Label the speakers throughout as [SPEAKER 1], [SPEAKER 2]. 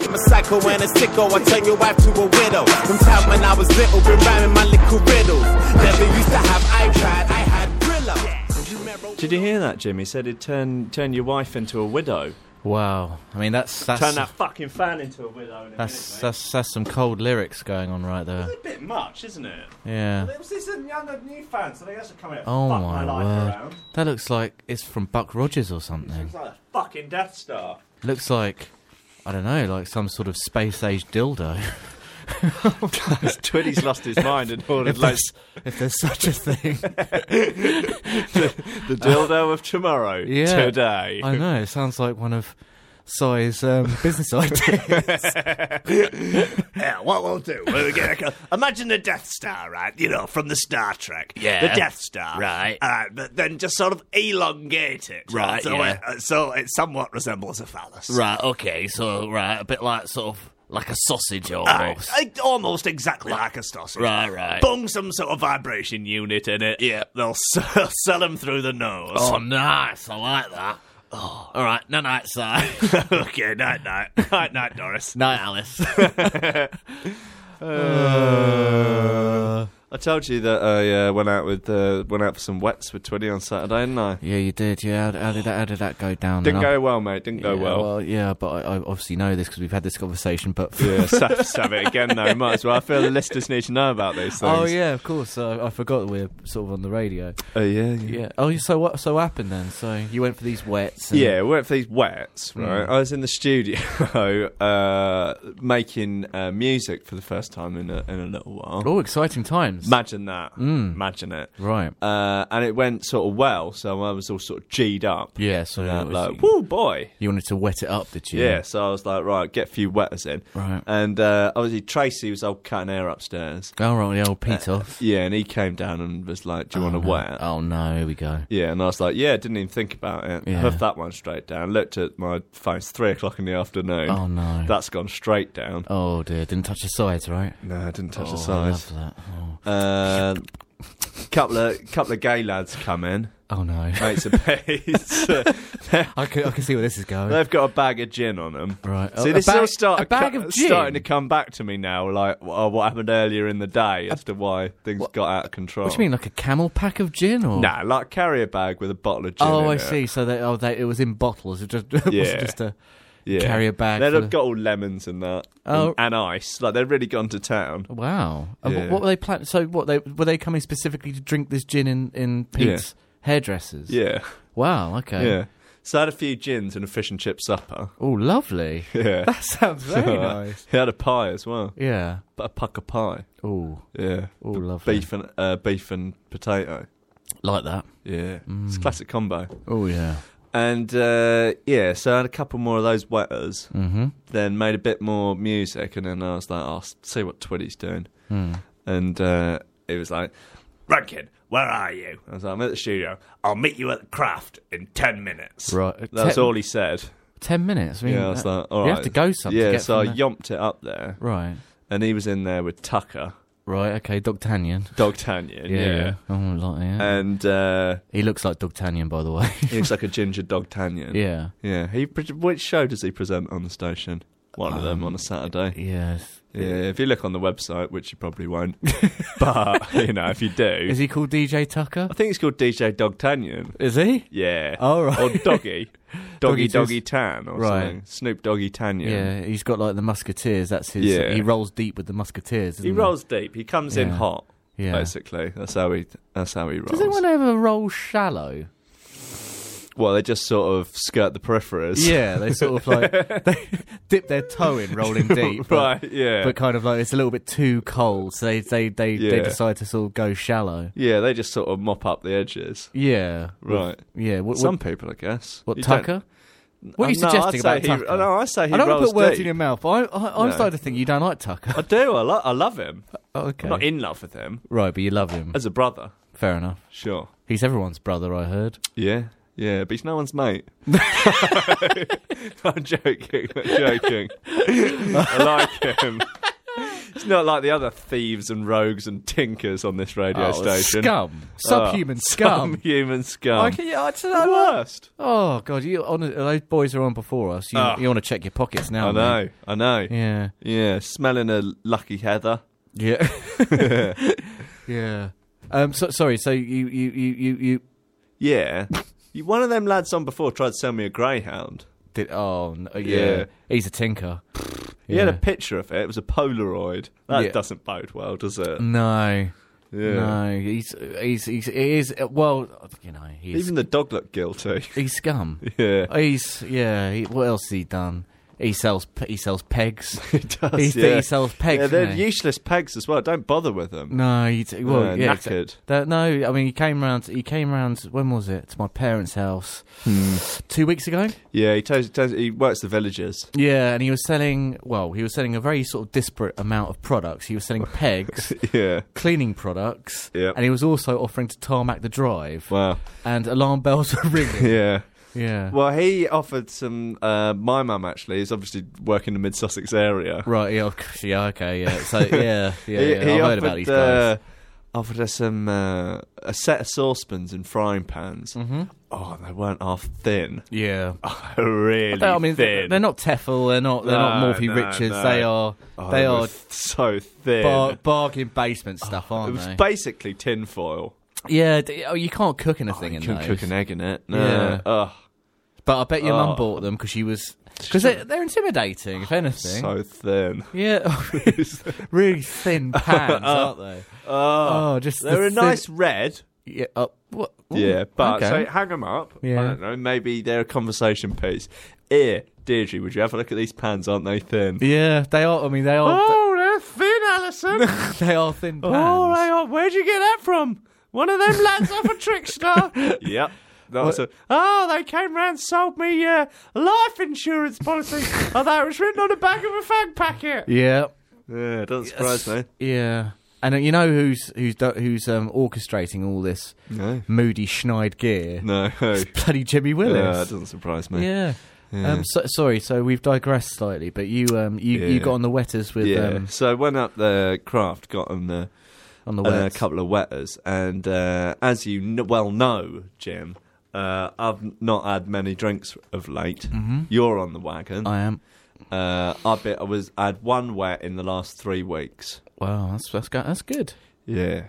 [SPEAKER 1] I'm a psycho and a sicko. I turn your wife to a widow. From time when I was little, been rhyming my little riddles. Never used to have iPad, I had Brillo. You remember-
[SPEAKER 2] Did you hear that, Jim? He said he'd turn turn your wife into a widow.
[SPEAKER 3] Wow. I mean, that's that's
[SPEAKER 2] Turn that fucking fan into a widow. In a
[SPEAKER 3] that's,
[SPEAKER 2] minute, mate.
[SPEAKER 3] that's that's some cold lyrics going on right there.
[SPEAKER 2] That's a bit much, isn't it?
[SPEAKER 3] Yeah.
[SPEAKER 2] There was this younger new fan, so they actually come in and
[SPEAKER 3] Oh
[SPEAKER 2] fuck my,
[SPEAKER 3] my
[SPEAKER 2] life
[SPEAKER 3] word.
[SPEAKER 2] around.
[SPEAKER 3] That looks like it's from Buck Rogers or something.
[SPEAKER 2] It's like a fucking Death Star.
[SPEAKER 3] Looks like I don't know, like some sort of space age dildo.
[SPEAKER 2] Twiddy's lost his mind and ordered
[SPEAKER 3] if, there's, if there's such a thing.
[SPEAKER 2] the dildo of tomorrow
[SPEAKER 3] Yeah.
[SPEAKER 2] today.
[SPEAKER 3] I know, it sounds like one of Sai's um, business ideas.
[SPEAKER 4] Yeah, what we'll do, we'll get a, imagine the Death Star, right? You know, from the Star Trek.
[SPEAKER 3] Yeah.
[SPEAKER 4] The Death Star.
[SPEAKER 3] Right.
[SPEAKER 2] Uh,
[SPEAKER 4] All right, but then just sort of elongate it.
[SPEAKER 3] Right,
[SPEAKER 4] So,
[SPEAKER 3] yeah.
[SPEAKER 4] it, uh, so it somewhat resembles a phallus.
[SPEAKER 3] right, okay, so right, a bit like sort of like a sausage
[SPEAKER 4] Uh, uh, almost exactly like a sausage.
[SPEAKER 3] Right, right.
[SPEAKER 4] Bung some sort of vibration unit in it. Yeah. They'll s- sell them through the nose.
[SPEAKER 3] Oh. nice, I like that. Oh. All right, night night, Si.
[SPEAKER 4] okay, night, night. Night, night, Doris.
[SPEAKER 3] night, Alice.
[SPEAKER 2] I told you that I uh, went out with uh, went out for some wets with Twiddy on Saturday, didn't I?
[SPEAKER 3] yeah, you did. Yeah, how, how did that? How did that go down?
[SPEAKER 2] Didn't
[SPEAKER 3] then?
[SPEAKER 2] go well, mate. Didn't go
[SPEAKER 3] yeah,
[SPEAKER 2] Oh, well.
[SPEAKER 3] Yeah, but I, I obviously know this because we've had this conversation. But
[SPEAKER 2] Yeah, sab, sab it again though. Might as well. I feel the listeners need to know about these things.
[SPEAKER 3] oh yeah, of course. Uh, I forgot we're sort of on the radio.
[SPEAKER 2] Uh, yeah, yeah.
[SPEAKER 3] Yeah. Oh, so what? So what happened then? So you went for these wets? And,
[SPEAKER 2] Yeah, we went for these wets,
[SPEAKER 3] Hmm.
[SPEAKER 2] right? I was in the studio uh, making uh, music for the first time in a, in a little while.
[SPEAKER 3] Oh, exciting times.
[SPEAKER 2] Imagine that.
[SPEAKER 3] Mm.
[SPEAKER 2] Imagine it.
[SPEAKER 3] right.
[SPEAKER 2] Uh, and it went sort of well, so I was all sort of G'd up.
[SPEAKER 3] Yeah. So
[SPEAKER 2] And, uh,
[SPEAKER 3] it was-
[SPEAKER 2] like, woo, boy.
[SPEAKER 3] you wanted to wet it up, did you?
[SPEAKER 2] Yeah. so I was like, right, get a few wetters in.
[SPEAKER 3] Right.
[SPEAKER 2] And uh, obviously, Tracy was old cutting hair upstairs.
[SPEAKER 3] All Oh, right, the old Peter.
[SPEAKER 2] Yeah, and he came down and was like, do you want a Uh, wet?
[SPEAKER 3] oh no, here we go.
[SPEAKER 2] Yeah, and I was like, yeah, didn't even think about it.
[SPEAKER 3] Yeah.
[SPEAKER 2] Huffed that one straight down. Looked at my phone, it's three o'clock in the afternoon.
[SPEAKER 3] Oh, no.
[SPEAKER 2] That's gone straight down.
[SPEAKER 3] Oh dear, didn't touch the sides, right?
[SPEAKER 2] No, I didn't touch
[SPEAKER 3] oh,
[SPEAKER 2] the
[SPEAKER 3] I
[SPEAKER 2] size.
[SPEAKER 3] love that. Oh,
[SPEAKER 2] Uh, couple of couple of gay lads come in,
[SPEAKER 3] oh no,
[SPEAKER 2] mates of mates.
[SPEAKER 3] I can I can see where this is going.
[SPEAKER 2] They've got a bag of gin on them.
[SPEAKER 3] Right.
[SPEAKER 2] See,
[SPEAKER 3] A
[SPEAKER 2] this is all
[SPEAKER 3] bag-
[SPEAKER 2] start,
[SPEAKER 3] a bag of gin?
[SPEAKER 2] starting to come back to me now, like oh, what happened earlier in the day as to why things got out of control.
[SPEAKER 3] What do you mean, like a camel pack of gin or?
[SPEAKER 2] Nah, like a carrier bag with a bottle of gin.
[SPEAKER 3] Oh,
[SPEAKER 2] in
[SPEAKER 3] I
[SPEAKER 2] it.
[SPEAKER 3] see. So they, oh, they, it was in bottles. It just it wasn't
[SPEAKER 2] Yeah.
[SPEAKER 3] just a
[SPEAKER 2] Yeah.
[SPEAKER 3] carrier bag.
[SPEAKER 2] They'd
[SPEAKER 3] full
[SPEAKER 2] have
[SPEAKER 3] of-
[SPEAKER 2] got all lemons and that,
[SPEAKER 3] Oh.
[SPEAKER 2] and, and ice. Like they'd really gone to town.
[SPEAKER 3] Wow. And wh-
[SPEAKER 2] Yeah.
[SPEAKER 3] What were they planning? So what they were they coming specifically to drink this gin in in Pete's hairdressers?
[SPEAKER 2] Yeah,
[SPEAKER 3] Wow. Okay.
[SPEAKER 2] yeah. So I had a few gins and a fish and chip supper.
[SPEAKER 3] Oh, lovely.
[SPEAKER 2] Yeah,
[SPEAKER 3] That sounds very nice.
[SPEAKER 2] He had a pie as well,
[SPEAKER 3] Yeah.
[SPEAKER 2] but a pucker pie.
[SPEAKER 3] Oh,
[SPEAKER 2] Yeah,
[SPEAKER 3] oh,
[SPEAKER 2] B-
[SPEAKER 3] lovely.
[SPEAKER 2] beef and uh, beef and potato.
[SPEAKER 3] Like that.
[SPEAKER 2] Yeah,
[SPEAKER 3] Mm.
[SPEAKER 2] it's a classic combo.
[SPEAKER 3] Oh yeah.
[SPEAKER 2] And uh, yeah, so I had a couple more of those wetters,
[SPEAKER 3] Mm-hmm.
[SPEAKER 2] then made a bit more music, and then I was like, I'll s- see what Twitty's doing.
[SPEAKER 3] Hmm.
[SPEAKER 2] And uh, it was like,
[SPEAKER 4] Right, kid, where are you?
[SPEAKER 2] I was like, I'm at the studio.
[SPEAKER 4] I'll meet you at the craft in ten minutes.
[SPEAKER 3] Right.
[SPEAKER 2] That's
[SPEAKER 3] ten,
[SPEAKER 2] all he said.
[SPEAKER 3] Ten minutes. I mean,
[SPEAKER 2] Yeah, I was
[SPEAKER 3] that-
[SPEAKER 2] like, all right.
[SPEAKER 3] You have to go somewhere.
[SPEAKER 2] Yeah,
[SPEAKER 3] to get
[SPEAKER 2] so I
[SPEAKER 3] from there.
[SPEAKER 2] yomped it up there,
[SPEAKER 3] Right.
[SPEAKER 2] and he was in there with Tucker,
[SPEAKER 3] Right. Okay. Dog Tanyan.
[SPEAKER 2] Dog Tanyan. Yeah.
[SPEAKER 3] Oh, like, yeah.
[SPEAKER 2] And uh,
[SPEAKER 3] he looks like Dog Tanyan, by the way.
[SPEAKER 2] he looks like a ginger Dog Tanyan.
[SPEAKER 3] yeah.
[SPEAKER 2] Yeah, he. pre- Which show does he present on the station? One of
[SPEAKER 3] Um,
[SPEAKER 2] them on a Saturday.
[SPEAKER 3] Yes.
[SPEAKER 2] Yeah, if you look on the website, which you probably won't, but you know, if you do,
[SPEAKER 3] Is he called DJ Tucker?
[SPEAKER 2] I think it's called DJ Dog Tanyan.
[SPEAKER 3] Is he?
[SPEAKER 2] Yeah.
[SPEAKER 3] All Oh, right.
[SPEAKER 2] Or Doggy, Doggy
[SPEAKER 3] Doggy Tans-
[SPEAKER 2] Doggy Tan, or
[SPEAKER 3] Right.
[SPEAKER 2] something. Snoop Doggy Tanyan.
[SPEAKER 3] Yeah, he's got like the Musketeers. That's his.
[SPEAKER 2] Yeah.
[SPEAKER 3] He rolls deep with the Musketeers. Doesn't
[SPEAKER 2] He rolls deep. He comes in
[SPEAKER 3] Yeah.
[SPEAKER 2] hot.
[SPEAKER 3] Yeah.
[SPEAKER 2] Basically, that's how he. That's how he rolls.
[SPEAKER 3] Does anyone ever roll shallow?
[SPEAKER 2] Well, they just sort of skirt the peripheries.
[SPEAKER 3] Yeah, they sort of like they dip their toe in rolling deep, but,
[SPEAKER 2] right. Yeah.
[SPEAKER 3] But kind of like it's a little bit too cold, so they they they, they
[SPEAKER 2] Yeah.
[SPEAKER 3] decide to sort of go shallow.
[SPEAKER 2] yeah, they just sort of mop up the edges.
[SPEAKER 3] Yeah,
[SPEAKER 2] Right.
[SPEAKER 3] yeah. What,
[SPEAKER 2] Some people, I guess.
[SPEAKER 3] what, what
[SPEAKER 2] You don't-
[SPEAKER 3] Tucker? What are you
[SPEAKER 2] Uh, no, I'd
[SPEAKER 3] suggesting about
[SPEAKER 2] say he-
[SPEAKER 3] Tucker?
[SPEAKER 2] no, I say he
[SPEAKER 3] I don't want to
[SPEAKER 2] rolls
[SPEAKER 3] put words
[SPEAKER 2] deep.
[SPEAKER 3] in your mouth. I, I, I'm
[SPEAKER 2] No.
[SPEAKER 3] starting to think you don't like Tucker.
[SPEAKER 2] I do. I, lo- I love him.
[SPEAKER 3] okay,
[SPEAKER 2] I'm not in love with him
[SPEAKER 3] right, but you love him.
[SPEAKER 2] as a brother.
[SPEAKER 3] Fair enough.
[SPEAKER 2] Sure.
[SPEAKER 3] He's everyone's brother, I heard.
[SPEAKER 2] Yeah. Yeah, but he's no one's mate. I'm joking. I'm joking. I like him. It's not like the other thieves and rogues and tinkers on this radio
[SPEAKER 3] Oh,
[SPEAKER 2] station. Ah,
[SPEAKER 3] Scum. Subhuman scum.
[SPEAKER 2] Human scum.
[SPEAKER 3] I can- yeah, I don't know.
[SPEAKER 2] worst.
[SPEAKER 3] Oh god, you on those boys are on before us. You, you want to check your pockets now?
[SPEAKER 2] Ah. I
[SPEAKER 3] mate.
[SPEAKER 2] know. I know. Yeah.
[SPEAKER 3] Yeah.
[SPEAKER 2] smelling a lucky heather.
[SPEAKER 3] Yeah. yeah. Um. So, sorry. So you you you you you
[SPEAKER 2] Yeah. You- One of them lads on before tried to sell me a greyhound.
[SPEAKER 3] did. Oh no, yeah.
[SPEAKER 2] Yeah.
[SPEAKER 3] He's a tinker.
[SPEAKER 2] He had a picture of it. It was a Polaroid. That
[SPEAKER 3] Yeah.
[SPEAKER 2] doesn't bode well, does it?
[SPEAKER 3] no.
[SPEAKER 2] Yeah.
[SPEAKER 3] No. He's he's he's he is well. You know. He's
[SPEAKER 2] Even the dog looked guilty.
[SPEAKER 3] he's scum.
[SPEAKER 2] yeah.
[SPEAKER 3] He's yeah. He, what else has he done? He sells pe- he sells pegs.
[SPEAKER 2] He does.
[SPEAKER 3] He-
[SPEAKER 2] yeah.
[SPEAKER 3] he sells pegs,
[SPEAKER 2] Yeah, they're
[SPEAKER 3] doesn't he? Mm.
[SPEAKER 2] useless pegs as well. Don't bother with them.
[SPEAKER 3] No, he t- well,
[SPEAKER 2] Uh,
[SPEAKER 3] yeah,
[SPEAKER 2] knackered.
[SPEAKER 3] exa- that- no, I mean he came round. He came round. When was it? To my parents' house
[SPEAKER 2] Hmm.
[SPEAKER 3] two weeks ago.
[SPEAKER 2] Yeah, he tells, tells he works the villagers.
[SPEAKER 3] Yeah, and he was selling. Well, he was selling a very sort of disparate amount of products. He was selling pegs,
[SPEAKER 2] Yeah.
[SPEAKER 3] cleaning products,
[SPEAKER 2] Yep.
[SPEAKER 3] and he was also offering to tarmac the drive.
[SPEAKER 2] Wow.
[SPEAKER 3] And alarm bells were ringing.
[SPEAKER 2] Yeah.
[SPEAKER 3] yeah.
[SPEAKER 2] Well, he offered some. Uh, my mum actually is obviously working in the Mid Sussex area.
[SPEAKER 3] Right, yeah, oh, gosh, yeah, okay, yeah. So, yeah, yeah,
[SPEAKER 2] He-
[SPEAKER 3] yeah,
[SPEAKER 2] he
[SPEAKER 3] I've
[SPEAKER 2] offered,
[SPEAKER 3] heard about these
[SPEAKER 2] uh,
[SPEAKER 3] guys.
[SPEAKER 2] offered us some uh, a set of saucepans and frying pans. Mm-hmm. Oh, they weren't half thin.
[SPEAKER 3] yeah.
[SPEAKER 2] really
[SPEAKER 3] I mean,
[SPEAKER 2] Oh, thin.
[SPEAKER 3] they're not Tefl, they're not, they're
[SPEAKER 2] No,
[SPEAKER 3] not Morphy
[SPEAKER 2] no,
[SPEAKER 3] Richards,
[SPEAKER 2] no.
[SPEAKER 3] they are,
[SPEAKER 2] Oh,
[SPEAKER 3] they
[SPEAKER 2] were
[SPEAKER 3] are
[SPEAKER 2] th- so thin.
[SPEAKER 3] bar- bargain basement stuff,
[SPEAKER 2] Oh, it
[SPEAKER 3] aren't
[SPEAKER 2] was
[SPEAKER 3] they?
[SPEAKER 2] basically tin foil.
[SPEAKER 3] yeah, d- oh, you can't cook anything
[SPEAKER 2] You
[SPEAKER 3] in
[SPEAKER 2] couldn't
[SPEAKER 3] those.
[SPEAKER 2] cook an egg in it. No.
[SPEAKER 3] Yeah.
[SPEAKER 2] Ugh,
[SPEAKER 3] But I bet your
[SPEAKER 2] Oh.
[SPEAKER 3] mum bought them because she was because they're, they're intimidating, if anything.
[SPEAKER 2] so thin.
[SPEAKER 3] yeah, Oh, really thin pans, aren't they?
[SPEAKER 2] Oh,
[SPEAKER 3] Oh, just
[SPEAKER 2] they're
[SPEAKER 3] the
[SPEAKER 2] a
[SPEAKER 3] thin-
[SPEAKER 2] nice red.
[SPEAKER 3] Yeah, uh, what? ooh,
[SPEAKER 2] Yeah, but
[SPEAKER 3] okay.
[SPEAKER 2] so hang them up. I
[SPEAKER 3] Yeah.
[SPEAKER 2] don't know. Maybe they're a conversation piece. Here, Deirdre, would you have a look at these pans? Aren't they thin?
[SPEAKER 3] yeah, they are. I mean, they are.
[SPEAKER 2] Oh. they're thin, Alison.
[SPEAKER 3] They are thin pans.
[SPEAKER 2] are. Where'd you get that from? One of them lads off a trickster. yep. That was a, oh, they came round and sold me uh, a life insurance policy. Although it was written on the back of a fag packet.
[SPEAKER 3] Yeah,
[SPEAKER 2] Yeah, doesn't surprise me.
[SPEAKER 3] yeah. And uh, you know who's who's do- who's um, orchestrating all this
[SPEAKER 2] No.
[SPEAKER 3] moody Schneid gear?
[SPEAKER 2] No.
[SPEAKER 3] Bloody Jimmy
[SPEAKER 2] Yeah, that
[SPEAKER 3] Willis.
[SPEAKER 2] doesn't surprise me.
[SPEAKER 3] yeah. Um, so, sorry, so we've digressed slightly, but you um, you, you
[SPEAKER 2] Yeah.
[SPEAKER 3] got on the wetters with
[SPEAKER 2] Yeah.
[SPEAKER 3] um,
[SPEAKER 2] so went up the craft, got on the
[SPEAKER 3] on the
[SPEAKER 2] and
[SPEAKER 3] wets.
[SPEAKER 2] a couple of wetters. And uh, as you kn- well know, Jim, uh, I've not had many drinks of late. You're on the wagon.
[SPEAKER 3] Mm-hmm. I am.
[SPEAKER 2] Uh, I bet I was I had one wet in the last three weeks.
[SPEAKER 3] Wow, that's that's, go- that's good.
[SPEAKER 2] Yeah.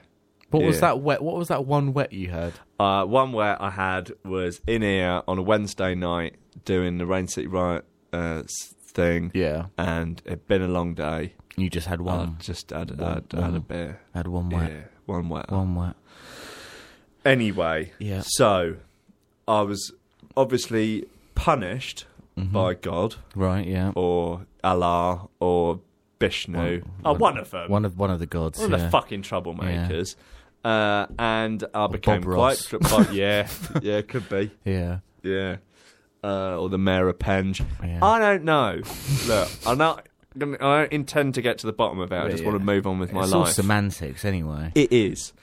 [SPEAKER 3] What was
[SPEAKER 2] Yeah.
[SPEAKER 3] that wet? What was that one wet you had?
[SPEAKER 2] Uh, one wet I had was in here on a Wednesday night doing the Rain City Riot uh, s- thing.
[SPEAKER 3] Yeah,
[SPEAKER 2] And it'd been a long day.
[SPEAKER 3] you just had one.
[SPEAKER 2] I just had,
[SPEAKER 3] Um, One-
[SPEAKER 2] had, had a
[SPEAKER 3] one
[SPEAKER 2] bit.
[SPEAKER 3] had one wet.
[SPEAKER 2] Yeah, one wet.
[SPEAKER 3] One wet.
[SPEAKER 2] Anyway,
[SPEAKER 3] Yeah.
[SPEAKER 2] so I was obviously punished
[SPEAKER 3] Mm-hmm.
[SPEAKER 2] by God
[SPEAKER 3] Right. Yeah.
[SPEAKER 2] or Allah or Bishnu. One, oh, one of them.
[SPEAKER 3] One of one of the gods.
[SPEAKER 2] One of
[SPEAKER 3] yeah.
[SPEAKER 2] the fucking troublemakers. Uh, and I became quite,
[SPEAKER 3] Ross.
[SPEAKER 2] quite. Yeah, yeah, could be.
[SPEAKER 3] Yeah.
[SPEAKER 2] Yeah. Uh, or the mayor of Penge.
[SPEAKER 3] Yeah.
[SPEAKER 2] I don't know. Look, I'm not. gonna- I don't intend to get to the bottom of it. I
[SPEAKER 3] Yeah,
[SPEAKER 2] just want to
[SPEAKER 3] yeah.
[SPEAKER 2] move on with my
[SPEAKER 3] it's all
[SPEAKER 2] life.
[SPEAKER 3] semantics, anyway.
[SPEAKER 2] It is.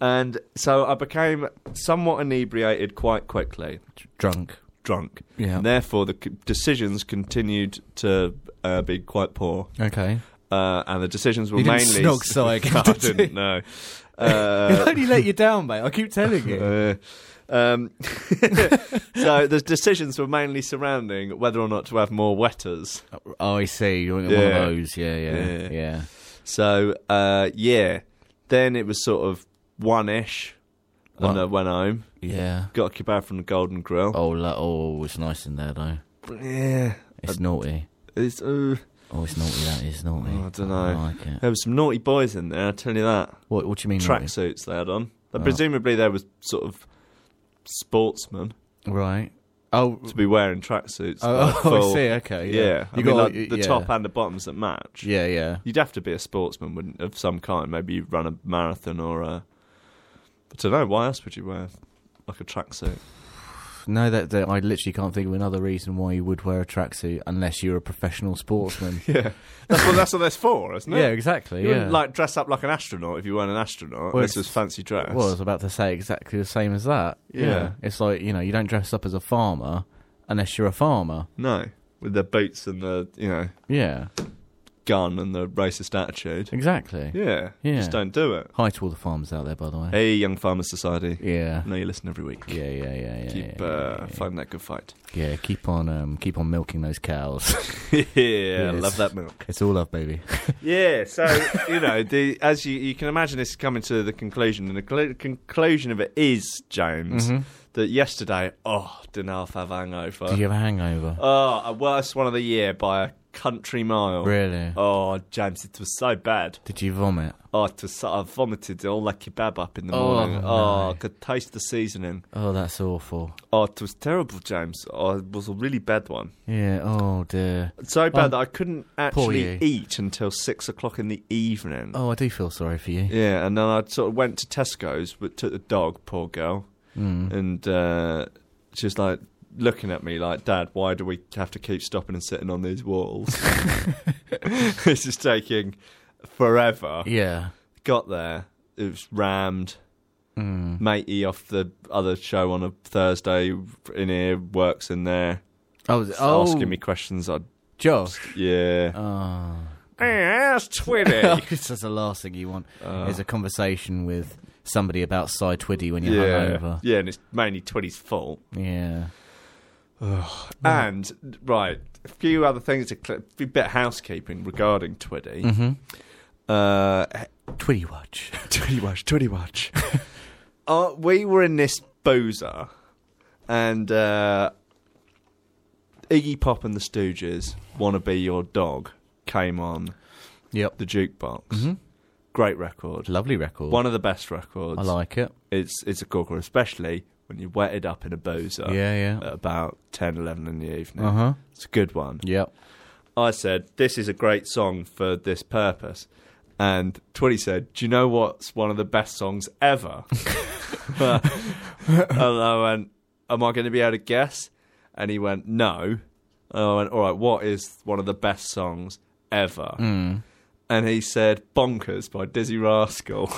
[SPEAKER 2] And so I became somewhat inebriated quite quickly,
[SPEAKER 3] Drunk.
[SPEAKER 2] drunk.
[SPEAKER 3] Yeah.
[SPEAKER 2] And therefore, the c- decisions continued to uh, be quite poor.
[SPEAKER 3] Okay.
[SPEAKER 2] Uh, and the decisions were
[SPEAKER 3] You didn't
[SPEAKER 2] mainly.
[SPEAKER 3] snog Syed,
[SPEAKER 2] No, I
[SPEAKER 3] did you?
[SPEAKER 2] didn't know. Uh,
[SPEAKER 3] only let you down, mate. I keep telling you.
[SPEAKER 2] uh, um, so the decisions were mainly surrounding whether or not to have more wetters.
[SPEAKER 3] oh, I see. You're one
[SPEAKER 2] Yeah.
[SPEAKER 3] of those. Yeah. Yeah.
[SPEAKER 2] Yeah.
[SPEAKER 3] Yeah.
[SPEAKER 2] So uh, yeah, then it was sort of one ish, and I went home.
[SPEAKER 3] Yeah.
[SPEAKER 2] Got a kebab from the Golden Grill.
[SPEAKER 3] Oh, la- oh, it's nice in there though.
[SPEAKER 2] Yeah,
[SPEAKER 3] It's naughty.
[SPEAKER 2] it's, uh,
[SPEAKER 3] Oh, it's naughty. That is naughty.
[SPEAKER 2] Oh, I don't
[SPEAKER 3] I
[SPEAKER 2] know.
[SPEAKER 3] like it.
[SPEAKER 2] There were some naughty boys in there. I tell you that.
[SPEAKER 3] What? What do you Oh. mean? naughty?
[SPEAKER 2] Tracksuits they had on. But Presumably they was sort of sportsmen
[SPEAKER 3] Right. Oh.
[SPEAKER 2] to be wearing tracksuits.
[SPEAKER 3] Oh,
[SPEAKER 2] like
[SPEAKER 3] oh, I
[SPEAKER 2] full-
[SPEAKER 3] see. Okay.
[SPEAKER 2] Yeah,
[SPEAKER 3] Yeah.
[SPEAKER 2] I mean, like, the top and the bottoms that match.
[SPEAKER 3] Yeah. Yeah.
[SPEAKER 2] You'd have to be a sportsman, wouldn't of some kind. Maybe you run a marathon or a. I don't know. Why else would you wear like a tracksuit?
[SPEAKER 3] No, that, that I literally can't think of another reason why you would wear a tracksuit unless you're a professional sportsman.
[SPEAKER 2] Yeah, that's what that's what that's for, isn't it?
[SPEAKER 3] yeah, exactly.
[SPEAKER 2] You
[SPEAKER 3] yeah,
[SPEAKER 2] wouldn't, like dress up like an astronaut if you weren't an astronaut.
[SPEAKER 3] Well,
[SPEAKER 2] this was
[SPEAKER 3] it's-
[SPEAKER 2] fancy dress.
[SPEAKER 3] well, I was about to say exactly the same as that.
[SPEAKER 2] Yeah.
[SPEAKER 3] it's like you know you don't dress up as a farmer unless you're a farmer.
[SPEAKER 2] No, with their boots and the you know
[SPEAKER 3] Yeah,
[SPEAKER 2] gun and the racist attitude.
[SPEAKER 3] Exactly.
[SPEAKER 2] Yeah,
[SPEAKER 3] Yeah.
[SPEAKER 2] just don't do it.
[SPEAKER 3] Hi to all the farmers out there, by the way.
[SPEAKER 2] Hey, Young Farmers Society.
[SPEAKER 3] Yeah.
[SPEAKER 2] I know you listen every week.
[SPEAKER 3] Yeah, yeah, yeah, yeah.
[SPEAKER 2] Keep
[SPEAKER 3] yeah,
[SPEAKER 2] uh,
[SPEAKER 3] yeah,
[SPEAKER 2] fighting that good fight.
[SPEAKER 3] yeah. Yeah, keep on, um, keep on milking those cows.
[SPEAKER 2] yeah,
[SPEAKER 3] Yes.
[SPEAKER 2] love that milk.
[SPEAKER 3] it's all love, baby.
[SPEAKER 2] Yeah, so you know, the, as you, you can imagine, this is coming to the conclusion, and the cl- conclusion of it is James that yesterday, oh, didn't half have hangover.
[SPEAKER 3] Did you have a hangover?
[SPEAKER 2] Oh, a worst one of the year by a country mile.
[SPEAKER 3] Really?
[SPEAKER 2] Oh, James, it was so bad.
[SPEAKER 3] Did you vomit?
[SPEAKER 2] Oh, it was so, I vomited all like kebab up in the
[SPEAKER 3] Oh,
[SPEAKER 2] morning.
[SPEAKER 3] no.
[SPEAKER 2] Oh, I could taste the seasoning.
[SPEAKER 3] Oh, that's awful.
[SPEAKER 2] Oh, it was terrible, James. Oh, it was a really bad one.
[SPEAKER 3] Yeah. Oh dear.
[SPEAKER 2] So bad
[SPEAKER 3] Um,
[SPEAKER 2] that I couldn't
[SPEAKER 3] poor
[SPEAKER 2] actually
[SPEAKER 3] you.
[SPEAKER 2] eat until six o'clock in the evening.
[SPEAKER 3] Oh, I do feel sorry for you.
[SPEAKER 2] Yeah, and then I sort of went to Tesco's, but took the dog, poor girl,
[SPEAKER 3] Mm.
[SPEAKER 2] and uh, she was like looking at me like, "Dad, why do we have to keep stopping and sitting on these walls? this is taking forever."
[SPEAKER 3] Yeah.
[SPEAKER 2] Got there, it was rammed.
[SPEAKER 3] Mm.
[SPEAKER 2] Matey off the other show on a Thursday in here works in there,
[SPEAKER 3] Oh, was- oh,
[SPEAKER 2] asking me questions. I
[SPEAKER 3] Josh.
[SPEAKER 2] yeah.
[SPEAKER 3] Oh,
[SPEAKER 2] Hey, that's Twitty.
[SPEAKER 3] because that's the last thing you want
[SPEAKER 2] Uh,
[SPEAKER 3] is a conversation with somebody about Cy Twiddy when you're
[SPEAKER 2] yeah,
[SPEAKER 3] hungover.
[SPEAKER 2] yeah, and it's mainly Twitty's fault.
[SPEAKER 3] Yeah.
[SPEAKER 2] And right, a few other things to cl- a bit of housekeeping regarding Twiddy.
[SPEAKER 3] Mm-hmm.
[SPEAKER 2] Uh,
[SPEAKER 3] Twiddy watch.
[SPEAKER 2] Twiddy watch, Twiddy watch. uh, we were in this boozer, and uh, Iggy Pop and the Stooges, "Wanna Be Your Dog," came on
[SPEAKER 3] Yep.
[SPEAKER 2] the jukebox.
[SPEAKER 3] Mhm.
[SPEAKER 2] Great record,
[SPEAKER 3] Lovely record.
[SPEAKER 2] one of the best records.
[SPEAKER 3] I like it.
[SPEAKER 2] It's it's a corker, especially when you're wetted up in a boozer.
[SPEAKER 3] yeah, yeah.
[SPEAKER 2] At about 10, 11 in the evening.
[SPEAKER 3] Uh huh.
[SPEAKER 2] It's a good one.
[SPEAKER 3] Yep.
[SPEAKER 2] I said, This is a great song for this purpose. And Twitty said, Do you know what's one of the best songs ever? and I went, Am I going to be able to guess? And he went, No. And I went, All right, what is one of the best songs ever?
[SPEAKER 3] Mm.
[SPEAKER 2] And he said, Bonkers by Dizzy Rascal.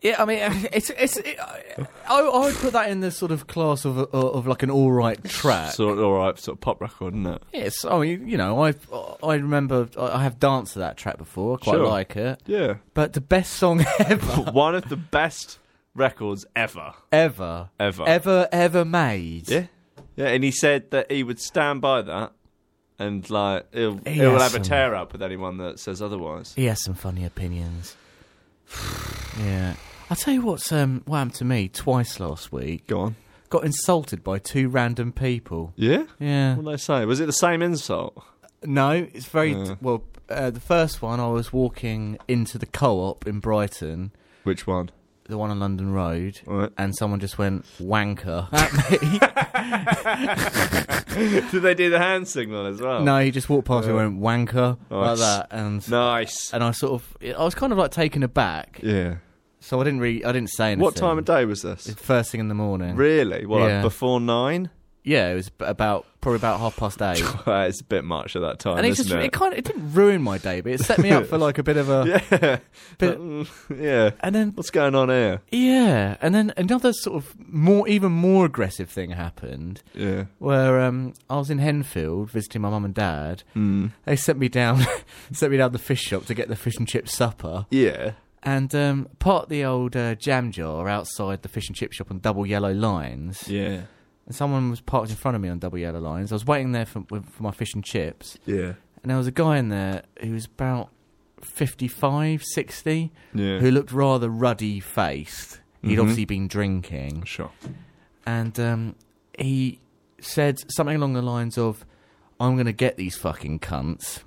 [SPEAKER 3] Yeah, I mean, it's it's. It, I, I would put that in the sort of class of uh, of like an all right track.
[SPEAKER 2] sort of, all right, sort of pop record, isn't it?
[SPEAKER 3] Yes, I mean, you know, I I remember I I have danced to that track before. I Quite
[SPEAKER 2] Sure.
[SPEAKER 3] like it,
[SPEAKER 2] Yeah.
[SPEAKER 3] but the best song ever,
[SPEAKER 2] one of the best records ever.
[SPEAKER 3] ever,
[SPEAKER 2] Ever.
[SPEAKER 3] ever, ever made.
[SPEAKER 2] Yeah. Yeah, and he said that he would stand by that and like he'll,
[SPEAKER 3] He
[SPEAKER 2] he'll
[SPEAKER 3] has
[SPEAKER 2] have a
[SPEAKER 3] some-
[SPEAKER 2] tear up with anyone that says otherwise.
[SPEAKER 3] He has some funny opinions. yeah, I tell you what's um what happened to me twice last week.
[SPEAKER 2] Go on.
[SPEAKER 3] Got insulted by two random people.
[SPEAKER 2] Yeah?
[SPEAKER 3] Yeah,
[SPEAKER 2] What did I say? Was it the same insult?
[SPEAKER 3] no, it's very
[SPEAKER 2] Yeah.
[SPEAKER 3] well. Uh, the first one, I was walking into the co-op in Brighton,
[SPEAKER 2] Which one?
[SPEAKER 3] the one on London Road,
[SPEAKER 2] All right.
[SPEAKER 3] and someone just went wanker at me.
[SPEAKER 2] Did they do the hand signal as well?
[SPEAKER 3] No, he just walked past me and went wanker like
[SPEAKER 2] Oh. Nice.
[SPEAKER 3] that, and
[SPEAKER 2] Nice.
[SPEAKER 3] and I sort of I was kind of like taken aback,
[SPEAKER 2] Yeah.
[SPEAKER 3] so I didn't really I didn't say anything.
[SPEAKER 2] What time of day was this?
[SPEAKER 3] First thing in the morning.
[SPEAKER 2] Really? Well, like,
[SPEAKER 3] Yeah.
[SPEAKER 2] before nine?
[SPEAKER 3] Yeah, it was b- about probably about half past eight,
[SPEAKER 2] Well, it's a bit much at that time,
[SPEAKER 3] and it
[SPEAKER 2] isn't
[SPEAKER 3] just
[SPEAKER 2] it?
[SPEAKER 3] it kind of it didn't ruin my day, but it set me up for like a bit of a
[SPEAKER 2] yeah.
[SPEAKER 3] bit,
[SPEAKER 2] Mm, yeah.
[SPEAKER 3] and then
[SPEAKER 2] What's going on here?
[SPEAKER 3] yeah, and then another sort of more even more aggressive thing happened
[SPEAKER 2] Yeah.
[SPEAKER 3] where um I was in Henfield visiting my mum and dad.
[SPEAKER 2] Mm.
[SPEAKER 3] They sent me down sent me down the fish shop to get the fish and chip supper.
[SPEAKER 2] Yeah.
[SPEAKER 3] And um, part the old uh, jam jar outside the fish and chip shop on double yellow lines.
[SPEAKER 2] Yeah.
[SPEAKER 3] And someone was parked in front of me on double yellow lines. I was waiting there for, with- for my fish and chips.
[SPEAKER 2] Yeah.
[SPEAKER 3] And there was a guy in there who was about 55, 60,
[SPEAKER 2] Yeah.
[SPEAKER 3] who looked rather ruddy faced. he would
[SPEAKER 2] Mhm.
[SPEAKER 3] obviously been drinking.
[SPEAKER 2] Sure.
[SPEAKER 3] And um, he said something along the lines of, I'm going to get these fucking cunts.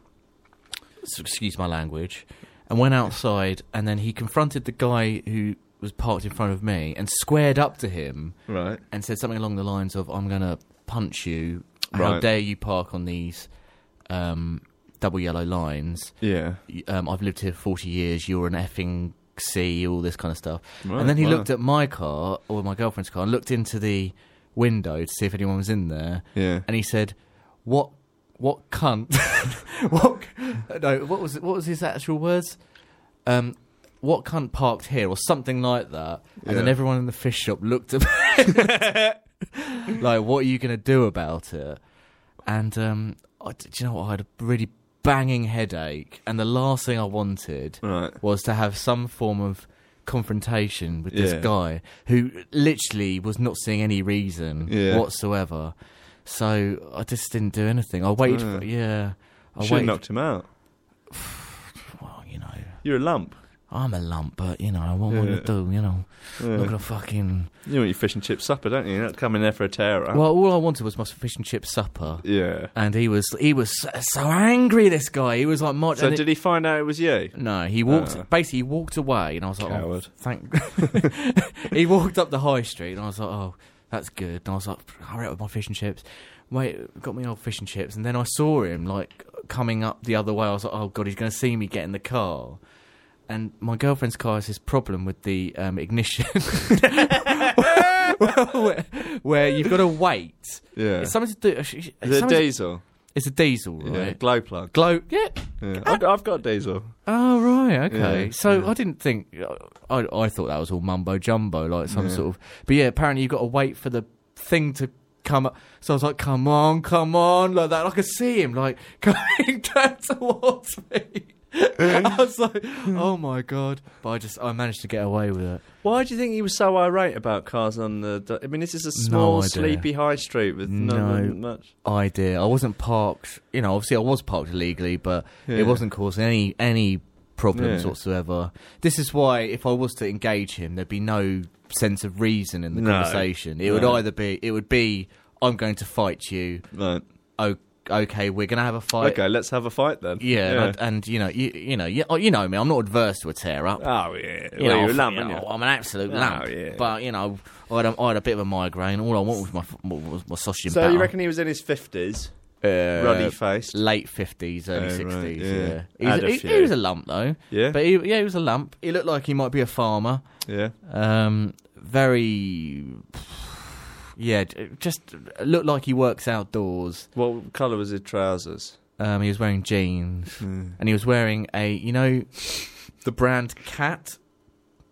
[SPEAKER 3] So, excuse my language. And went outside, and then he confronted the guy who was parked in front of me and squared up to him
[SPEAKER 2] Right.
[SPEAKER 3] and said something along the lines of, I'm going to punch you. How
[SPEAKER 2] Right.
[SPEAKER 3] dare you park on these um, double yellow lines?
[SPEAKER 2] Yeah.
[SPEAKER 3] Y- Um, I've lived here 40 years. You're an effing C, all this kind of stuff.
[SPEAKER 2] Right,
[SPEAKER 3] and then he
[SPEAKER 2] wow.
[SPEAKER 3] looked at my car, or my girlfriend's car, and looked into the window to see if anyone was in there.
[SPEAKER 2] Yeah.
[SPEAKER 3] And he said, What. What cunt? what? No. What was what was his actual words? Um, what cunt parked here, or something like that. And then
[SPEAKER 2] Yeah.
[SPEAKER 3] everyone in the fish shop looked at like, what are you going to do about it? And um, I, do you know what? I had a really banging headache, and the last thing I wanted
[SPEAKER 2] Right.
[SPEAKER 3] was to have some form of confrontation with this
[SPEAKER 2] Yeah.
[SPEAKER 3] guy who literally was not seeing any reason
[SPEAKER 2] Yeah.
[SPEAKER 3] whatsoever. So I just didn't do anything. I waited.
[SPEAKER 2] Yeah.
[SPEAKER 3] For, yeah, I
[SPEAKER 2] Should have
[SPEAKER 3] waited.
[SPEAKER 2] knocked him out.
[SPEAKER 3] Well, you know,
[SPEAKER 2] You're a lump.
[SPEAKER 3] I'm a lump, but you know, I want what
[SPEAKER 2] Yeah.
[SPEAKER 3] to do. You know,
[SPEAKER 2] Yeah.
[SPEAKER 3] not gonna fucking.
[SPEAKER 2] You want your fish and chip supper, don't you? You're not coming there for a tear up.
[SPEAKER 3] Well, all I wanted was my fish and chip supper.
[SPEAKER 2] yeah.
[SPEAKER 3] And he was he was so, so angry. This guy, he was like, "March."
[SPEAKER 2] So
[SPEAKER 3] and it-
[SPEAKER 2] did he find out it was you?
[SPEAKER 3] No, he walked.
[SPEAKER 2] Ah.
[SPEAKER 3] basically, he walked away, and I was like,
[SPEAKER 2] Coward.
[SPEAKER 3] "Oh, thank." he walked up the high street, and I was like, "Oh, that's good." And I was like, "Hurry up with my fish and chips." Wait, got me old fish and chips, and then I saw him like coming up the other way. I was like, "Oh god, he's going to see me get in the car." And my girlfriend's car has this problem with the um, ignition, where, where you've got to wait.
[SPEAKER 2] Yeah.
[SPEAKER 3] It's something to do. It's,
[SPEAKER 2] Is it
[SPEAKER 3] something-
[SPEAKER 2] diesel?
[SPEAKER 3] it's a diesel,
[SPEAKER 2] Yeah.
[SPEAKER 3] right?
[SPEAKER 2] Glow plug.
[SPEAKER 3] Glow. Yeah,
[SPEAKER 2] Yeah. I've, I've got diesel.
[SPEAKER 3] Oh right, okay.
[SPEAKER 2] Yeah,
[SPEAKER 3] so I didn't think I I thought that was all mumbo jumbo, like some sort of. But yeah, apparently you've got to wait for the thing to come up. So I was like, "Come on, come on!" Like that, I could see him like coming down towards me. I was like, "Oh my god!" But I just I managed to get away with it.
[SPEAKER 2] Why do you think he was so irate about cars on the? I mean, this is a small,
[SPEAKER 3] idea.
[SPEAKER 2] sleepy high street with no,
[SPEAKER 3] No.
[SPEAKER 2] much.
[SPEAKER 3] I did. I wasn't parked. You know, obviously I was parked illegally, but
[SPEAKER 2] Yeah.
[SPEAKER 3] it wasn't causing any any problems
[SPEAKER 2] Yeah.
[SPEAKER 3] whatsoever. This is why, if I was to engage him, there'd be no sense of reason in the
[SPEAKER 2] No.
[SPEAKER 3] conversation. It would
[SPEAKER 2] No.
[SPEAKER 3] either be it would be I'm going to fight you.
[SPEAKER 2] Right.
[SPEAKER 3] Oh, okay, we're gonna have a fight.
[SPEAKER 2] Okay, let's have a fight then.
[SPEAKER 3] Yeah, And, I- and you know, you, you know, you, oh, you know me. I'm not adverse to a tear up.
[SPEAKER 2] Oh yeah.
[SPEAKER 3] you
[SPEAKER 2] well,
[SPEAKER 3] know,
[SPEAKER 2] you're a
[SPEAKER 3] I've-
[SPEAKER 2] lump,
[SPEAKER 3] you
[SPEAKER 2] aren't
[SPEAKER 3] know,
[SPEAKER 2] you?
[SPEAKER 3] I'm an absolute
[SPEAKER 2] Oh,
[SPEAKER 3] lump.
[SPEAKER 2] yeah.
[SPEAKER 3] But you know, I had, a, I had a bit of a migraine. All I want was my f- was my sausage and
[SPEAKER 2] So
[SPEAKER 3] batter.
[SPEAKER 2] you reckon he was in his fifties,
[SPEAKER 3] Uh,
[SPEAKER 2] ruddy faced?
[SPEAKER 3] late fifties, early
[SPEAKER 2] Oh, right,
[SPEAKER 3] sixties.
[SPEAKER 2] yeah.
[SPEAKER 3] yeah,
[SPEAKER 2] Had a
[SPEAKER 3] He was- he, he
[SPEAKER 2] few.
[SPEAKER 3] was a lump though.
[SPEAKER 2] Yeah?
[SPEAKER 3] but he, yeah, he was a lump. He looked like he might be a farmer.
[SPEAKER 2] Yeah.
[SPEAKER 3] Um, very, yeah, j- just looked like he works outdoors.
[SPEAKER 2] What colour was his trousers?
[SPEAKER 3] Um, he was wearing jeans,
[SPEAKER 2] Hmm.
[SPEAKER 3] and he was wearing a, you know, the brand Cat.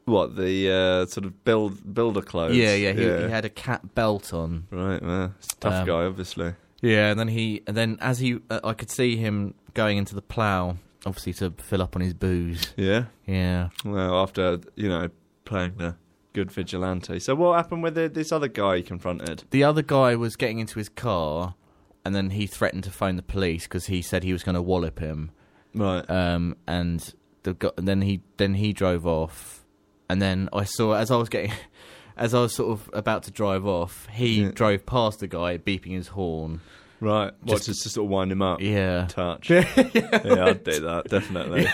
[SPEAKER 2] What the uh, sort of build builder clothes?
[SPEAKER 3] Yeah, yeah, he, he had a cat belt on.
[SPEAKER 2] Right, well, it's a tough
[SPEAKER 3] Um,
[SPEAKER 2] guy, obviously.
[SPEAKER 3] Yeah, and then he, and then as he, uh, I could see him going into the plough, obviously to fill up on his booze.
[SPEAKER 2] Yeah.
[SPEAKER 3] Yeah.
[SPEAKER 2] Well, after you know playing the good vigilante. So what happened with the, this other guy he confronted?
[SPEAKER 3] the other guy was getting into his car and then he threatened to phone the police because he said he was going to wallop him
[SPEAKER 2] Right.
[SPEAKER 3] um, and the gu- and then he then he drove off and then i saw as i was getting as i was sort of about to drive off he
[SPEAKER 2] Yeah.
[SPEAKER 3] drove past the guy beeping his horn
[SPEAKER 2] right. What,
[SPEAKER 3] just-
[SPEAKER 2] just, to sort of wind him up.
[SPEAKER 3] yeah
[SPEAKER 2] Touch. yeah, I'd do that definitely.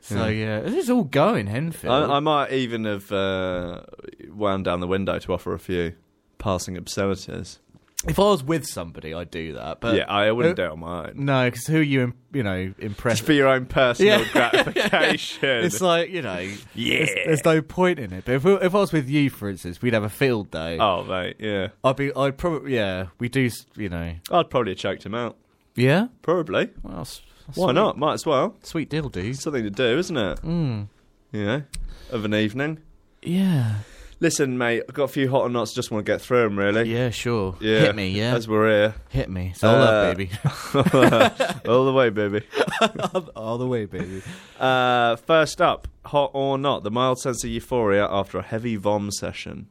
[SPEAKER 3] so yeah this is all going henfield
[SPEAKER 2] I, I might even have uh, wound down the window to offer a few passing obscenities.
[SPEAKER 3] if i was with somebody i'd do that but
[SPEAKER 2] yeah, I wouldn't do it on my own.
[SPEAKER 3] no because who are you im- you know impressed
[SPEAKER 2] Just for your own personal
[SPEAKER 3] Yeah.
[SPEAKER 2] gratification.
[SPEAKER 3] it's like you know
[SPEAKER 2] yeah.
[SPEAKER 3] there's, there's no point in it but if, we- if i was with you for instance we'd have a field day
[SPEAKER 2] oh mate, yeah.
[SPEAKER 3] I'd be. I'd probably. Yeah, we do. s- You know.
[SPEAKER 2] I'd probably have choked him out.
[SPEAKER 3] Yeah.
[SPEAKER 2] Probably.
[SPEAKER 3] Well, s-
[SPEAKER 2] Why
[SPEAKER 3] sweet-
[SPEAKER 2] not? Might as well.
[SPEAKER 3] Sweet deal, dude.
[SPEAKER 2] It's something to do, isn't it?
[SPEAKER 3] Mm.
[SPEAKER 2] You know, of an evening.
[SPEAKER 3] Yeah.
[SPEAKER 2] Listen, mate, I've got a few hot or nots. Just want to get through them, really.
[SPEAKER 3] Yeah. Sure.
[SPEAKER 2] Yeah,
[SPEAKER 3] Hit me. Yeah.
[SPEAKER 2] As we're here,
[SPEAKER 3] Hit me. It's all up,
[SPEAKER 2] Uh,
[SPEAKER 3] baby.
[SPEAKER 2] all the way, baby.
[SPEAKER 3] all the way, baby.
[SPEAKER 2] Uh, first up, hot or not, the mild sense of euphoria after a heavy vom session.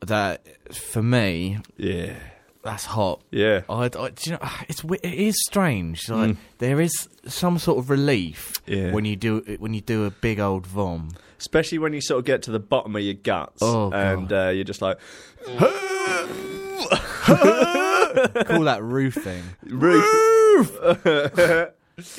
[SPEAKER 3] That for me,
[SPEAKER 2] Yeah,
[SPEAKER 3] that's hot.
[SPEAKER 2] yeah.
[SPEAKER 3] I, I, do you know, it's wi- it is strange. Like there is some sort of relief
[SPEAKER 2] Yeah.
[SPEAKER 3] when you do when you do a big old vom.
[SPEAKER 2] Especially when you sort of get to the bottom of your guts,
[SPEAKER 3] Oh,
[SPEAKER 2] and uh, you're just like,
[SPEAKER 3] Call that roofing.
[SPEAKER 2] roof.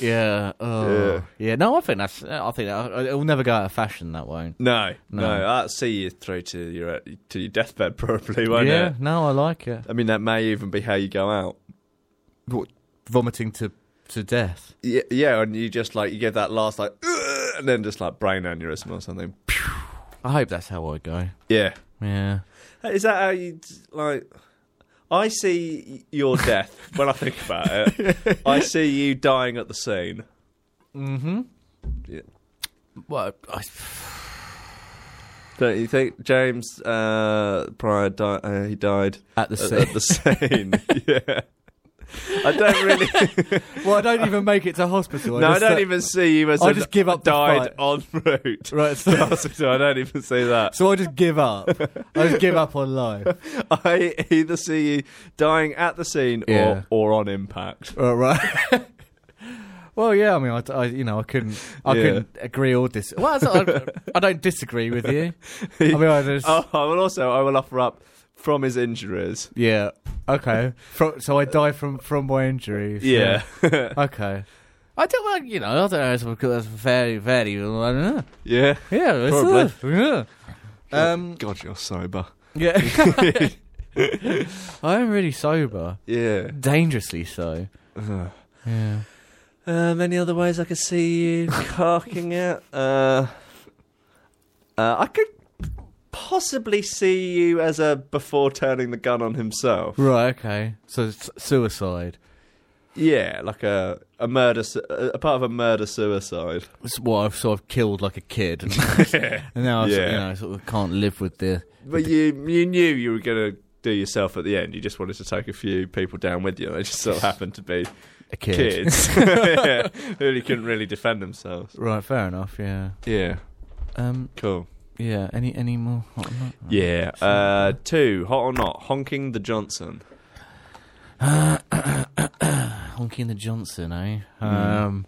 [SPEAKER 3] Yeah. Oh.
[SPEAKER 2] Yeah.
[SPEAKER 3] Yeah. No, I think that's. I think that, it will never go out of fashion. That won't.
[SPEAKER 2] no, no,
[SPEAKER 3] No.
[SPEAKER 2] I'll see you through to your to your deathbed, probably, won't
[SPEAKER 3] yeah.
[SPEAKER 2] it?
[SPEAKER 3] No, I like it.
[SPEAKER 2] I mean, that may even be how you go out.
[SPEAKER 3] what, vomiting to to death.
[SPEAKER 2] Yeah, yeah, and you just like you give that last like, "Ugh," and then just like brain aneurysm or something.
[SPEAKER 3] I hope that's how I go.
[SPEAKER 2] Yeah,
[SPEAKER 3] Yeah.
[SPEAKER 2] is that how you like? I see your death when I think about it. I see you dying at the scene.
[SPEAKER 3] Well, I,
[SPEAKER 2] Don't you think James uh, Pryor died? Uh, he died
[SPEAKER 3] at the
[SPEAKER 2] at,
[SPEAKER 3] same.
[SPEAKER 2] at the scene. yeah, I don't really.
[SPEAKER 3] Well, I don't even make it to hospital.
[SPEAKER 2] no, I
[SPEAKER 3] just,
[SPEAKER 2] don't
[SPEAKER 3] uh,
[SPEAKER 2] even see you as
[SPEAKER 3] I
[SPEAKER 2] an-
[SPEAKER 3] just give up the
[SPEAKER 2] Died
[SPEAKER 3] fight.
[SPEAKER 2] en route.
[SPEAKER 3] Right,
[SPEAKER 2] to
[SPEAKER 3] so,
[SPEAKER 2] hospital. I don't even see that.
[SPEAKER 3] so I just give up. I just give up on life.
[SPEAKER 2] I either see you dying at the scene
[SPEAKER 3] Yeah.
[SPEAKER 2] or, or on impact.
[SPEAKER 3] All right. well, yeah. I mean, I, I- you know, I couldn't, I
[SPEAKER 2] Yeah.
[SPEAKER 3] couldn't agree or dis. Well, it's not- I, I don't disagree with you. I mean, I just,
[SPEAKER 2] Oh, I will also I will offer up from his injuries.
[SPEAKER 3] yeah. Okay. Fro- so I die from from my injuries.
[SPEAKER 2] Yeah.
[SPEAKER 3] Okay. I don't like, you know, I don't know. It's because that's very, very. I don't know.
[SPEAKER 2] yeah.
[SPEAKER 3] Yeah. it's, uh, yeah. Um.
[SPEAKER 2] God, you're sober.
[SPEAKER 3] Yeah. I'm really sober,
[SPEAKER 2] Yeah.
[SPEAKER 3] dangerously so. Uh-huh. Yeah.
[SPEAKER 2] Um, any other ways I could see you carking it? Uh, uh, I could possibly see you as a before turning the gun on himself.
[SPEAKER 3] Right. Okay. So it's suicide.
[SPEAKER 2] Yeah, like a a murder, su- a a part of a murder suicide.
[SPEAKER 3] It's what I've sort of killed like a kid, and, and now I sort-
[SPEAKER 2] Yeah.
[SPEAKER 3] you know sort of can't live with the.
[SPEAKER 2] But you you knew you were gonna do yourself at the end. You just wanted to take a few people down with you. They just sort of happened to be
[SPEAKER 3] A kid.
[SPEAKER 2] kids yeah, who really couldn't really defend themselves.
[SPEAKER 3] Right, fair enough. Yeah.
[SPEAKER 2] Yeah,
[SPEAKER 3] Um.
[SPEAKER 2] cool.
[SPEAKER 3] Yeah. Any. Any more? Hot or not?
[SPEAKER 2] Yeah. Uh, two hot or not? Honking the Johnson.
[SPEAKER 3] Honky and the Johnson, eh?
[SPEAKER 2] Mm.
[SPEAKER 3] Um.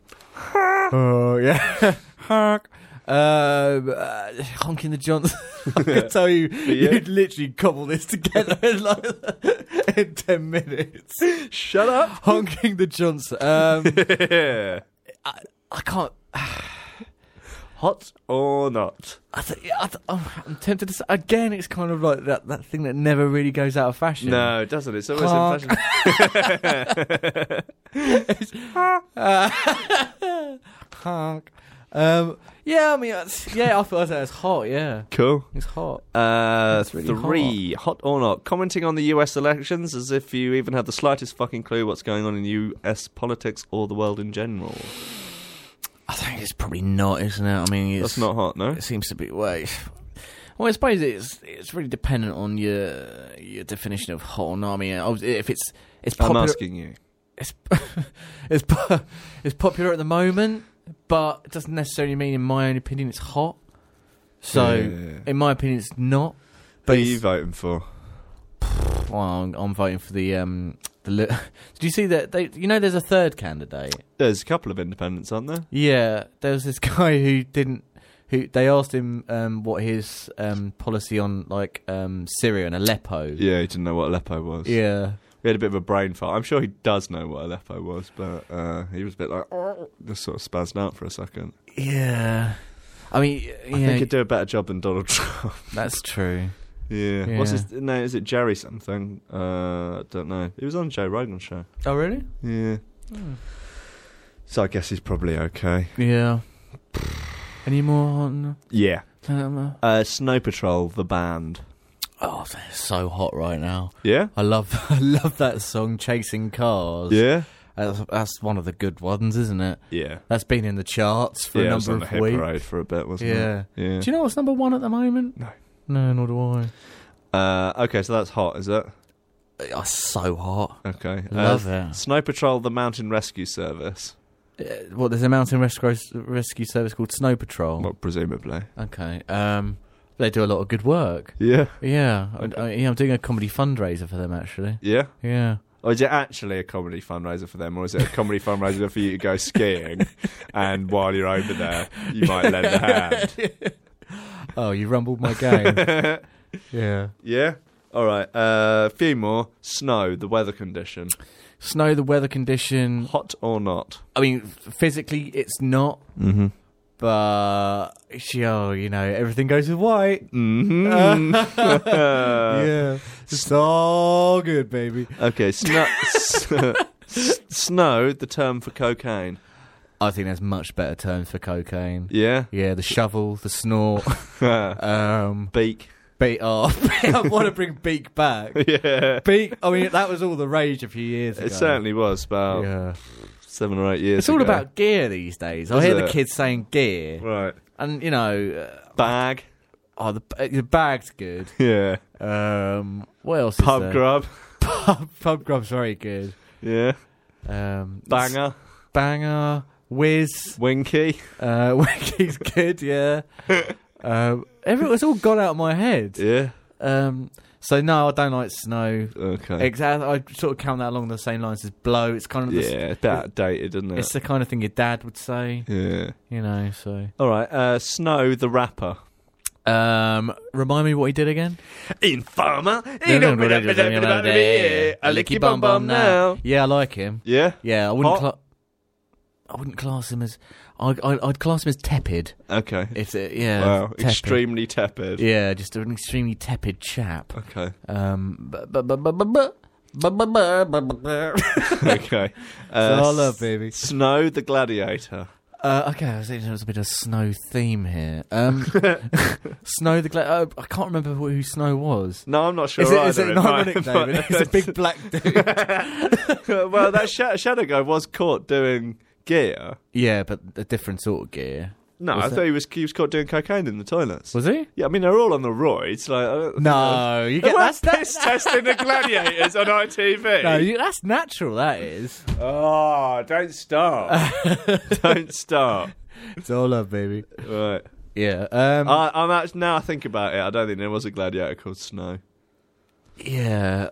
[SPEAKER 3] Oh yeah. Hark. Um, uh, Honky and the Johnson. I could tell you,
[SPEAKER 2] Yeah.
[SPEAKER 3] you'd literally cobble this together in like in ten minutes.
[SPEAKER 2] Shut up.
[SPEAKER 3] Honking the Johnson. Um,
[SPEAKER 2] yeah.
[SPEAKER 3] I, I can't.
[SPEAKER 2] Hot or not?
[SPEAKER 3] I th- I th- I'm I'm tempted to say again. It's kind of like that, that thing that never really goes out of fashion.
[SPEAKER 2] No, it doesn't. It's always
[SPEAKER 3] Honk.
[SPEAKER 2] in fashion.
[SPEAKER 3] Uh, honk. Um, yeah, I mean, that's, yeah, I thought that was hot. Yeah,
[SPEAKER 2] Cool.
[SPEAKER 3] it's hot.
[SPEAKER 2] Uh,
[SPEAKER 3] That's really
[SPEAKER 2] three hot. or not? Commenting on the U.S. elections as if you even have the slightest fucking clue what's going on in U.S. politics or the world in general.
[SPEAKER 3] I think it's probably not, isn't it? I mean, it's
[SPEAKER 2] That's not hot, no.
[SPEAKER 3] It seems to be. Well, it's- well, I suppose it's it's really dependent on your your definition of hot or not. I mean, I was- if it's it's
[SPEAKER 2] I'm
[SPEAKER 3] popular,
[SPEAKER 2] asking you.
[SPEAKER 3] it's it's po- it's popular at the moment, but it doesn't necessarily mean, in my own opinion, it's hot. So,
[SPEAKER 2] Yeah.
[SPEAKER 3] in my opinion, it's not.
[SPEAKER 2] Who are
[SPEAKER 3] But
[SPEAKER 2] you
[SPEAKER 3] it's,
[SPEAKER 2] voting for?
[SPEAKER 3] well, I'm, I'm voting for the um the. Li- Did you see that? They you know, there's a third candidate.
[SPEAKER 2] There's a couple of independents, aren't there?
[SPEAKER 3] Yeah, there was this guy who didn't. Who they asked him um, what his um, policy on like um, Syria and Aleppo.
[SPEAKER 2] Yeah, he didn't know what Aleppo was.
[SPEAKER 3] Yeah.
[SPEAKER 2] He had a bit of a brain fart. I'm sure he does know what Aleppo was, but uh, he was a bit like, "Oh," just sort of spazzed out for a second.
[SPEAKER 3] Yeah. I mean,
[SPEAKER 2] I
[SPEAKER 3] yeah,
[SPEAKER 2] think he'd do a better job than Donald Trump.
[SPEAKER 3] that's true.
[SPEAKER 2] yeah. What's
[SPEAKER 3] Yeah.
[SPEAKER 2] his name? Is it Jerry something? Uh, I don't know. He was on Joe Rogan's show.
[SPEAKER 3] Oh, really?
[SPEAKER 2] Yeah.
[SPEAKER 3] Hmm.
[SPEAKER 2] So I guess he's probably okay.
[SPEAKER 3] Yeah. Any more on?
[SPEAKER 2] Yeah.
[SPEAKER 3] Um, uh,
[SPEAKER 2] Uh, Snow Patrol, the band.
[SPEAKER 3] oh, they're so hot right now.
[SPEAKER 2] Yeah?
[SPEAKER 3] I love, I love that song, "Chasing Cars."
[SPEAKER 2] Yeah?
[SPEAKER 3] that's, that's one of the good ones, isn't it?
[SPEAKER 2] Yeah.
[SPEAKER 3] That's been in the charts for
[SPEAKER 2] yeah,
[SPEAKER 3] a
[SPEAKER 2] it was
[SPEAKER 3] number
[SPEAKER 2] on the
[SPEAKER 3] of
[SPEAKER 2] hit
[SPEAKER 3] weeks.
[SPEAKER 2] parade for a bit, wasn't
[SPEAKER 3] Yeah.
[SPEAKER 2] it? Yeah.
[SPEAKER 3] Do you know what's number one at the moment?
[SPEAKER 2] No.
[SPEAKER 3] No, nor do I.
[SPEAKER 2] Uh, okay, so that's hot, is it?
[SPEAKER 3] They are so hot.
[SPEAKER 2] Okay.
[SPEAKER 3] Love
[SPEAKER 2] uh,
[SPEAKER 3] it.
[SPEAKER 2] Snow Patrol, the Mountain Rescue Service.
[SPEAKER 3] Uh, Well, there's a mountain rescue rescue service called Snow Patrol.
[SPEAKER 2] Well, presumably.
[SPEAKER 3] Okay. Um, they do a lot of good work.
[SPEAKER 2] Yeah.
[SPEAKER 3] Yeah, I, I, yeah. I'm doing a comedy fundraiser for them actually.
[SPEAKER 2] Yeah.
[SPEAKER 3] Yeah.
[SPEAKER 2] Or is it actually a comedy fundraiser for them, or is it a comedy fundraiser for you to go skiing? And while you're over there, you might lend a hand.
[SPEAKER 3] Oh, you rumbled my game. yeah.
[SPEAKER 2] Yeah. All right. A uh, few more. Snow, the weather condition,
[SPEAKER 3] Snow, the weather condition.
[SPEAKER 2] hot or not?
[SPEAKER 3] I mean, physically, it's not.
[SPEAKER 2] Mm-hmm.
[SPEAKER 3] But sure, you know, everything goes with white.
[SPEAKER 2] Mm-hmm.
[SPEAKER 3] yeah. So good, baby.
[SPEAKER 2] Okay. Snow. s- snow, the term for cocaine.
[SPEAKER 3] I think there's much better terms for cocaine.
[SPEAKER 2] Yeah.
[SPEAKER 3] Yeah, the shovel, the snort. Um,
[SPEAKER 2] Beak.
[SPEAKER 3] beak. Oh, I want to bring beak back.
[SPEAKER 2] Yeah.
[SPEAKER 3] Beak. I mean, that was all the rage a few years ago.
[SPEAKER 2] It certainly was about
[SPEAKER 3] Yeah.
[SPEAKER 2] seven or eight years.
[SPEAKER 3] It's all
[SPEAKER 2] ago.
[SPEAKER 3] about gear these days. I
[SPEAKER 2] Is
[SPEAKER 3] hear the
[SPEAKER 2] it?
[SPEAKER 3] kids saying gear,
[SPEAKER 2] right
[SPEAKER 3] and you know, uh,
[SPEAKER 2] bag.
[SPEAKER 3] oh, the, uh, the bag's good.
[SPEAKER 2] Yeah.
[SPEAKER 3] Um, what else?
[SPEAKER 2] Pub
[SPEAKER 3] is there?
[SPEAKER 2] grub.
[SPEAKER 3] Pub, pub grub's very good.
[SPEAKER 2] Yeah.
[SPEAKER 3] Um,
[SPEAKER 2] Banger.
[SPEAKER 3] Banger, Whiz.
[SPEAKER 2] Winky.
[SPEAKER 3] Uh, Wicky's good, yeah. um, every, it's all gone out of my head.
[SPEAKER 2] Yeah.
[SPEAKER 3] Um, so no, I don't like snow.
[SPEAKER 2] Okay.
[SPEAKER 3] Exactly, I sort of count that along the same lines as blow. It's kind of the,
[SPEAKER 2] yeah, it's outdated, isn't it?
[SPEAKER 3] it's the kind of thing your dad would say,
[SPEAKER 2] yeah.
[SPEAKER 3] you know. So,
[SPEAKER 2] All right. Uh, Snow the rapper.
[SPEAKER 3] um, remind me what he did again.
[SPEAKER 4] Informer.
[SPEAKER 3] I lick your bum bum now. Yeah, I like him.
[SPEAKER 2] Yeah.
[SPEAKER 3] Yeah, I wouldn't.
[SPEAKER 2] Hot.
[SPEAKER 3] Cla- I wouldn't class him as. I, I, I'd class him as tepid.
[SPEAKER 2] Okay.
[SPEAKER 3] It's uh, yeah.
[SPEAKER 2] wow.
[SPEAKER 3] tepid.
[SPEAKER 2] Extremely tepid.
[SPEAKER 3] Yeah, just an extremely tepid chap.
[SPEAKER 2] Okay.
[SPEAKER 3] Um, bu- bu- bu- bu- bu- bu- bu- bu- bu- bu- bu- bu-
[SPEAKER 2] okay.
[SPEAKER 3] That's
[SPEAKER 2] Uh,
[SPEAKER 3] all I love, Oh, baby.
[SPEAKER 2] Snow the gladiator.
[SPEAKER 3] Uh, okay, I was thinking there was a bit of snow theme here. Um, snow the gla- uh, I can't remember who who Snow was.
[SPEAKER 2] No, I'm not sure.
[SPEAKER 3] is it,
[SPEAKER 2] either.
[SPEAKER 3] is it an
[SPEAKER 2] might-
[SPEAKER 3] ironic
[SPEAKER 2] might-
[SPEAKER 3] name? It's a big black dude.
[SPEAKER 2] well, that Sha Shadow guy was caught doing gear.
[SPEAKER 3] yeah, but a different sort of gear.
[SPEAKER 2] No,
[SPEAKER 3] Was
[SPEAKER 2] I
[SPEAKER 3] that-
[SPEAKER 2] thought he was he was caught doing cocaine in the toilets.
[SPEAKER 3] Was he?
[SPEAKER 2] yeah, I mean they're all on the roids. Like uh, I don't-
[SPEAKER 3] No, you
[SPEAKER 2] they
[SPEAKER 3] get
[SPEAKER 2] weren't
[SPEAKER 3] that's that,
[SPEAKER 2] piss testing the gladiators on ITV.
[SPEAKER 3] no, you, that's natural. That is.
[SPEAKER 2] Oh, don't start! don't start!
[SPEAKER 3] It's all love, baby.
[SPEAKER 2] Right,
[SPEAKER 3] Yeah. Um,
[SPEAKER 2] I, I'm actually now I think about it. I don't think there was a gladiator called Snow.
[SPEAKER 3] yeah.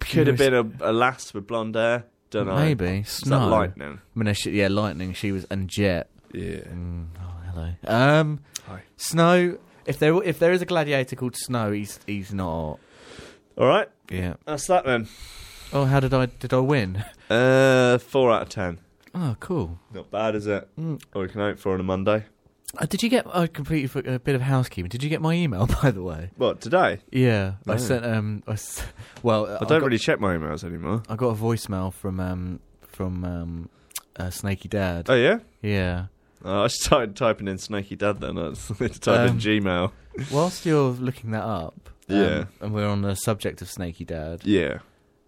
[SPEAKER 2] Could have been a, a lass with blonde hair. Don't know.
[SPEAKER 3] Maybe
[SPEAKER 2] Is that
[SPEAKER 3] snow.
[SPEAKER 2] lightning?
[SPEAKER 3] I mean, she, yeah, lightning. She was and jet.
[SPEAKER 2] Yeah.
[SPEAKER 3] Oh, hello. Um,
[SPEAKER 2] Hi.
[SPEAKER 3] Snow. If there if there is a gladiator called Snow, he's he's not.
[SPEAKER 2] All right,
[SPEAKER 3] Yeah.
[SPEAKER 2] that's that then.
[SPEAKER 3] Oh, how did I did I win?
[SPEAKER 2] Uh, four out of ten.
[SPEAKER 3] Oh, cool.
[SPEAKER 2] Not bad, is it?
[SPEAKER 3] Mm.
[SPEAKER 2] Or we can hope for on a Monday.
[SPEAKER 3] Uh, did you get? I completely forgot a bit of housekeeping. Did you get my email by the way?
[SPEAKER 2] What today?
[SPEAKER 3] Yeah, I
[SPEAKER 2] No.
[SPEAKER 3] sent um. I s- well,
[SPEAKER 2] Oh. I don't
[SPEAKER 3] got,
[SPEAKER 2] really check my emails anymore.
[SPEAKER 3] I got a voicemail from um from um uh, Snaky Dad.
[SPEAKER 2] Oh yeah.
[SPEAKER 3] yeah.
[SPEAKER 2] Oh, I started typing in Snaky Dad then. I just typed
[SPEAKER 3] Um,
[SPEAKER 2] in Gmail.
[SPEAKER 3] Whilst you're looking that up. um,
[SPEAKER 2] Yeah.
[SPEAKER 3] and we're on the subject of Snaky Dad.
[SPEAKER 2] Yeah.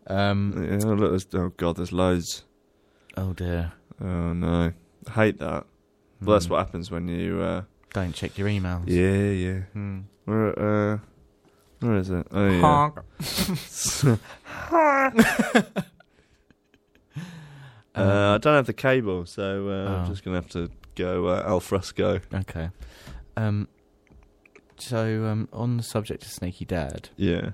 [SPEAKER 3] Um.
[SPEAKER 2] yeah oh, look, there's, oh god, there's loads.
[SPEAKER 3] Oh dear.
[SPEAKER 2] Oh no, I hate that. Well, that's
[SPEAKER 3] Mm.
[SPEAKER 2] what happens when you. Uh,
[SPEAKER 3] Don't check your emails.
[SPEAKER 2] yeah, yeah.
[SPEAKER 3] Hmm.
[SPEAKER 2] Where, uh, where is it? Oh yeah. uh, I don't have the cable, so uh,
[SPEAKER 3] Oh.
[SPEAKER 2] I'm just gonna have to go uh, al fresco.
[SPEAKER 3] Okay. Um, so, um, on the subject of Sneaky Dad,
[SPEAKER 2] Yeah.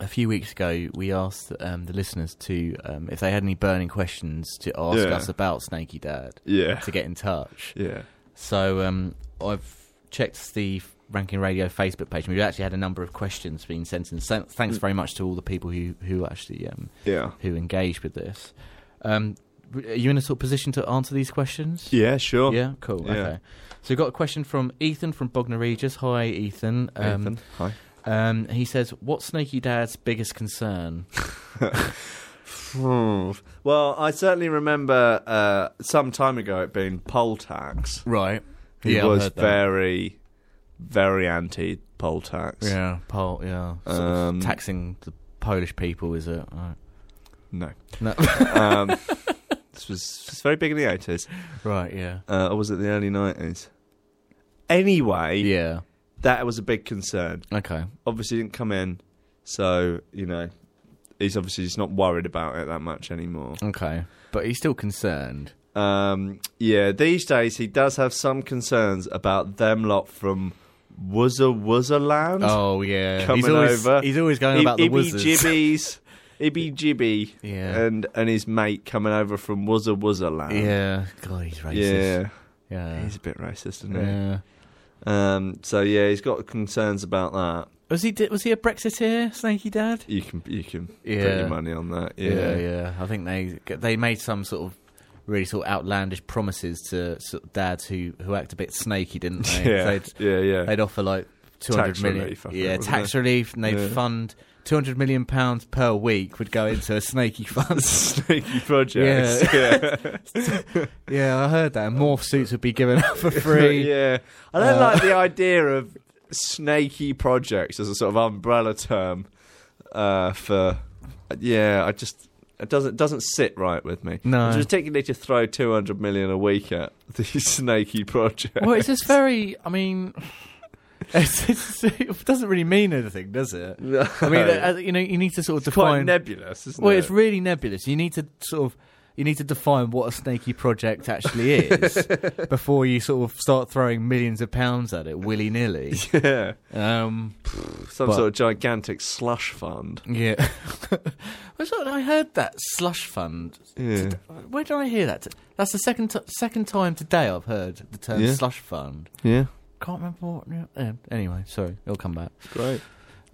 [SPEAKER 3] a few weeks ago we asked um, the listeners to, um, if they had any burning questions to ask
[SPEAKER 2] Yeah.
[SPEAKER 3] us about Snaky Dad,
[SPEAKER 2] Yeah.
[SPEAKER 3] to get in touch.
[SPEAKER 2] Yeah.
[SPEAKER 3] So, um, I've checked the Ranking Radio Facebook page, and we've actually had a number of questions being sent in. So,
[SPEAKER 2] Mm.
[SPEAKER 3] thanks very much to all the people who, who actually um,
[SPEAKER 2] Yeah.
[SPEAKER 3] who engaged with this. Um, are you in a sort of position to answer these questions?
[SPEAKER 2] Yeah. Sure.
[SPEAKER 3] Yeah, cool.
[SPEAKER 2] Yeah.
[SPEAKER 3] Okay. So we've got a question from Ethan from Bognor Regis. Hi, Ethan. Um,
[SPEAKER 2] Ethan. Hi.
[SPEAKER 3] Um, he says, What's Snaky Dad's biggest concern?
[SPEAKER 2] Hmm. Well, I certainly remember uh, some time ago it being poll tax.
[SPEAKER 3] Right.
[SPEAKER 2] He
[SPEAKER 3] yeah, I've
[SPEAKER 2] was
[SPEAKER 3] heard that.
[SPEAKER 2] very, very anti poll tax.
[SPEAKER 3] Yeah, Pol- yeah. Sort of
[SPEAKER 2] Um,
[SPEAKER 3] taxing the Polish people, is it? Right.
[SPEAKER 2] No.
[SPEAKER 3] No.
[SPEAKER 2] um, this was this was very big in the eighties,
[SPEAKER 3] right, yeah.
[SPEAKER 2] uh, or was it the early nineties? Anyway,
[SPEAKER 3] Yeah.
[SPEAKER 2] that was a big concern.
[SPEAKER 3] Okay.
[SPEAKER 2] Obviously, he didn't come in, so you know he's obviously just not worried about it that much anymore.
[SPEAKER 3] Okay. But he's still concerned.
[SPEAKER 2] Um, yeah, these days he does have some concerns about them lot from Wuzza Wuzza Land.
[SPEAKER 3] Oh, yeah. he's
[SPEAKER 2] Coming
[SPEAKER 3] always,
[SPEAKER 2] over.
[SPEAKER 3] He's always going
[SPEAKER 2] Ib-
[SPEAKER 3] about the
[SPEAKER 2] Ibby
[SPEAKER 3] wizards.
[SPEAKER 2] Jibbies, Ibby Jibby,
[SPEAKER 3] Yeah.
[SPEAKER 2] and and his mate coming over from Wuzza Wuzza Land.
[SPEAKER 3] yeah. God, he's racist.
[SPEAKER 2] yeah,
[SPEAKER 3] Yeah.
[SPEAKER 2] he's a bit racist, isn't he?
[SPEAKER 3] yeah.
[SPEAKER 2] Um, so yeah, he's got concerns about that.
[SPEAKER 3] Was he was he a Brexiteer, Snaky Dad?
[SPEAKER 2] You can you can put
[SPEAKER 3] Yeah.
[SPEAKER 2] your money on that. Yeah,
[SPEAKER 3] Yeah. yeah, I think they they made some sort of really sort of outlandish promises to sort of dads who who act a bit snaky, didn't they?
[SPEAKER 2] yeah,
[SPEAKER 3] They'd,
[SPEAKER 2] yeah, yeah.
[SPEAKER 3] they'd offer like two hundred
[SPEAKER 2] Tax
[SPEAKER 3] million,
[SPEAKER 2] relief, I think,
[SPEAKER 3] yeah,
[SPEAKER 2] wasn't
[SPEAKER 3] tax relief, and they'd
[SPEAKER 2] Yeah.
[SPEAKER 3] fund two hundred million pounds per week would go into a snaky fund.
[SPEAKER 2] Snaky projects. Yeah,
[SPEAKER 3] yeah, I heard that. And morph suits would be given out for
[SPEAKER 2] yeah.
[SPEAKER 3] free. Uh,
[SPEAKER 2] I don't like the idea of snaky projects as a sort of umbrella term uh, for. Yeah, I just it doesn't doesn't sit right with me.
[SPEAKER 3] No.
[SPEAKER 2] particularly to throw two hundred million a week at these snaky projects.
[SPEAKER 3] Well, it's just very. I mean, It's- it's- it doesn't really mean anything, does it? I mean, uh, you know, you need to sort of
[SPEAKER 2] quite
[SPEAKER 3] define.
[SPEAKER 2] nebulous, isn't
[SPEAKER 3] well,
[SPEAKER 2] it?
[SPEAKER 3] it's really nebulous. You need to sort of you need to define what a snaky project actually is before you sort of start throwing millions of pounds at it willy nilly.
[SPEAKER 2] yeah,
[SPEAKER 3] Um,
[SPEAKER 2] some
[SPEAKER 3] But-
[SPEAKER 2] sort of gigantic slush fund.
[SPEAKER 3] yeah. What's that? I heard that slush fund.
[SPEAKER 2] Yeah.
[SPEAKER 3] Where did I hear that? That's the second t- second time today I've heard the term
[SPEAKER 2] Yeah.
[SPEAKER 3] slush fund.
[SPEAKER 2] yeah,
[SPEAKER 3] Can't remember what. yeah, Anyway, sorry, it'll come back.
[SPEAKER 2] great.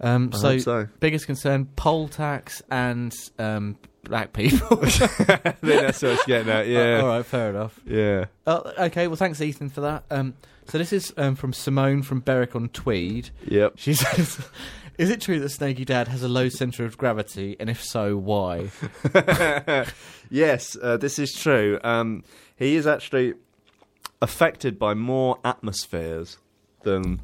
[SPEAKER 3] Um,
[SPEAKER 2] I
[SPEAKER 3] so,
[SPEAKER 2] hope so.
[SPEAKER 3] biggest concern: poll tax and um, black people.
[SPEAKER 2] I think that's what it's getting at. Yeah,
[SPEAKER 3] All right, fair enough.
[SPEAKER 2] yeah.
[SPEAKER 3] Uh, okay, well, thanks, Ethan, for that. Um, so this is um, from Simone from Berwick on Tweed.
[SPEAKER 2] Yep.
[SPEAKER 3] She says, "Is it true that Snaky Dad has a low centre of gravity, and if so, why?"
[SPEAKER 2] yes, uh, this is true. Um, he is actually affected by more atmospheres than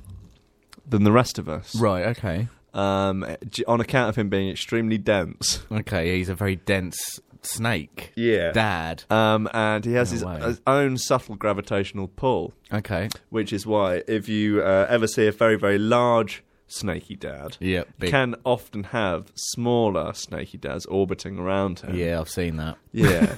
[SPEAKER 2] than the rest of us,
[SPEAKER 3] right. Okay.
[SPEAKER 2] um, d- on account of him being extremely dense.
[SPEAKER 3] Okay. He's a very dense snake.
[SPEAKER 2] Yeah.
[SPEAKER 3] Dad.
[SPEAKER 2] Um, and he has
[SPEAKER 3] No
[SPEAKER 2] his,
[SPEAKER 3] way.
[SPEAKER 2] his own subtle gravitational pull,
[SPEAKER 3] Okay.
[SPEAKER 2] which is why if you uh, ever see a very very large snaky dad,
[SPEAKER 3] Yeah. Big.
[SPEAKER 2] can often have smaller snaky dads orbiting around him.
[SPEAKER 3] yeah, I've seen that.
[SPEAKER 2] Yeah,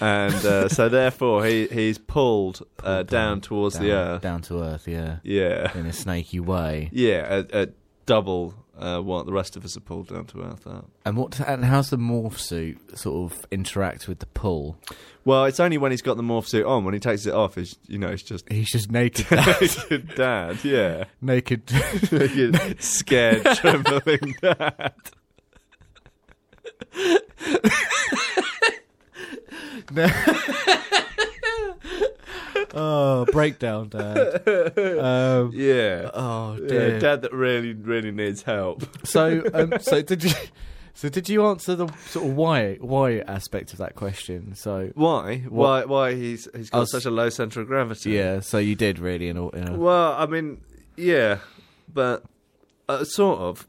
[SPEAKER 2] and uh, so therefore he he's pulled, uh, down, towards the
[SPEAKER 3] Down-
[SPEAKER 2] earth.
[SPEAKER 3] Down to earth. Yeah.
[SPEAKER 2] Yeah,
[SPEAKER 3] In a snaky way.
[SPEAKER 2] yeah, at, at double uh, what the rest of us are pulled down to earth at.
[SPEAKER 3] And what? And how's the morph suit sort of interact with the pull?
[SPEAKER 2] Well, it's only when he's got the morph suit on. When he takes it off, is you know, it's just
[SPEAKER 3] He's just naked.
[SPEAKER 2] naked dad. Yeah,
[SPEAKER 3] naked.
[SPEAKER 2] Naked, scared, trembling dad.
[SPEAKER 3] oh, breakdown, Dad. Um,
[SPEAKER 2] Yeah.
[SPEAKER 3] oh
[SPEAKER 2] Yeah,
[SPEAKER 3] dear.
[SPEAKER 2] dad that really, really needs help.
[SPEAKER 3] So, um, so did you? So did you answer the sort of why why aspect of that question? So
[SPEAKER 2] Why? Why? Why he's he's got
[SPEAKER 3] Us-
[SPEAKER 2] such a low centre of gravity?
[SPEAKER 3] yeah, so you did really in a, in a
[SPEAKER 2] Well, I mean, yeah, but uh, sort of.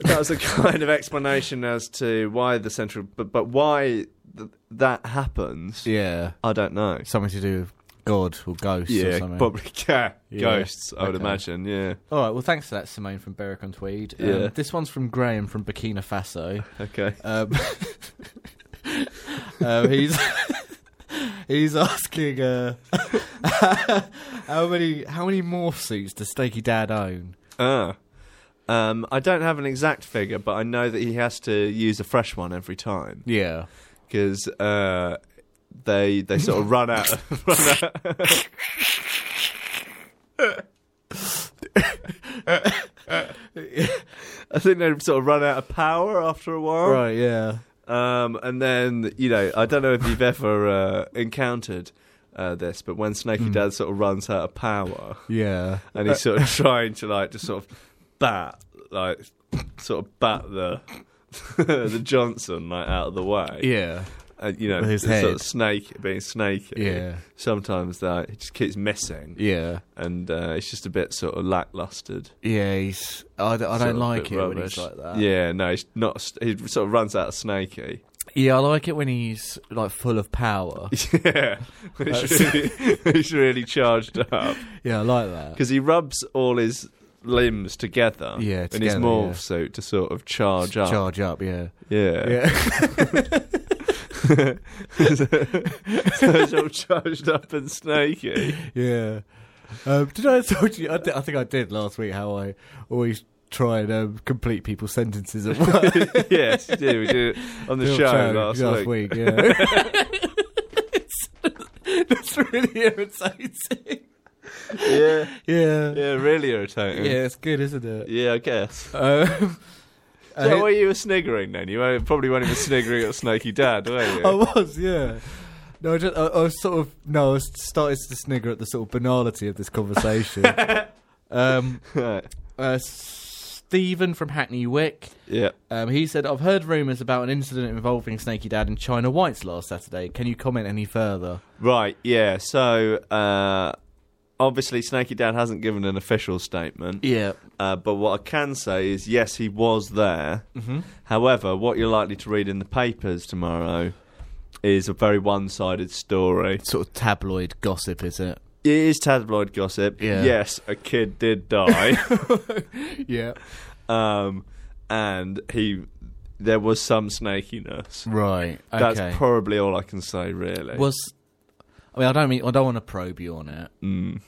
[SPEAKER 2] That was a kind of explanation as to why the central, but but why th- that happens.
[SPEAKER 3] yeah
[SPEAKER 2] I don't know.
[SPEAKER 3] something to do with God or ghosts or
[SPEAKER 2] Yeah,
[SPEAKER 3] something.
[SPEAKER 2] probably yeah,
[SPEAKER 3] Yeah,
[SPEAKER 2] ghosts. I would
[SPEAKER 3] okay.
[SPEAKER 2] imagine. Yeah.
[SPEAKER 3] All right, well, thanks for that, Simone from Berwick on Tweed. Um,
[SPEAKER 2] Yeah.
[SPEAKER 3] This one's from Graham from Burkina Faso.
[SPEAKER 2] Okay.
[SPEAKER 3] Um, um, he's he's asking uh, how many how many morph suits does Stakey Dad own?
[SPEAKER 2] Uh, um, I don't have an exact figure, but I know that he has to use a fresh one every time
[SPEAKER 3] Yeah,
[SPEAKER 2] because uh, they they sort of run out. run out. I think they sort of run out of power after a while.
[SPEAKER 3] right. Yeah,
[SPEAKER 2] Um, and then you know, I don't know if you've ever uh, encountered uh, this, but when Snaky Dad sort of runs out of power
[SPEAKER 3] yeah.
[SPEAKER 2] and he's sort of trying to like just sort of bat like sort of bat the the Johnson like out of the way.
[SPEAKER 3] Yeah,
[SPEAKER 2] And, Uh, you know,
[SPEAKER 3] With his
[SPEAKER 2] sort
[SPEAKER 3] head.
[SPEAKER 2] of snake being snaky.
[SPEAKER 3] Yeah.
[SPEAKER 2] Sometimes that it just keeps missing.
[SPEAKER 3] yeah,
[SPEAKER 2] And uh, it's just a bit sort of lacklustered.
[SPEAKER 3] yeah. He's I, d- I
[SPEAKER 2] Sort
[SPEAKER 3] don't
[SPEAKER 2] of a
[SPEAKER 3] like
[SPEAKER 2] bit
[SPEAKER 3] it when
[SPEAKER 2] rubbish.
[SPEAKER 3] he's like that.
[SPEAKER 2] Yeah, no, he's not. He sort of runs out of snaky.
[SPEAKER 3] yeah. I like it when he's like full of power.
[SPEAKER 2] Yeah, he's really, he's really charged up
[SPEAKER 3] yeah, I like that.
[SPEAKER 2] because he rubs all his limbs together.
[SPEAKER 3] Yeah,
[SPEAKER 2] in his
[SPEAKER 3] together,
[SPEAKER 2] morph
[SPEAKER 3] yeah.
[SPEAKER 2] suit to sort of charge up.
[SPEAKER 3] Charge up, yeah,
[SPEAKER 2] Yeah,
[SPEAKER 3] yeah.
[SPEAKER 2] so he's all charged up and snaky.
[SPEAKER 3] Yeah. Um, did I told you? I, di- I think I did last week. How I always try and um, complete people's sentences at work.
[SPEAKER 2] yes, yeah, we did it on the
[SPEAKER 3] Bill
[SPEAKER 2] show
[SPEAKER 3] Chang
[SPEAKER 2] last, week.
[SPEAKER 3] yeah. That's really irritating.
[SPEAKER 2] Yeah,
[SPEAKER 3] Yeah. yeah,
[SPEAKER 2] yeah, really irritating.
[SPEAKER 3] it's good, isn't it?
[SPEAKER 2] Yeah, I guess.
[SPEAKER 3] Um,
[SPEAKER 2] So
[SPEAKER 3] uh,
[SPEAKER 2] why you were sniggering then? You weren't- probably weren't even sniggering at Snaky Dad, were you?
[SPEAKER 3] I was, yeah. No, I, just, I, I was sort of no, I was started to snigger at the sort of banality of this conversation. um,
[SPEAKER 2] Right.
[SPEAKER 3] uh, Stephen from Hackney Wick.
[SPEAKER 2] Yeah.
[SPEAKER 3] Um, he said, "I've heard rumours about an incident involving Snaky Dad and China Whites last Saturday. Can you comment any further?"
[SPEAKER 2] Right. Yeah. So uh, obviously, Snaky Dad hasn't given an official statement.
[SPEAKER 3] Yeah,
[SPEAKER 2] Uh, but what I can say is, yes, he was there.
[SPEAKER 3] Mm-hmm.
[SPEAKER 2] However, what you're likely to read in the papers tomorrow is a very one-sided story.
[SPEAKER 3] sort of tabloid gossip, is it?
[SPEAKER 2] It is tabloid gossip.
[SPEAKER 3] Yeah.
[SPEAKER 2] Yes, a kid did die.
[SPEAKER 3] Yeah.
[SPEAKER 2] um, and he, there was some snakiness.
[SPEAKER 3] Right. Okay.
[SPEAKER 2] That's probably all I can say, really.
[SPEAKER 3] was I mean I don't mean I don't want to probe you on it.
[SPEAKER 2] Mm.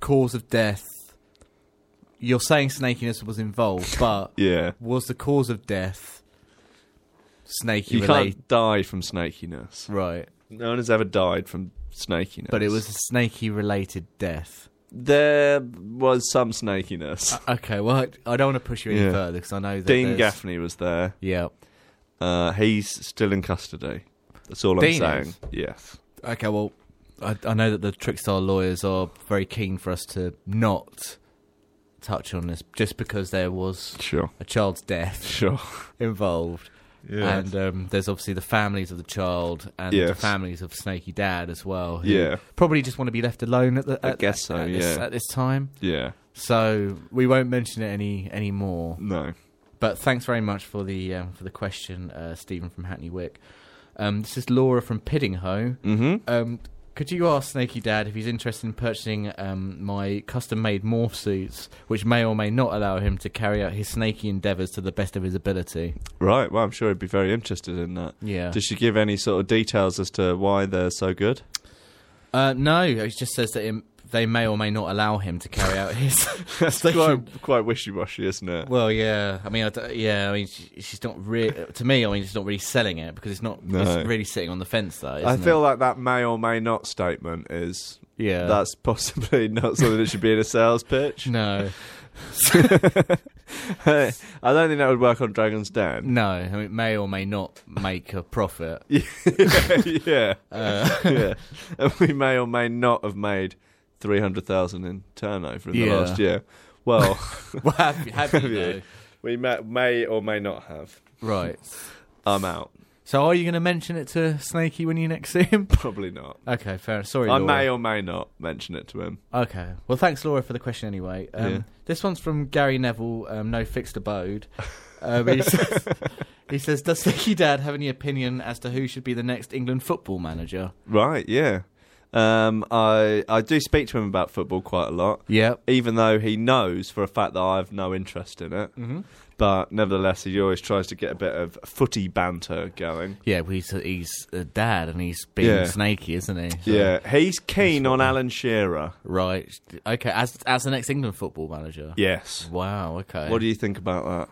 [SPEAKER 3] Cause of death. You're saying snakiness was involved, but
[SPEAKER 2] yeah.
[SPEAKER 3] was the cause of death snaky
[SPEAKER 2] You
[SPEAKER 3] related?
[SPEAKER 2] can't die from snakiness.
[SPEAKER 3] Right.
[SPEAKER 2] No one has ever died from snakiness.
[SPEAKER 3] But it was a snaky related death.
[SPEAKER 2] There was some snakiness.
[SPEAKER 3] Okay, well, I- I don't want to push you any
[SPEAKER 2] Yeah.
[SPEAKER 3] further because I know that.
[SPEAKER 2] Dean
[SPEAKER 3] Uh, there's-
[SPEAKER 2] Gaffney was there.
[SPEAKER 3] Yeah.
[SPEAKER 2] Uh, he's still in custody. That's all
[SPEAKER 3] Dean
[SPEAKER 2] I'm
[SPEAKER 3] is?
[SPEAKER 2] saying. Yes.
[SPEAKER 3] Okay, well, I, I know that the Trickstar lawyers are very keen for us to not touch on this just because there was
[SPEAKER 2] Sure.
[SPEAKER 3] a child's death
[SPEAKER 2] Sure.
[SPEAKER 3] involved.
[SPEAKER 2] Yeah.
[SPEAKER 3] And um, there's obviously the families of the child and the
[SPEAKER 2] Yes.
[SPEAKER 3] families of Snaky Dad as well. who
[SPEAKER 2] Yeah.
[SPEAKER 3] Probably just want to be left alone at, the,
[SPEAKER 2] I
[SPEAKER 3] at,
[SPEAKER 2] guess so,
[SPEAKER 3] at this,
[SPEAKER 2] yeah.
[SPEAKER 3] at this time.
[SPEAKER 2] Yeah.
[SPEAKER 3] So we won't mention it any any more.
[SPEAKER 2] No.
[SPEAKER 3] But thanks very much for the um, for the question, uh, Stephen from Hackney Wick. Um, this is Laura from Piddinghoe.
[SPEAKER 2] Mm-hmm.
[SPEAKER 3] Um, could you ask Snaky Dad if he's interested in purchasing um, my custom-made morph suits, which may or may not allow him to carry out his snaky endeavours to the best of his ability?
[SPEAKER 2] Right. Well, I'm sure he'd be very interested in that.
[SPEAKER 3] Yeah.
[SPEAKER 2] Does she give any sort of details as to why they're so good?
[SPEAKER 3] Uh, no, it just says that it, they may or may not allow him to carry out his.
[SPEAKER 2] That's
[SPEAKER 3] They
[SPEAKER 2] quite, quite wishy-washy, isn't it?
[SPEAKER 3] Well, yeah. I mean, I d- yeah. I mean, she, she's not really. To me, I mean, she's not really selling it because it's not.
[SPEAKER 2] No.
[SPEAKER 3] It's really sitting on the fence, though.
[SPEAKER 2] I
[SPEAKER 3] isn't
[SPEAKER 2] feel like that may or may not statement is
[SPEAKER 3] it? Yeah.
[SPEAKER 2] that's possibly not something that should be in a sales pitch.
[SPEAKER 3] no,
[SPEAKER 2] I don't think that would work on Dragon's Den.
[SPEAKER 3] no. I mean, it may or may not make a profit.
[SPEAKER 2] yeah. yeah. And we may or may not have made 300,000 in turnover in
[SPEAKER 3] Yeah.
[SPEAKER 2] the last year. Well,
[SPEAKER 3] well, have, you- have you,
[SPEAKER 2] Have you? we may, may or may not have.
[SPEAKER 3] though? Right.
[SPEAKER 2] I'm out.
[SPEAKER 3] So, are you going to mention it to Snaky when you next see him?
[SPEAKER 2] Probably not.
[SPEAKER 3] Okay, fair. Sorry,
[SPEAKER 2] I
[SPEAKER 3] Laura.
[SPEAKER 2] may or may not mention it to him.
[SPEAKER 3] Okay. Well, thanks, Laura, for the question anyway. Um,
[SPEAKER 2] Yeah.
[SPEAKER 3] This one's from Gary Neville, um, No Fixed Abode. Um, he, says, he says, Does Sticky Dad have any opinion as to who should be the next England football manager?
[SPEAKER 2] Right, yeah. Um, I, I do speak to him about football quite a lot.
[SPEAKER 3] Yep.
[SPEAKER 2] even though he knows for a fact that I have no interest in it. But nevertheless, he always tries to get a bit of footy banter going.
[SPEAKER 3] Yeah, well, he's, he's a dad and he's being
[SPEAKER 2] Yeah.
[SPEAKER 3] snaky, isn't he? So-
[SPEAKER 2] Yeah, he's keen on Alan Shearer.
[SPEAKER 3] Right. Okay, as, as the next England football manager.
[SPEAKER 2] Yes.
[SPEAKER 3] Wow, okay.
[SPEAKER 2] What do you think about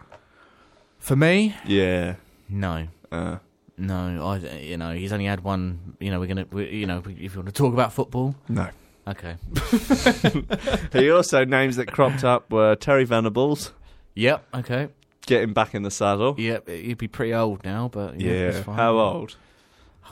[SPEAKER 3] For me,
[SPEAKER 2] that? Yeah.
[SPEAKER 3] no.
[SPEAKER 2] Uh,
[SPEAKER 3] No, I, you know, he's only had one. You know, we're gonna, we, you know, if you want to talk about football,
[SPEAKER 2] no.
[SPEAKER 3] okay.
[SPEAKER 2] He also names that cropped up were Terry Venables,
[SPEAKER 3] Yep, okay.
[SPEAKER 2] getting back in the saddle.
[SPEAKER 3] Yep, he'd be pretty old now, but yeah, it's fine.
[SPEAKER 2] How old?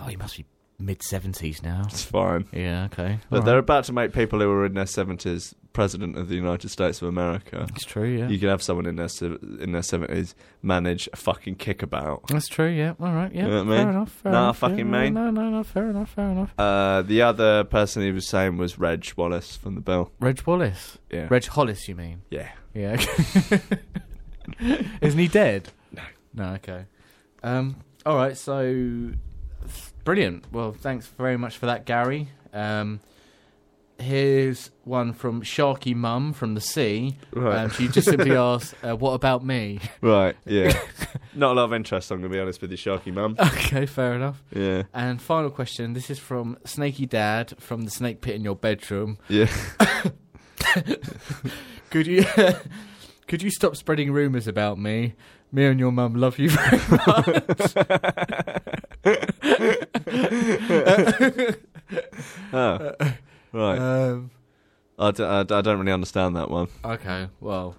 [SPEAKER 3] Oh, he must be mid seventies now.
[SPEAKER 2] It's fine.
[SPEAKER 3] Yeah, okay.
[SPEAKER 2] But
[SPEAKER 3] All
[SPEAKER 2] they're
[SPEAKER 3] right.
[SPEAKER 2] about to make people who are in their seventies president of the United States of America.
[SPEAKER 3] It's true, yeah.
[SPEAKER 2] You could have someone in their se- in their seventies manage a fucking kickabout.
[SPEAKER 3] That's true, yeah. All right, yeah.
[SPEAKER 2] You know what I
[SPEAKER 3] fair
[SPEAKER 2] mean?
[SPEAKER 3] enough. Fair
[SPEAKER 2] Nah,
[SPEAKER 3] enough.
[SPEAKER 2] fucking
[SPEAKER 3] yeah,
[SPEAKER 2] mate.
[SPEAKER 3] No, no, no. Fair enough. Fair enough.
[SPEAKER 2] Uh, the other person he was saying was Reg Wallace from the Bill.
[SPEAKER 3] Reg Wallace.
[SPEAKER 2] Yeah.
[SPEAKER 3] Reg Hollis, you mean?
[SPEAKER 2] Yeah.
[SPEAKER 3] Yeah. okay. Isn't he dead? No. No. Okay. Um. All right. So, brilliant. Well, thanks very much for that, Gary. Um. Here's one from Sharky Mum from the sea.
[SPEAKER 2] Right.
[SPEAKER 3] Um, she just simply asked, uh, "What about me?"
[SPEAKER 2] Right. Yeah. Not a lot of interest. I'm going to be honest with you, Sharky Mum.
[SPEAKER 3] okay, fair enough.
[SPEAKER 2] Yeah.
[SPEAKER 3] And final question. This is from Snaky Dad from the Snake Pit in your bedroom.
[SPEAKER 2] Yeah.
[SPEAKER 3] Could you could you stop spreading rumours about me? Me and your mum love you very
[SPEAKER 2] Oh. Right.
[SPEAKER 3] um,
[SPEAKER 2] I, d- I, d- I don't really understand that one.
[SPEAKER 3] Okay, well,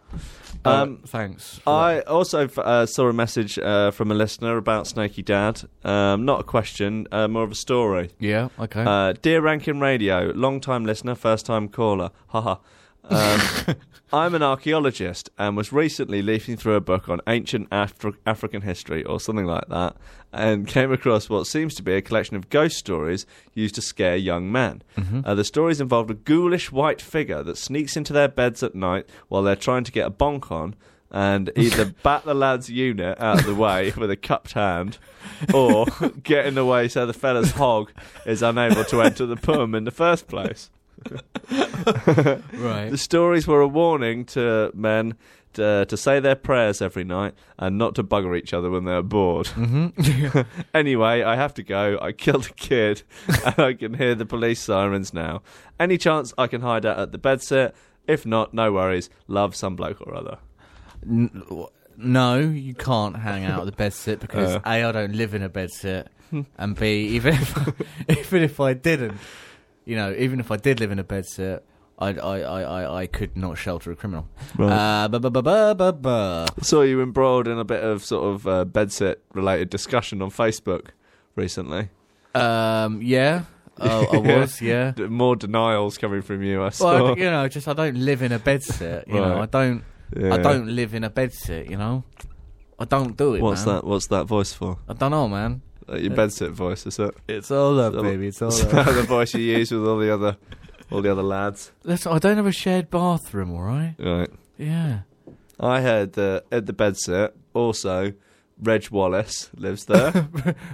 [SPEAKER 2] Um,
[SPEAKER 3] um, thanks. for
[SPEAKER 2] I also f- uh, saw a message uh, from a listener about Snaky Dad. Um, not a question, uh, more of a story.
[SPEAKER 3] that. yeah, okay.
[SPEAKER 2] Uh, Dear Rankin Radio, long time listener, first time caller. Haha. Um, I'm an archaeologist and was recently leafing through a book on ancient Afri- African history or something like that and came across what seems to be a collection of ghost stories used to scare young men. Uh, the stories involved a ghoulish white figure that sneaks into their beds at night while they're trying to get a bonk on and either bat the lad's unit out of the way with a cupped hand or get in the way so the fella's hog is unable to enter the pum in the first place.
[SPEAKER 3] Right.
[SPEAKER 2] The stories were a warning to men to, to say their prayers every night and not to bugger each other when they're bored.
[SPEAKER 3] Mm-hmm.
[SPEAKER 2] anyway, I have to go. I killed a kid and I can hear the police sirens now. Any chance I can hide out at the bedsit? If not, no worries. Love some bloke or other.
[SPEAKER 3] N- w- no, you can't hang out at the bedsit because
[SPEAKER 2] Uh. Hmm.
[SPEAKER 3] A, I don't live in a bedsit, and B, even if, even if I didn't, you know, even if I did live in a bedsit, I, I, I, I, I could not shelter a criminal. Uh, ba, ba, ba, ba, ba, ba.
[SPEAKER 2] Saw you embroiled in a bit of sort of uh, bedsit related discussion on Facebook recently.
[SPEAKER 3] Um, yeah, oh, I
[SPEAKER 2] Yeah.
[SPEAKER 3] was, yeah.
[SPEAKER 2] D- More denials coming from you. I saw.
[SPEAKER 3] Well, you know, just I don't live in a bedsit. You know,
[SPEAKER 2] Right.
[SPEAKER 3] I don't, I
[SPEAKER 2] Yeah.
[SPEAKER 3] don't live in a bedsit. You know, I don't do it.
[SPEAKER 2] What's
[SPEAKER 3] man. Uh,
[SPEAKER 2] that? What's that voice for?
[SPEAKER 3] I don't know, man.
[SPEAKER 2] Like your bedsit voice, is it?
[SPEAKER 3] It's all up,
[SPEAKER 2] So-
[SPEAKER 3] baby. It's all
[SPEAKER 2] So
[SPEAKER 3] up.
[SPEAKER 2] the voice you use with all the other, all the other lads.
[SPEAKER 3] Listen, I don't have a shared bathroom, all right?
[SPEAKER 2] Right.
[SPEAKER 3] Yeah.
[SPEAKER 2] I heard that at the bedsit also, Reg Wallace lives there.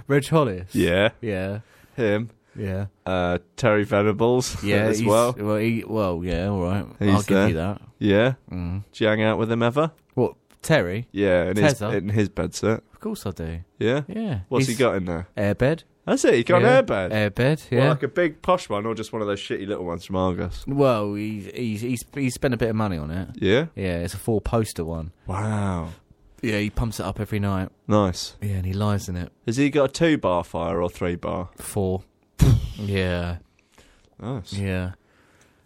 [SPEAKER 3] Reg Hollis.
[SPEAKER 2] yeah,
[SPEAKER 3] Yeah.
[SPEAKER 2] him.
[SPEAKER 3] Yeah.
[SPEAKER 2] Uh, Terry Venables.
[SPEAKER 3] Yeah.
[SPEAKER 2] as
[SPEAKER 3] he's-
[SPEAKER 2] well.
[SPEAKER 3] Well, he, well, yeah, all right.
[SPEAKER 2] He's
[SPEAKER 3] I'll give
[SPEAKER 2] there.
[SPEAKER 3] you that.
[SPEAKER 2] Yeah.
[SPEAKER 3] Mm.
[SPEAKER 2] Do you hang out with him ever?
[SPEAKER 3] What, Terry?
[SPEAKER 2] Yeah, in his
[SPEAKER 3] Tezza?
[SPEAKER 2] in his bedsit.
[SPEAKER 3] Of course I do.
[SPEAKER 2] Yeah.
[SPEAKER 3] Yeah.
[SPEAKER 2] What's
[SPEAKER 3] He's-
[SPEAKER 2] he got in there?
[SPEAKER 3] Airbed.
[SPEAKER 2] That's it. He got
[SPEAKER 3] Yeah.
[SPEAKER 2] an airbed.
[SPEAKER 3] Airbed,
[SPEAKER 2] Well,
[SPEAKER 3] yeah.
[SPEAKER 2] like a big posh one, or just one of those shitty little ones from Argos.
[SPEAKER 3] Well, he's, he's, he's, he's spent a bit of money on it.
[SPEAKER 2] Yeah.
[SPEAKER 3] Yeah, it's a four poster one.
[SPEAKER 2] Wow.
[SPEAKER 3] Yeah, he pumps it up every night.
[SPEAKER 2] Nice.
[SPEAKER 3] Yeah, and he lies in it.
[SPEAKER 2] Has he got a two bar fire or three bar?
[SPEAKER 3] Four. yeah.
[SPEAKER 2] Nice.
[SPEAKER 3] Yeah.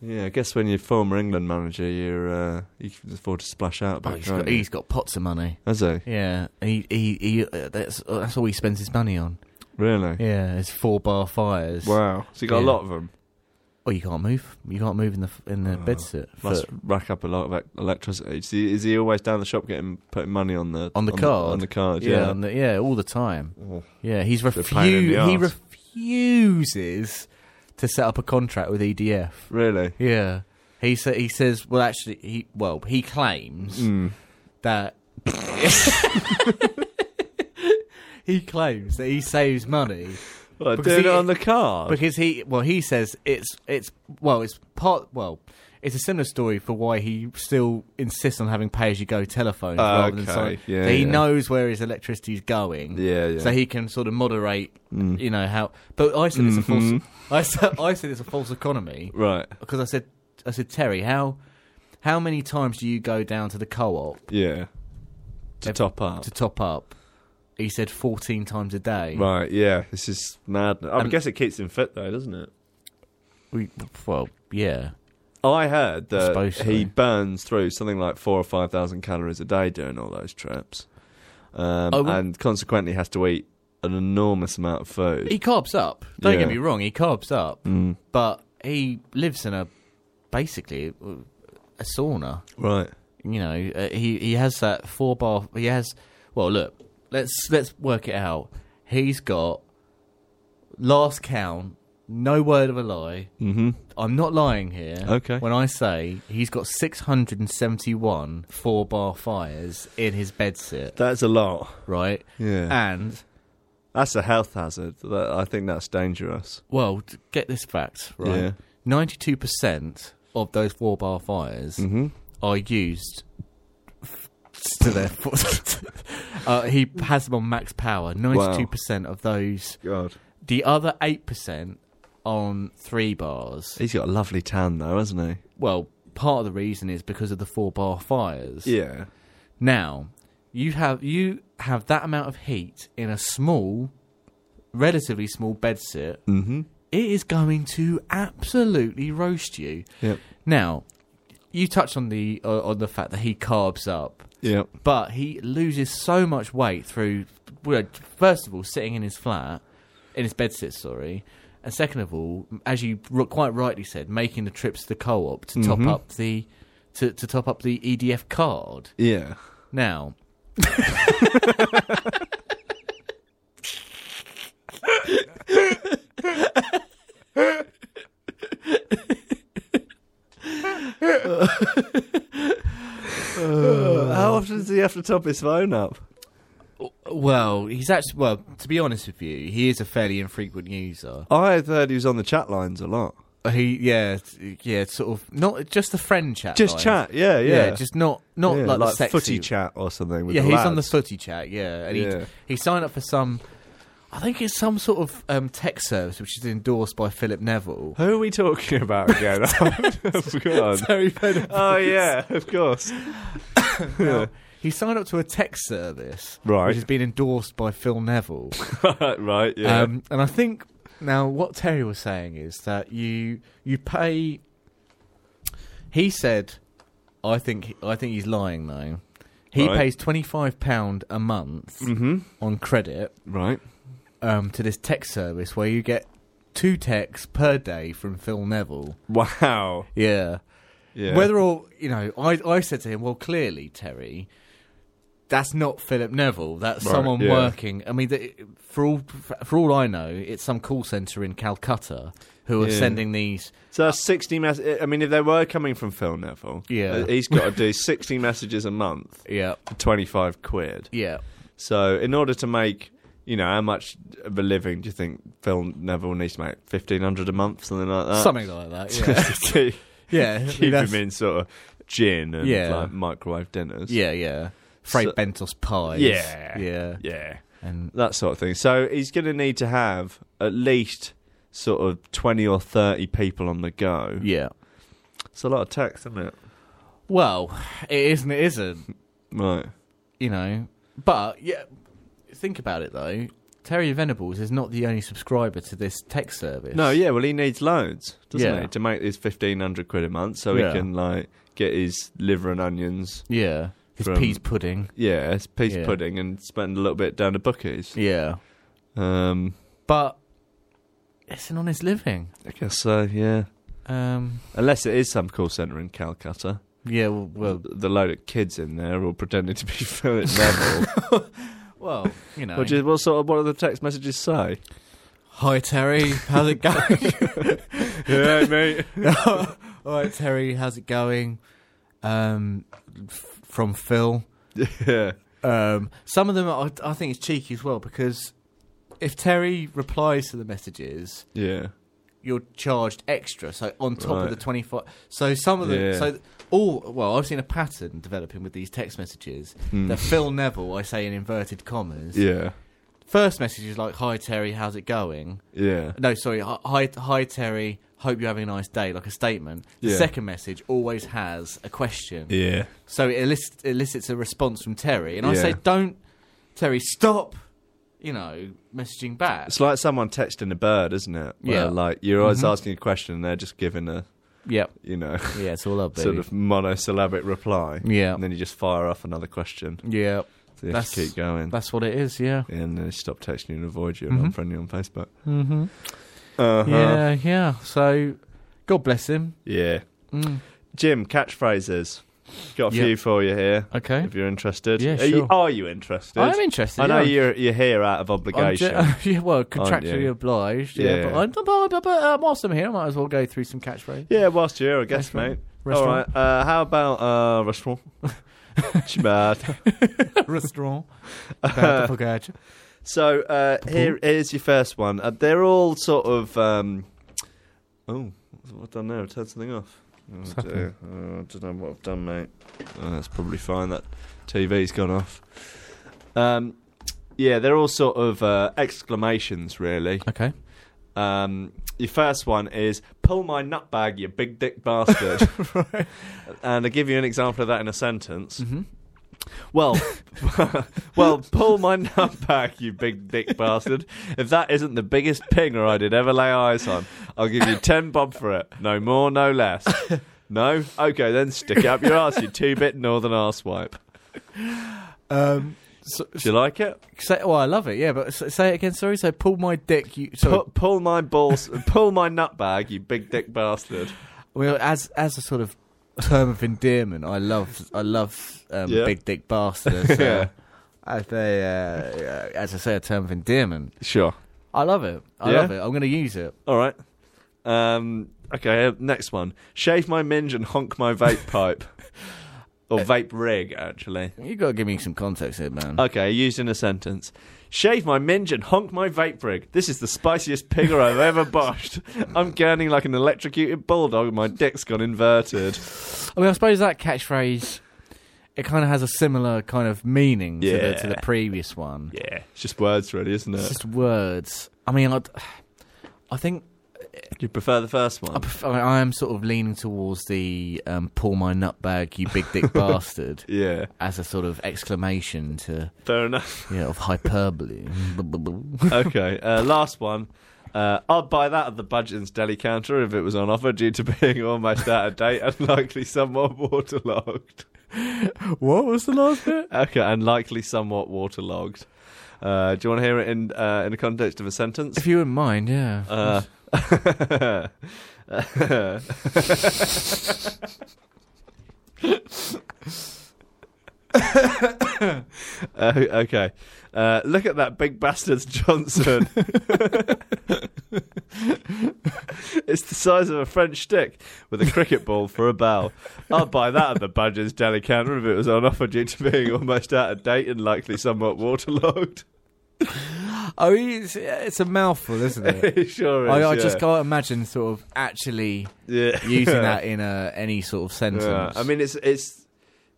[SPEAKER 2] Yeah, I guess when you're former England manager, you're uh, you can afford to splash out a
[SPEAKER 3] Oh,
[SPEAKER 2] bit.
[SPEAKER 3] he's
[SPEAKER 2] can't
[SPEAKER 3] got,
[SPEAKER 2] you?
[SPEAKER 3] he's got pots of money.
[SPEAKER 2] Has he?
[SPEAKER 3] Yeah, he he, he uh, that's that's all he spends his money on.
[SPEAKER 2] Really?
[SPEAKER 3] Yeah, it's four bar fires.
[SPEAKER 2] Wow. So you got a
[SPEAKER 3] Yeah.
[SPEAKER 2] lot of them.
[SPEAKER 3] Oh, you can't move. You can't move in the in the
[SPEAKER 2] Oh,
[SPEAKER 3] bedsit
[SPEAKER 2] Must
[SPEAKER 3] for-
[SPEAKER 2] rack up a lot of e- electricity. Is he, is he always down the shop getting putting money on the
[SPEAKER 3] On the card?
[SPEAKER 2] on the card?
[SPEAKER 3] Yeah,
[SPEAKER 2] Yeah.
[SPEAKER 3] on the, yeah, all the time.
[SPEAKER 2] Oh.
[SPEAKER 3] Yeah, he's
[SPEAKER 2] a pain in the
[SPEAKER 3] refu- He
[SPEAKER 2] arse.
[SPEAKER 3] refuses to set up a contract with E EDF.
[SPEAKER 2] Really?
[SPEAKER 3] Yeah, he sa- he says, well, actually, he well he claims
[SPEAKER 2] Mm.
[SPEAKER 3] that. He claims that he saves money
[SPEAKER 2] Well,
[SPEAKER 3] Because
[SPEAKER 2] doing it
[SPEAKER 3] he-
[SPEAKER 2] on the card.
[SPEAKER 3] because he well he says it's it's well it's part well it's a similar story for why he still insists on having pay as you go telephones
[SPEAKER 2] Ah,
[SPEAKER 3] rather than
[SPEAKER 2] okay.
[SPEAKER 3] something.
[SPEAKER 2] Yeah,
[SPEAKER 3] so he
[SPEAKER 2] yeah.
[SPEAKER 3] knows where his electricity's going.
[SPEAKER 2] Yeah, Mm. yeah. Hmm.
[SPEAKER 3] So he can sort of moderate, you know how. But I said it's a
[SPEAKER 2] Mm-hmm.
[SPEAKER 3] false. I said, I said it's a false economy
[SPEAKER 2] right.
[SPEAKER 3] because I said I said Terry, how how many times do you go down to the co-op
[SPEAKER 2] Yeah. To
[SPEAKER 3] Ev-
[SPEAKER 2] top up.
[SPEAKER 3] to top up? He said fourteen times a day.
[SPEAKER 2] right. Yeah. This is mad. I
[SPEAKER 3] And-
[SPEAKER 2] guess it keeps him fit though, doesn't it?
[SPEAKER 3] We, well, yeah.
[SPEAKER 2] Oh, I heard that
[SPEAKER 3] suppose so.
[SPEAKER 2] he burns through something like four or five thousand calories a day doing all those trips, um,
[SPEAKER 3] I would-
[SPEAKER 2] and consequently has to eat an enormous amount of food.
[SPEAKER 3] He carbs up. Don't get
[SPEAKER 2] Yeah.
[SPEAKER 3] me wrong, he carbs up,
[SPEAKER 2] Mm.
[SPEAKER 3] but he lives in a basically a sauna.
[SPEAKER 2] Right.
[SPEAKER 3] You know, uh, he he has that four bar. He has well, look, let's let's work it out. He's got last count, no word of a lie.
[SPEAKER 2] Mm-hmm.
[SPEAKER 3] I'm not lying here.
[SPEAKER 2] Okay.
[SPEAKER 3] When I say he's got 671 four bar fires in his bedsit,
[SPEAKER 2] That's a lot.
[SPEAKER 3] right?
[SPEAKER 2] Yeah.
[SPEAKER 3] And
[SPEAKER 2] That's a health hazard. That, I think that's dangerous.
[SPEAKER 3] Well, t- get this fact
[SPEAKER 2] Yeah.
[SPEAKER 3] right. Ninety-two percent of those four bar fires are used f- to their. full- uh, he has them on max power. Ninety-two percent of those.
[SPEAKER 2] God.
[SPEAKER 3] The other eight percent on three bars.
[SPEAKER 2] He's got a lovely tan though, hasn't
[SPEAKER 3] Well, part of the reason is because of the four bar fires.
[SPEAKER 2] he? Yeah.
[SPEAKER 3] Now, you have you have that amount of heat in a small, relatively small bedsit.
[SPEAKER 2] Mm-hmm.
[SPEAKER 3] it is going to absolutely roast you.
[SPEAKER 2] Yep.
[SPEAKER 3] Now, you touched on the uh, on the fact that he carbs up,
[SPEAKER 2] Yep.
[SPEAKER 3] but he loses so much weight through well, first of all sitting in his flat, in his bedsit, sorry, and second of all, as you r- quite rightly said, making the trips to the co-op to top up the to, to top up the EDF card.
[SPEAKER 2] Yeah.
[SPEAKER 3] Now.
[SPEAKER 2] How often does he have to top his phone up?
[SPEAKER 3] Well, he's actually well. To be honest with you, he is a fairly infrequent user.
[SPEAKER 2] I heard he was on the chat lines a lot.
[SPEAKER 3] Uh, He yeah yeah sort of not just the friend chat
[SPEAKER 2] Just
[SPEAKER 3] line.
[SPEAKER 2] chat, yeah, yeah.
[SPEAKER 3] yeah just not not
[SPEAKER 2] Yeah,
[SPEAKER 3] like, the sexy
[SPEAKER 2] footy chat or something. With
[SPEAKER 3] yeah
[SPEAKER 2] the
[SPEAKER 3] he's
[SPEAKER 2] lads.
[SPEAKER 3] on the footy chat yeah and
[SPEAKER 2] Yeah.
[SPEAKER 3] he he signed up for some I think it's some sort of um, tech service which is endorsed by Philip Neville
[SPEAKER 2] Who are we talking about again? I've forgotten.
[SPEAKER 3] Terry Venables.
[SPEAKER 2] Oh yeah, of course.
[SPEAKER 3] He signed up to a tech service,
[SPEAKER 2] Right.
[SPEAKER 3] which has been endorsed by Phil Neville.
[SPEAKER 2] right, yeah.
[SPEAKER 3] Um, and I think now what Terry was saying is that you you pay. He said, "I think I think he's lying though." He
[SPEAKER 2] Right. Mm-hmm.
[SPEAKER 3] pays twenty five pound a month on credit
[SPEAKER 2] right.
[SPEAKER 3] um, to this tech service where you get two texts per day from Phil Neville.
[SPEAKER 2] Wow.
[SPEAKER 3] Yeah.
[SPEAKER 2] Yeah.
[SPEAKER 3] Whether or you know, I I said to him, well, clearly Terry, that's not Philip Neville. That's
[SPEAKER 2] Right,
[SPEAKER 3] someone
[SPEAKER 2] yeah.
[SPEAKER 3] working. I mean, the, for all for all I know, it's some call center in Calcutta who are
[SPEAKER 2] Yeah.
[SPEAKER 3] sending these.
[SPEAKER 2] so that's sixty mess. I mean, if they were coming from Phil Neville,
[SPEAKER 3] Yeah.
[SPEAKER 2] uh, he's got to do sixty messages a month
[SPEAKER 3] Yeah,
[SPEAKER 2] for twenty five quid.
[SPEAKER 3] yeah.
[SPEAKER 2] So in order to make, you know, how much of a living do you think Phil Neville needs to make? Fifteen hundred a month, something like that.
[SPEAKER 3] Something like that, yeah,
[SPEAKER 2] To keep,
[SPEAKER 3] yeah. I mean,
[SPEAKER 2] Uh, keep
[SPEAKER 3] that's-
[SPEAKER 2] him in sort of gin and
[SPEAKER 3] Yeah.
[SPEAKER 2] like microwave dinners.
[SPEAKER 3] yeah, yeah. Freight
[SPEAKER 2] So-
[SPEAKER 3] Bentos pies,
[SPEAKER 2] Yeah.
[SPEAKER 3] yeah,
[SPEAKER 2] Yeah.
[SPEAKER 3] and
[SPEAKER 2] that sort of thing. So he's going to need to have at least sort of 20 or 30 people on the go.
[SPEAKER 3] yeah.
[SPEAKER 2] It's a lot of text, isn't it?
[SPEAKER 3] Well, it isn't. It isn't.
[SPEAKER 2] Right.
[SPEAKER 3] You know, but yeah. Think about it though. Terry Venables is not the only subscriber to this tech service.
[SPEAKER 2] No, yeah, well, he needs loads, doesn't
[SPEAKER 3] Yeah.
[SPEAKER 2] he, to make his 1500 quid a month so
[SPEAKER 3] Yeah.
[SPEAKER 2] he can, like, get his liver and onions.
[SPEAKER 3] Yeah. His
[SPEAKER 2] From-
[SPEAKER 3] peas pudding.
[SPEAKER 2] Yeah, his piece
[SPEAKER 3] Yeah.
[SPEAKER 2] pudding and spend a little bit down to Bookies.
[SPEAKER 3] Yeah.
[SPEAKER 2] Um,
[SPEAKER 3] But it's an honest living.
[SPEAKER 2] I guess so, yeah.
[SPEAKER 3] Um,
[SPEAKER 2] Unless it is some call centre in Calcutta.
[SPEAKER 3] yeah, well, well,
[SPEAKER 2] The load of kids in there all pretending to be Philip Neville.
[SPEAKER 3] well you know.
[SPEAKER 2] what, do you- what sort of, what do the text messages say?
[SPEAKER 3] Hi, Terry. How's it going?
[SPEAKER 2] yeah, mate.
[SPEAKER 3] All right, Terry. How's it going? Um, f- from Phil.
[SPEAKER 2] Yeah.
[SPEAKER 3] Um, some of them, I, I think, is cheeky as well because if Terry replies to the messages,
[SPEAKER 2] Yeah.
[SPEAKER 3] you're charged extra. So on top of
[SPEAKER 2] Right.
[SPEAKER 3] the twenty five. So some of them.
[SPEAKER 2] Yeah.
[SPEAKER 3] So th- all well, I've seen a pattern developing with these text messages. The Phil Neville, I say in inverted commas.
[SPEAKER 2] Hmm. Yeah.
[SPEAKER 3] First message is like, "Hi Terry, how's it going?"
[SPEAKER 2] Yeah.
[SPEAKER 3] No, sorry. "Hi- Hi, hi Terry. Hope you're having a nice day. Like a statement. The
[SPEAKER 2] Yeah.
[SPEAKER 3] second message always has a question.
[SPEAKER 2] Yeah.
[SPEAKER 3] So it elicits, elicits a response from Terry, and I
[SPEAKER 2] Yeah.
[SPEAKER 3] say, "Don't, Terry, stop." You know, messaging back.
[SPEAKER 2] It's like someone texting a bird, isn't it? Where,
[SPEAKER 3] Yeah. Mm-hmm.
[SPEAKER 2] Like you're always asking a question and they're just giving a,
[SPEAKER 3] Yep.
[SPEAKER 2] you know,
[SPEAKER 3] Yeah, it's all up, baby.
[SPEAKER 2] sort of monosyllabic reply.
[SPEAKER 3] Yeah.
[SPEAKER 2] And then you just fire off another question.
[SPEAKER 3] Yeah.
[SPEAKER 2] So you have to
[SPEAKER 3] That's-
[SPEAKER 2] keep going.
[SPEAKER 3] That's what it is. Yeah.
[SPEAKER 2] and then they stop texting you and avoid you and unfriend you on Facebook.
[SPEAKER 3] Mm-hmm.
[SPEAKER 2] Uh-huh.
[SPEAKER 3] Yeah. Yeah. So, God bless him.
[SPEAKER 2] Yeah.
[SPEAKER 3] Mm.
[SPEAKER 2] Jim, catchphrases. Got a
[SPEAKER 3] Yeah.
[SPEAKER 2] few for you here.
[SPEAKER 3] Okay.
[SPEAKER 2] If you're interested.
[SPEAKER 3] Yeah,
[SPEAKER 2] Are you,
[SPEAKER 3] sure.
[SPEAKER 2] are you interested?
[SPEAKER 3] I'm interested.
[SPEAKER 2] I know
[SPEAKER 3] yeah.
[SPEAKER 2] you're you're here out of
[SPEAKER 3] I'm ju-
[SPEAKER 2] obligation.
[SPEAKER 3] yeah, well, contractually
[SPEAKER 2] you?
[SPEAKER 3] obliged. Yeah,
[SPEAKER 2] Yeah.
[SPEAKER 3] but, I'm, but, but, but um, whilst I'm here, I might as well go through some catchphrases.
[SPEAKER 2] Yeah, whilst you're here, I guess,
[SPEAKER 3] Restaurant.
[SPEAKER 2] mate. All right. Uh, how about uh, restaurant? Too bad.
[SPEAKER 3] Restaurant.
[SPEAKER 2] So uh, here, here's your first one. Uh, they're all sort of. Um, oh, what have I done now? I turned something off. Oh,
[SPEAKER 3] happened?
[SPEAKER 2] dear. Oh, I don't know what I've done, mate. Oh, that's probably fine. That TV's gone off. Um, yeah, they're all sort of uh, exclamations, really.
[SPEAKER 3] okay.
[SPEAKER 2] Um, your first one is "Pull my nutbag, you big dick bastard," and I give you an example of that in a sentence.
[SPEAKER 3] Mhm.
[SPEAKER 2] Well, well, pull my nutbag, you big dick bastard. If that isn't the biggest pinger I did ever lay eyes on, I'll give you ten bob for it. No more, no less. No? Okay, then stick it up your ass, you two-bit northern arsewipe.
[SPEAKER 3] Um, so,
[SPEAKER 2] Do you like it?
[SPEAKER 3] say, oh, I love it. Yeah, but s- say it again. Sorry. So pull my dick. You. So
[SPEAKER 2] Pu- pull my balls, pull my nutbag, you big dick bastard.
[SPEAKER 3] well, as as a sort of term of endearment, I love I love um,
[SPEAKER 2] Yeah.
[SPEAKER 3] big dick bastards. So
[SPEAKER 2] Yeah.
[SPEAKER 3] As they, uh, as I say, a term of endearment.
[SPEAKER 2] Sure.
[SPEAKER 3] I love it. I
[SPEAKER 2] Yeah?
[SPEAKER 3] love it. I'm going to use it.
[SPEAKER 2] All right. Um, okay, uh, next one. Shave my minge and honk my vape pipe. or vape rig actually.
[SPEAKER 3] You gotta give me some context here, man.
[SPEAKER 2] Okay, used in a sentence. Shave my minge and honk my vape rig. This is the spiciest pigger I've ever boshed. I'm gurning like an electrocuted bulldog and my dick's gone inverted.
[SPEAKER 3] I mean, I suppose that catchphrase it kind of has a similar kind of meaning to, the, to the
[SPEAKER 2] Yeah.
[SPEAKER 3] previous one.
[SPEAKER 2] Yeah. It's just words really, isn't
[SPEAKER 3] It's
[SPEAKER 2] it?
[SPEAKER 3] just words. I mean, I'd, I think
[SPEAKER 2] You prefer the first one?
[SPEAKER 3] I, prefer, I am sort of leaning towards the um, "pull my nutbag, you big dick bastard"
[SPEAKER 2] yeah.
[SPEAKER 3] as a sort of exclamation to
[SPEAKER 2] Fair enough.
[SPEAKER 3] you know of hyperbole.
[SPEAKER 2] okay. Uh, last one. Uh, I'd buy that at the Budgeons deli counter if it was on offer due to being almost out of date and likely somewhat waterlogged.
[SPEAKER 3] what was the last bit?
[SPEAKER 2] Okay, and likely somewhat waterlogged. Uh, do you want to hear it in uh, in the context of a sentence?
[SPEAKER 3] If you wouldn't mind, yeah.
[SPEAKER 2] Uh, Uh, okay. Uh, look at that big bastard's Johnson. it's the size of a French stick with a cricket ball for a bell. I'd buy that at the Badger's deli counter if it was on offer due to being almost out of date and likely somewhat waterlogged.
[SPEAKER 3] oh, it's, it's a mouthful, isn't it?
[SPEAKER 2] it sure is.
[SPEAKER 3] I, I
[SPEAKER 2] yeah.
[SPEAKER 3] just can't imagine sort of actually
[SPEAKER 2] yeah.
[SPEAKER 3] using that in a, any sort of sentence.
[SPEAKER 2] Yeah, I mean, it's it's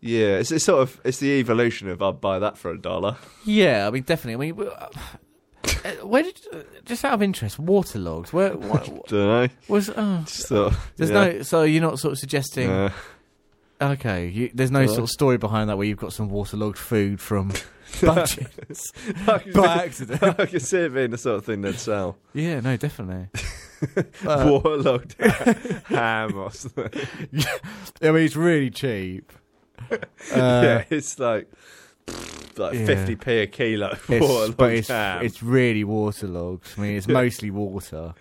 [SPEAKER 2] yeah, it's, it's sort of it's the evolution of I'd buy that for a dollar.
[SPEAKER 3] Yeah, I mean, definitely. I mean, w- uh, where did uh, just out of interest, waterlogged? Where what,
[SPEAKER 2] Don't know.
[SPEAKER 3] was? Oh,
[SPEAKER 2] So
[SPEAKER 3] there's no. So you're not sort of suggesting. okay, you, there's no sort of story behind that where you've got some waterlogged food from budgets by accident.
[SPEAKER 2] I can see it being the sort of thing they'd sell.
[SPEAKER 3] Yeah, no, definitely.
[SPEAKER 2] Uh,
[SPEAKER 3] Uh,
[SPEAKER 2] Warlocked ham or something.
[SPEAKER 3] I mean, it's really cheap. Uh,
[SPEAKER 2] yeah, it's like like
[SPEAKER 3] yeah.
[SPEAKER 2] fifty p a kilo.
[SPEAKER 3] It's,
[SPEAKER 2] Warlocked
[SPEAKER 3] but it's,
[SPEAKER 2] ham. It's,
[SPEAKER 3] it's really waterlogged. I mean, it's mostly water.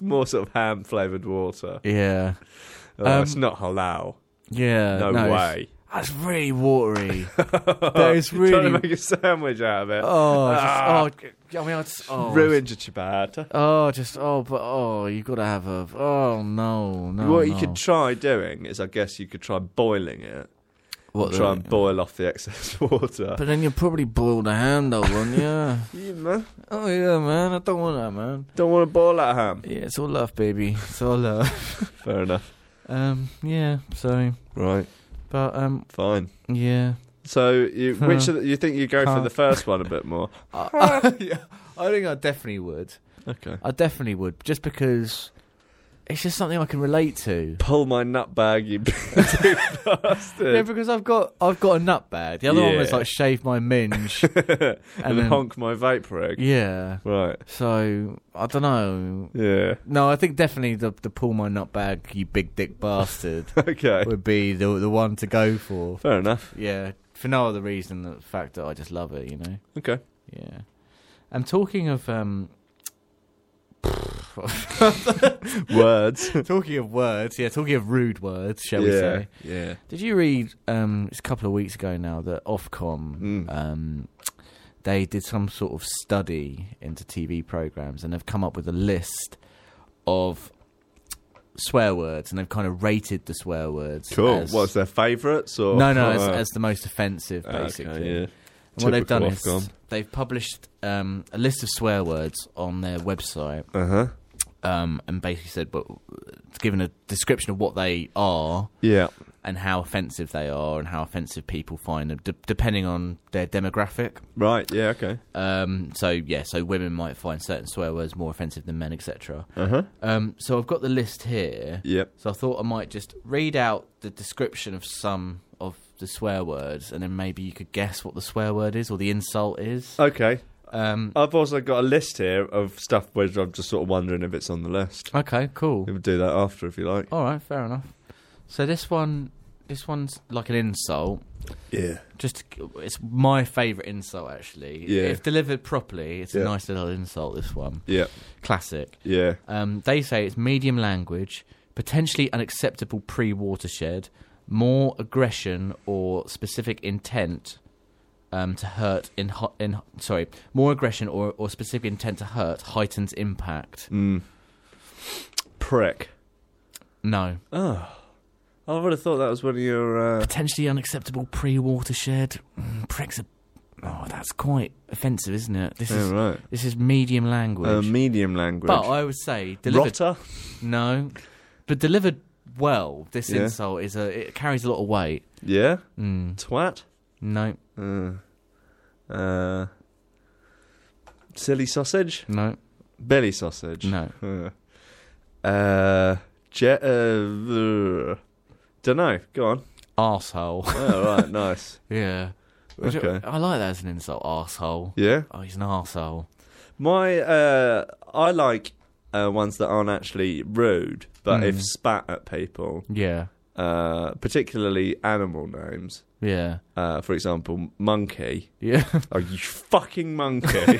[SPEAKER 2] more sort of ham flavored water.
[SPEAKER 3] Yeah,
[SPEAKER 2] Oh, it's
[SPEAKER 3] Um,
[SPEAKER 2] not halal.
[SPEAKER 3] yeah.
[SPEAKER 2] No,
[SPEAKER 3] it's-
[SPEAKER 2] way.
[SPEAKER 3] That's really watery. that is really
[SPEAKER 2] Trying to make a sandwich out of it.
[SPEAKER 3] Oh,
[SPEAKER 2] Ah.
[SPEAKER 3] just, oh, I mean, I just, oh,
[SPEAKER 2] Ruined your ciabatta.
[SPEAKER 3] Oh, just oh, but oh, you got to have a. Oh no, no.
[SPEAKER 2] what
[SPEAKER 3] no.
[SPEAKER 2] you could try doing is, I guess, you could try boiling it.
[SPEAKER 3] What
[SPEAKER 2] try
[SPEAKER 3] the-
[SPEAKER 2] and boil off the excess water.
[SPEAKER 3] But then you'll probably boil the hand though, wouldn't you?
[SPEAKER 2] you, man,
[SPEAKER 3] oh yeah, man. I don't want that, man.
[SPEAKER 2] don't want to boil that ham.
[SPEAKER 3] Yeah, it's all love, baby. It's all love.
[SPEAKER 2] Fair enough.
[SPEAKER 3] um, yeah. So,
[SPEAKER 2] Right,
[SPEAKER 3] but um,
[SPEAKER 2] fine.
[SPEAKER 3] yeah.
[SPEAKER 2] So, you, which
[SPEAKER 3] Huh.
[SPEAKER 2] of the, you think you go for
[SPEAKER 3] Huh.
[SPEAKER 2] the first one a bit more?
[SPEAKER 3] I, Uh, I think I definitely would.
[SPEAKER 2] Okay.
[SPEAKER 3] I definitely would, just because it's just something I can relate to.
[SPEAKER 2] Pull my nut bag, you bloody bastard.
[SPEAKER 3] Yeah, because I've got I've got a nut bag. The other one was
[SPEAKER 2] Yeah.
[SPEAKER 3] like shave my minge,
[SPEAKER 2] and,
[SPEAKER 3] and then-
[SPEAKER 2] honk my vape rig.
[SPEAKER 3] yeah.
[SPEAKER 2] Right.
[SPEAKER 3] So I don't know.
[SPEAKER 2] Yeah.
[SPEAKER 3] No, I think definitely the the pull my nut bag, you big dick bastard,
[SPEAKER 2] Okay.
[SPEAKER 3] would be the the one to go for.
[SPEAKER 2] Fair enough.
[SPEAKER 3] Yeah, for no other reason than the fact that I just love it. You know.
[SPEAKER 2] Okay.
[SPEAKER 3] Yeah. I'm talking of um.
[SPEAKER 2] Words.
[SPEAKER 3] talking of words, yeah. Talking of rude words, shall we
[SPEAKER 2] yeah.
[SPEAKER 3] say?
[SPEAKER 2] Yeah.
[SPEAKER 3] Did you read? Um, it's a couple of weeks ago now that Ofcom,
[SPEAKER 2] Mm.
[SPEAKER 3] um, they did some sort of study into TV programs, and they've come up with a list of swear words, and they've kind of rated the swear words.
[SPEAKER 2] Cool.
[SPEAKER 3] as-
[SPEAKER 2] What's their favourites? Or
[SPEAKER 3] no, no, as,
[SPEAKER 2] Uh,
[SPEAKER 3] as the most offensive,
[SPEAKER 2] okay,
[SPEAKER 3] basically.
[SPEAKER 2] yeah.
[SPEAKER 3] And what they've done
[SPEAKER 2] Typical
[SPEAKER 3] is
[SPEAKER 2] Ofcom.
[SPEAKER 3] they've published um, a list of swear words on their website,
[SPEAKER 2] Uh huh.
[SPEAKER 3] um, and basically said, but it's given a description of what they are
[SPEAKER 2] Yeah.
[SPEAKER 3] and how offensive they are and how offensive people find them, de- depending on their demographic.
[SPEAKER 2] Right. Yeah. Okay.
[SPEAKER 3] Um, so yeah, so women might find certain swear words more offensive than men, etc.
[SPEAKER 2] Uh huh.
[SPEAKER 3] Um, so I've got the list here.
[SPEAKER 2] Yep.
[SPEAKER 3] So I thought I might just read out the description of some of the swear words, and then maybe you could guess what the swear word is or the insult is.
[SPEAKER 2] Okay.
[SPEAKER 3] Um,
[SPEAKER 2] I've also got a list here of stuff which I'm just sort of wondering if it's on the list.
[SPEAKER 3] okay, cool.
[SPEAKER 2] We'll do that after if you like.
[SPEAKER 3] All right, fair enough. So this one, this one's like an insult.
[SPEAKER 2] Yeah.
[SPEAKER 3] just it's my favorite insult actually
[SPEAKER 2] Yeah.
[SPEAKER 3] if delivered properly it's
[SPEAKER 2] Yeah.
[SPEAKER 3] a nice little insult this one
[SPEAKER 2] Yeah.
[SPEAKER 3] classic
[SPEAKER 2] Yeah.
[SPEAKER 3] um, they say it's medium language potentially unacceptable pre-watershed more aggression or specific intent um, to hurt in, hu- in sorry more aggression or, or specific intent to hurt heightens impact
[SPEAKER 2] Mm. Prick.
[SPEAKER 3] no
[SPEAKER 2] Oh. I would have thought that was one of your. Uh...
[SPEAKER 3] Potentially unacceptable pre-watershed. Mm, Prexit. Oh, that's quite offensive, isn't it? This is
[SPEAKER 2] Yeah, right.
[SPEAKER 3] this is medium language.
[SPEAKER 2] Uh, medium language.
[SPEAKER 3] but I would say delivered.
[SPEAKER 2] Rotter.
[SPEAKER 3] No, but delivered well. This
[SPEAKER 2] Yeah.
[SPEAKER 3] insult is a. It carries a lot of weight.
[SPEAKER 2] Yeah.
[SPEAKER 3] Mm,
[SPEAKER 2] Twat.
[SPEAKER 3] no,
[SPEAKER 2] Uh, uh, silly sausage.
[SPEAKER 3] no,
[SPEAKER 2] Belly sausage.
[SPEAKER 3] no.
[SPEAKER 2] Uh, uh, jet. Uh, don't know. Go on.
[SPEAKER 3] Arsehole.
[SPEAKER 2] Oh, right. nice.
[SPEAKER 3] yeah. Which I-
[SPEAKER 2] Okay.
[SPEAKER 3] I, like that as an insult. Arsehole.
[SPEAKER 2] Yeah.
[SPEAKER 3] Oh, he's an arsehole.
[SPEAKER 2] My. Uh, I like uh, ones that aren't actually rude, but
[SPEAKER 3] Mm.
[SPEAKER 2] if spat at people,
[SPEAKER 3] Yeah.
[SPEAKER 2] uh, particularly animal names.
[SPEAKER 3] Yeah.
[SPEAKER 2] Uh, for example, monkey.
[SPEAKER 3] Yeah.
[SPEAKER 2] Oh, you fucking monkey.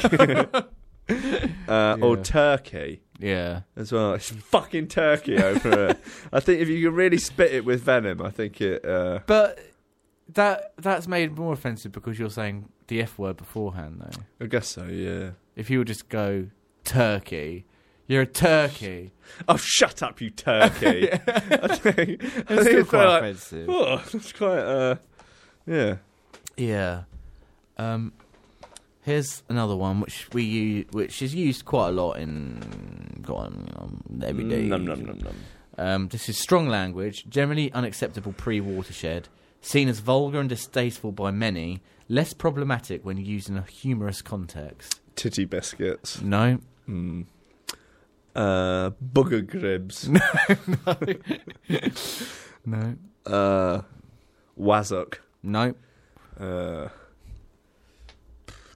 [SPEAKER 2] uh, Or turkey
[SPEAKER 3] yeah.
[SPEAKER 2] as well. It's fucking turkey over here. I think if you can really spit it with venom, I think it. Uh,
[SPEAKER 3] But that that's made more offensive because you're saying the F word beforehand, though.
[SPEAKER 2] I guess so, yeah.
[SPEAKER 3] If you would just go turkey, you're a turkey.
[SPEAKER 2] Oh, shut up, you turkey. I think, I
[SPEAKER 5] It's
[SPEAKER 2] think
[SPEAKER 5] still
[SPEAKER 2] it's
[SPEAKER 5] quite
[SPEAKER 2] like,
[SPEAKER 5] offensive.
[SPEAKER 2] oh, it's quite, uh, yeah.
[SPEAKER 3] Yeah. Um, here's another one which we u- which is used quite a lot in go on um, everyday.
[SPEAKER 2] Mm, Nom, nom, nom, nom.
[SPEAKER 3] Um, this is strong language, generally unacceptable pre-watershed, seen as vulgar and distasteful by many, less problematic when used in a humorous context.
[SPEAKER 2] Titty biscuits.
[SPEAKER 3] No,
[SPEAKER 2] Mm. Uh, booger gribs.
[SPEAKER 3] no,
[SPEAKER 2] uh, wazzock.
[SPEAKER 3] no,
[SPEAKER 2] Uh,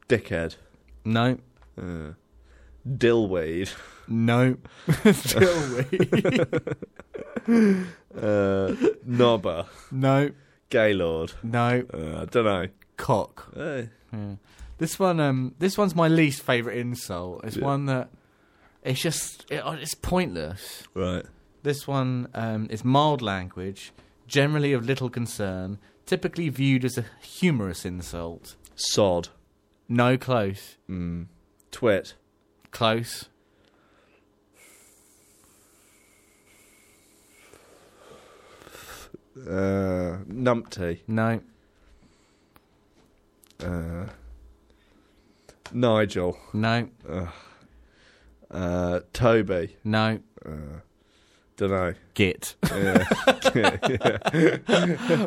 [SPEAKER 2] dickhead.
[SPEAKER 3] no,
[SPEAKER 2] Uh, dillweed.
[SPEAKER 3] no. Still we.
[SPEAKER 2] Uh, Nobber.
[SPEAKER 3] No,
[SPEAKER 2] Gaylord.
[SPEAKER 3] no,
[SPEAKER 2] Uh, I don't know.
[SPEAKER 3] cock. Yeah. This one, um, this one's my least favorite insult. It's
[SPEAKER 2] Yeah.
[SPEAKER 3] one that it's just it, oh, it's pointless.
[SPEAKER 2] right.
[SPEAKER 3] This one um, is mild language, generally of little concern, typically viewed as a humorous insult.
[SPEAKER 2] Sod.
[SPEAKER 3] No, close,
[SPEAKER 2] Mm. Twit.
[SPEAKER 3] close.
[SPEAKER 2] Uh, numpty.
[SPEAKER 3] No,
[SPEAKER 2] Uh, Nigel.
[SPEAKER 3] no,
[SPEAKER 2] Uh, Toby.
[SPEAKER 3] no.
[SPEAKER 2] Uh, don't know.
[SPEAKER 3] Git.
[SPEAKER 2] Yeah.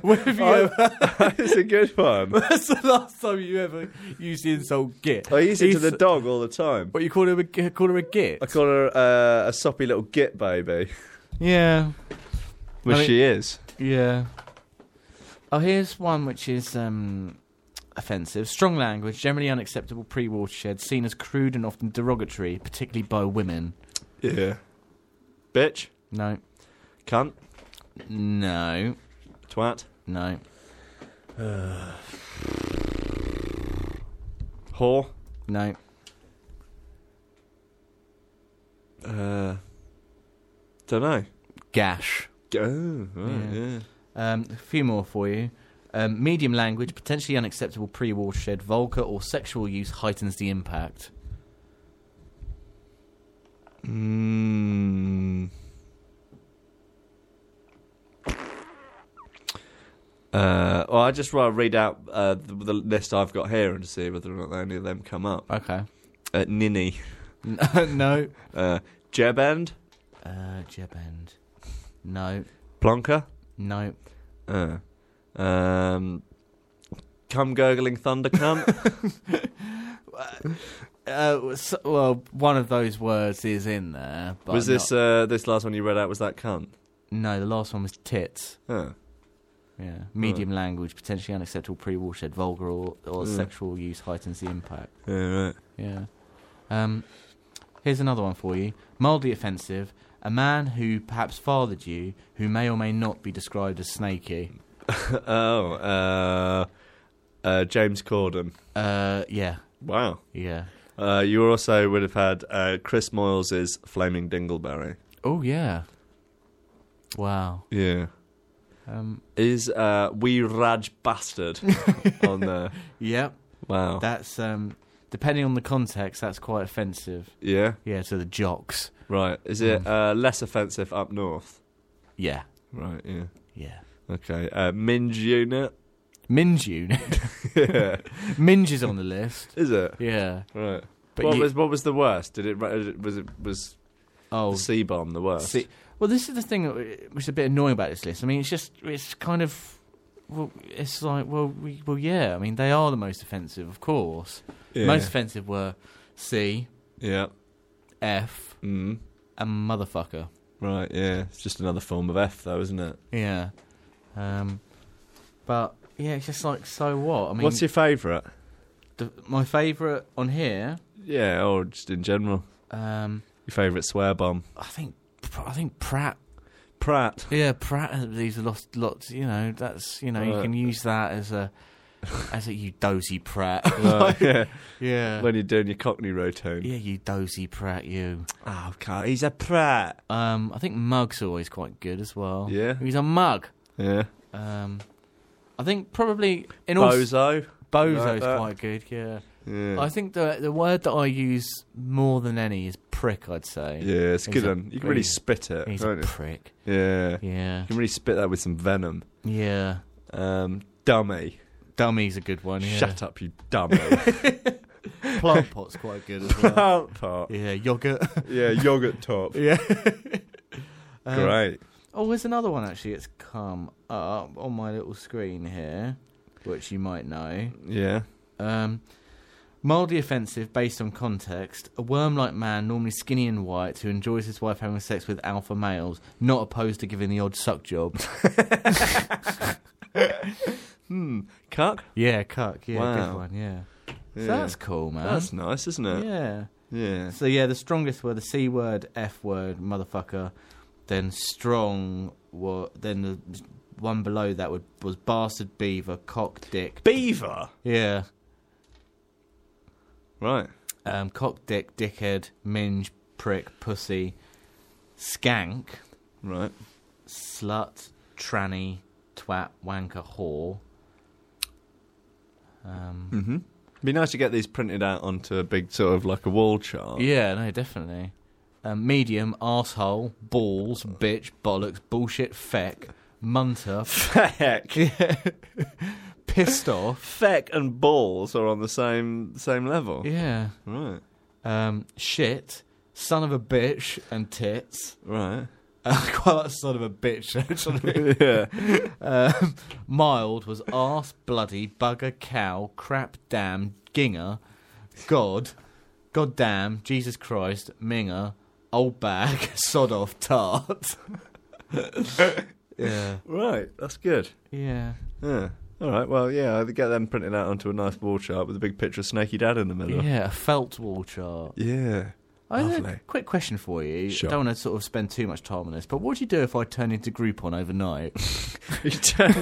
[SPEAKER 3] When have you ever,
[SPEAKER 2] it's a good one.
[SPEAKER 3] that's the last time you ever used the insult git.
[SPEAKER 2] I use it to
[SPEAKER 3] He's-
[SPEAKER 2] the dog all the time.
[SPEAKER 3] What you call her? A, g- call her a git?
[SPEAKER 2] I call her uh, a soppy little git baby,
[SPEAKER 3] Yeah.
[SPEAKER 2] which
[SPEAKER 3] I mean-
[SPEAKER 2] she is.
[SPEAKER 3] Yeah. Oh, here's one which is um, offensive. Strong language, generally unacceptable pre watershed, seen as crude and often derogatory, particularly by women.
[SPEAKER 2] Yeah. Bitch.
[SPEAKER 3] No.
[SPEAKER 2] Cunt.
[SPEAKER 3] No.
[SPEAKER 2] Twat.
[SPEAKER 3] No.
[SPEAKER 2] Whore.
[SPEAKER 3] No.
[SPEAKER 2] Uh, don't know.
[SPEAKER 3] Gash.
[SPEAKER 2] Oh, right,
[SPEAKER 3] Yeah.
[SPEAKER 2] yeah.
[SPEAKER 3] Um, a few more for you. Um, medium language, potentially unacceptable pre watershed, vulgar or sexual use heightens the impact.
[SPEAKER 2] Mm. Uh, well, I just want to read out uh, the, the list I've got here and to see whether or not any of them come up.
[SPEAKER 3] Okay.
[SPEAKER 2] Uh, Nini,
[SPEAKER 3] no.
[SPEAKER 2] uh, Jebend,
[SPEAKER 3] Uh, Jebend. No.
[SPEAKER 2] Plonker,
[SPEAKER 3] No.
[SPEAKER 2] uh, um, Cum Gurgling Thunder Cunt,
[SPEAKER 3] Uh, s well, one of those words is in there. But
[SPEAKER 2] was this
[SPEAKER 3] not-
[SPEAKER 2] uh, this last one you read out? Was that cunt?
[SPEAKER 3] no, the last one was tits.
[SPEAKER 2] Oh.
[SPEAKER 3] Yeah, medium language, potentially unacceptable pre-watershed, vulgar or, or sexual use heightens the impact.
[SPEAKER 2] Yeah, right.
[SPEAKER 3] Yeah. Um, here's another one for you. Mildly offensive. A man who perhaps fathered you, who may or may not be described as snaky.
[SPEAKER 2] oh, uh, uh, James Corden.
[SPEAKER 3] Uh, yeah,
[SPEAKER 2] Wow.
[SPEAKER 3] yeah.
[SPEAKER 2] Uh, you also would have had uh, Chris Moyles' Flaming Dingleberry.
[SPEAKER 3] Oh yeah. Wow.
[SPEAKER 2] Yeah.
[SPEAKER 3] Um,
[SPEAKER 2] Is uh, We Raj Bastard on there?
[SPEAKER 3] yep.
[SPEAKER 2] Wow.
[SPEAKER 3] That's um, depending on the context, that's quite offensive.
[SPEAKER 2] yeah.
[SPEAKER 3] Yeah, so the jocks.
[SPEAKER 2] Mm. Right. Is it uh, less offensive up north?
[SPEAKER 3] Yeah,
[SPEAKER 2] Right, yeah.
[SPEAKER 3] Yeah.
[SPEAKER 2] Okay. Uh, Minge Unit.
[SPEAKER 3] Minge unit.
[SPEAKER 2] yeah.
[SPEAKER 3] Minge is on the list.
[SPEAKER 2] Is it?
[SPEAKER 3] Yeah.
[SPEAKER 2] Right.
[SPEAKER 3] But
[SPEAKER 2] what
[SPEAKER 3] you-
[SPEAKER 2] was what was the worst? Did it was it was
[SPEAKER 3] Oh,
[SPEAKER 2] the C bomb the worst?
[SPEAKER 3] See, well, this is the thing that- uh, which is a bit annoying about this list. I mean, it's just it's kind of well, it's like well, we, well, yeah. I mean, they are the most offensive, of course.
[SPEAKER 2] yeah.
[SPEAKER 3] Most offensive were C,
[SPEAKER 2] yeah.
[SPEAKER 3] F,
[SPEAKER 2] Mm.
[SPEAKER 3] and motherfucker.
[SPEAKER 2] Right. Yeah. It's just another form of F, though, isn't it?
[SPEAKER 3] Yeah. Um, but yeah, it's just like so what? I mean,
[SPEAKER 2] What's your favourite?
[SPEAKER 3] the, my favourite on here?
[SPEAKER 2] Yeah, or just in general,
[SPEAKER 3] Um,
[SPEAKER 2] your favourite swear bomb?
[SPEAKER 3] I think I think Pratt.
[SPEAKER 2] Pratt.
[SPEAKER 3] Yeah, Pratt. uh, These are lost lots. You know, that's you know you
[SPEAKER 2] Right.
[SPEAKER 3] can use that as a as a you dozy Pratt.
[SPEAKER 2] Right, yeah.
[SPEAKER 3] yeah.
[SPEAKER 2] When you're doing your Cockney rotone.
[SPEAKER 3] Yeah, you dozy prat, you.
[SPEAKER 2] Oh, God, he's a Pratt.
[SPEAKER 3] Um, I think Mug's always quite good as well.
[SPEAKER 2] Yeah.
[SPEAKER 3] he's a mug.
[SPEAKER 2] Yeah.
[SPEAKER 3] Um, I think probably in all
[SPEAKER 2] Bozo. like
[SPEAKER 3] Bozo's
[SPEAKER 2] that.
[SPEAKER 3] quite good. Yeah.
[SPEAKER 2] Yeah.
[SPEAKER 3] I think the the word that I use more than any is prick. I'd say.
[SPEAKER 2] yeah, it's a
[SPEAKER 3] He's
[SPEAKER 2] good
[SPEAKER 3] a-
[SPEAKER 2] one. You can really
[SPEAKER 3] he's-
[SPEAKER 2] spit it,
[SPEAKER 3] he's a
[SPEAKER 2] can't you?
[SPEAKER 3] prick.
[SPEAKER 2] Yeah.
[SPEAKER 3] Yeah,
[SPEAKER 2] You can really spit that with some venom.
[SPEAKER 3] yeah.
[SPEAKER 2] Um, dummy.
[SPEAKER 3] Dummy's a good one. Yeah.
[SPEAKER 2] Shut up, you dummy.
[SPEAKER 3] Plant pot's quite good as well.
[SPEAKER 2] Plant pot.
[SPEAKER 3] yeah, yogurt.
[SPEAKER 2] Yeah, yogurt top.
[SPEAKER 3] yeah. Um,
[SPEAKER 2] Great.
[SPEAKER 3] Oh, there's another one actually. It's come up on my little screen here, which you might know.
[SPEAKER 2] Yeah.
[SPEAKER 3] Um, mildly offensive based on context. A worm like man, normally skinny and white, who enjoys his wife having sex with alpha males, not opposed to giving the odd suck job.
[SPEAKER 2] Hmm. Cuck.
[SPEAKER 3] yeah, cuck. Yeah,
[SPEAKER 2] Wow.
[SPEAKER 3] good one. Yeah.
[SPEAKER 2] Yeah.
[SPEAKER 3] So that's cool, man.
[SPEAKER 2] That's nice, isn't it?
[SPEAKER 3] yeah.
[SPEAKER 2] Yeah.
[SPEAKER 3] So, yeah, the strongest were the C word, F word, motherfucker. Then strong were. Then the one below that would, was bastard, beaver, cock, dick.
[SPEAKER 2] Beaver.
[SPEAKER 3] Yeah.
[SPEAKER 2] Right.
[SPEAKER 3] um, cock, dick, dickhead, minge, prick, pussy, skank,
[SPEAKER 2] Right.
[SPEAKER 3] slut, tranny, twat, wanker, whore. Um,
[SPEAKER 2] Mm-hmm. Be nice to get these printed out onto a big sort of like a wall chart.
[SPEAKER 3] yeah, no, definitely. Um, medium, asshole, balls, bitch, bollocks, bullshit, feck, munter,
[SPEAKER 2] Feck.
[SPEAKER 3] pissed off.
[SPEAKER 2] Feck and balls are on the same same level.
[SPEAKER 3] Yeah.
[SPEAKER 2] Right.
[SPEAKER 3] Um, shit, son of a bitch, and tits.
[SPEAKER 2] Right.
[SPEAKER 3] Uh, quite like son of a bitch, actually.
[SPEAKER 2] yeah.
[SPEAKER 3] Um, mild was arse, bloody, bugger, cow, crap, damn, ginger, God, goddamn, Jesus Christ, minger, old bag, sod off, tart. yeah.
[SPEAKER 2] Right. That's good.
[SPEAKER 3] Yeah.
[SPEAKER 2] Yeah. All right. Well, yeah. I'd get them printed out onto a nice wall chart with a big picture of Snaky Dad in the middle.
[SPEAKER 3] Yeah, a felt wall chart.
[SPEAKER 2] Yeah.
[SPEAKER 3] I have a
[SPEAKER 2] Lovely.
[SPEAKER 3] quick question for you.
[SPEAKER 2] Sure.
[SPEAKER 3] I don't want to sort of spend too much time on this, but what would you do if I turned into Groupon overnight?
[SPEAKER 2] You don't-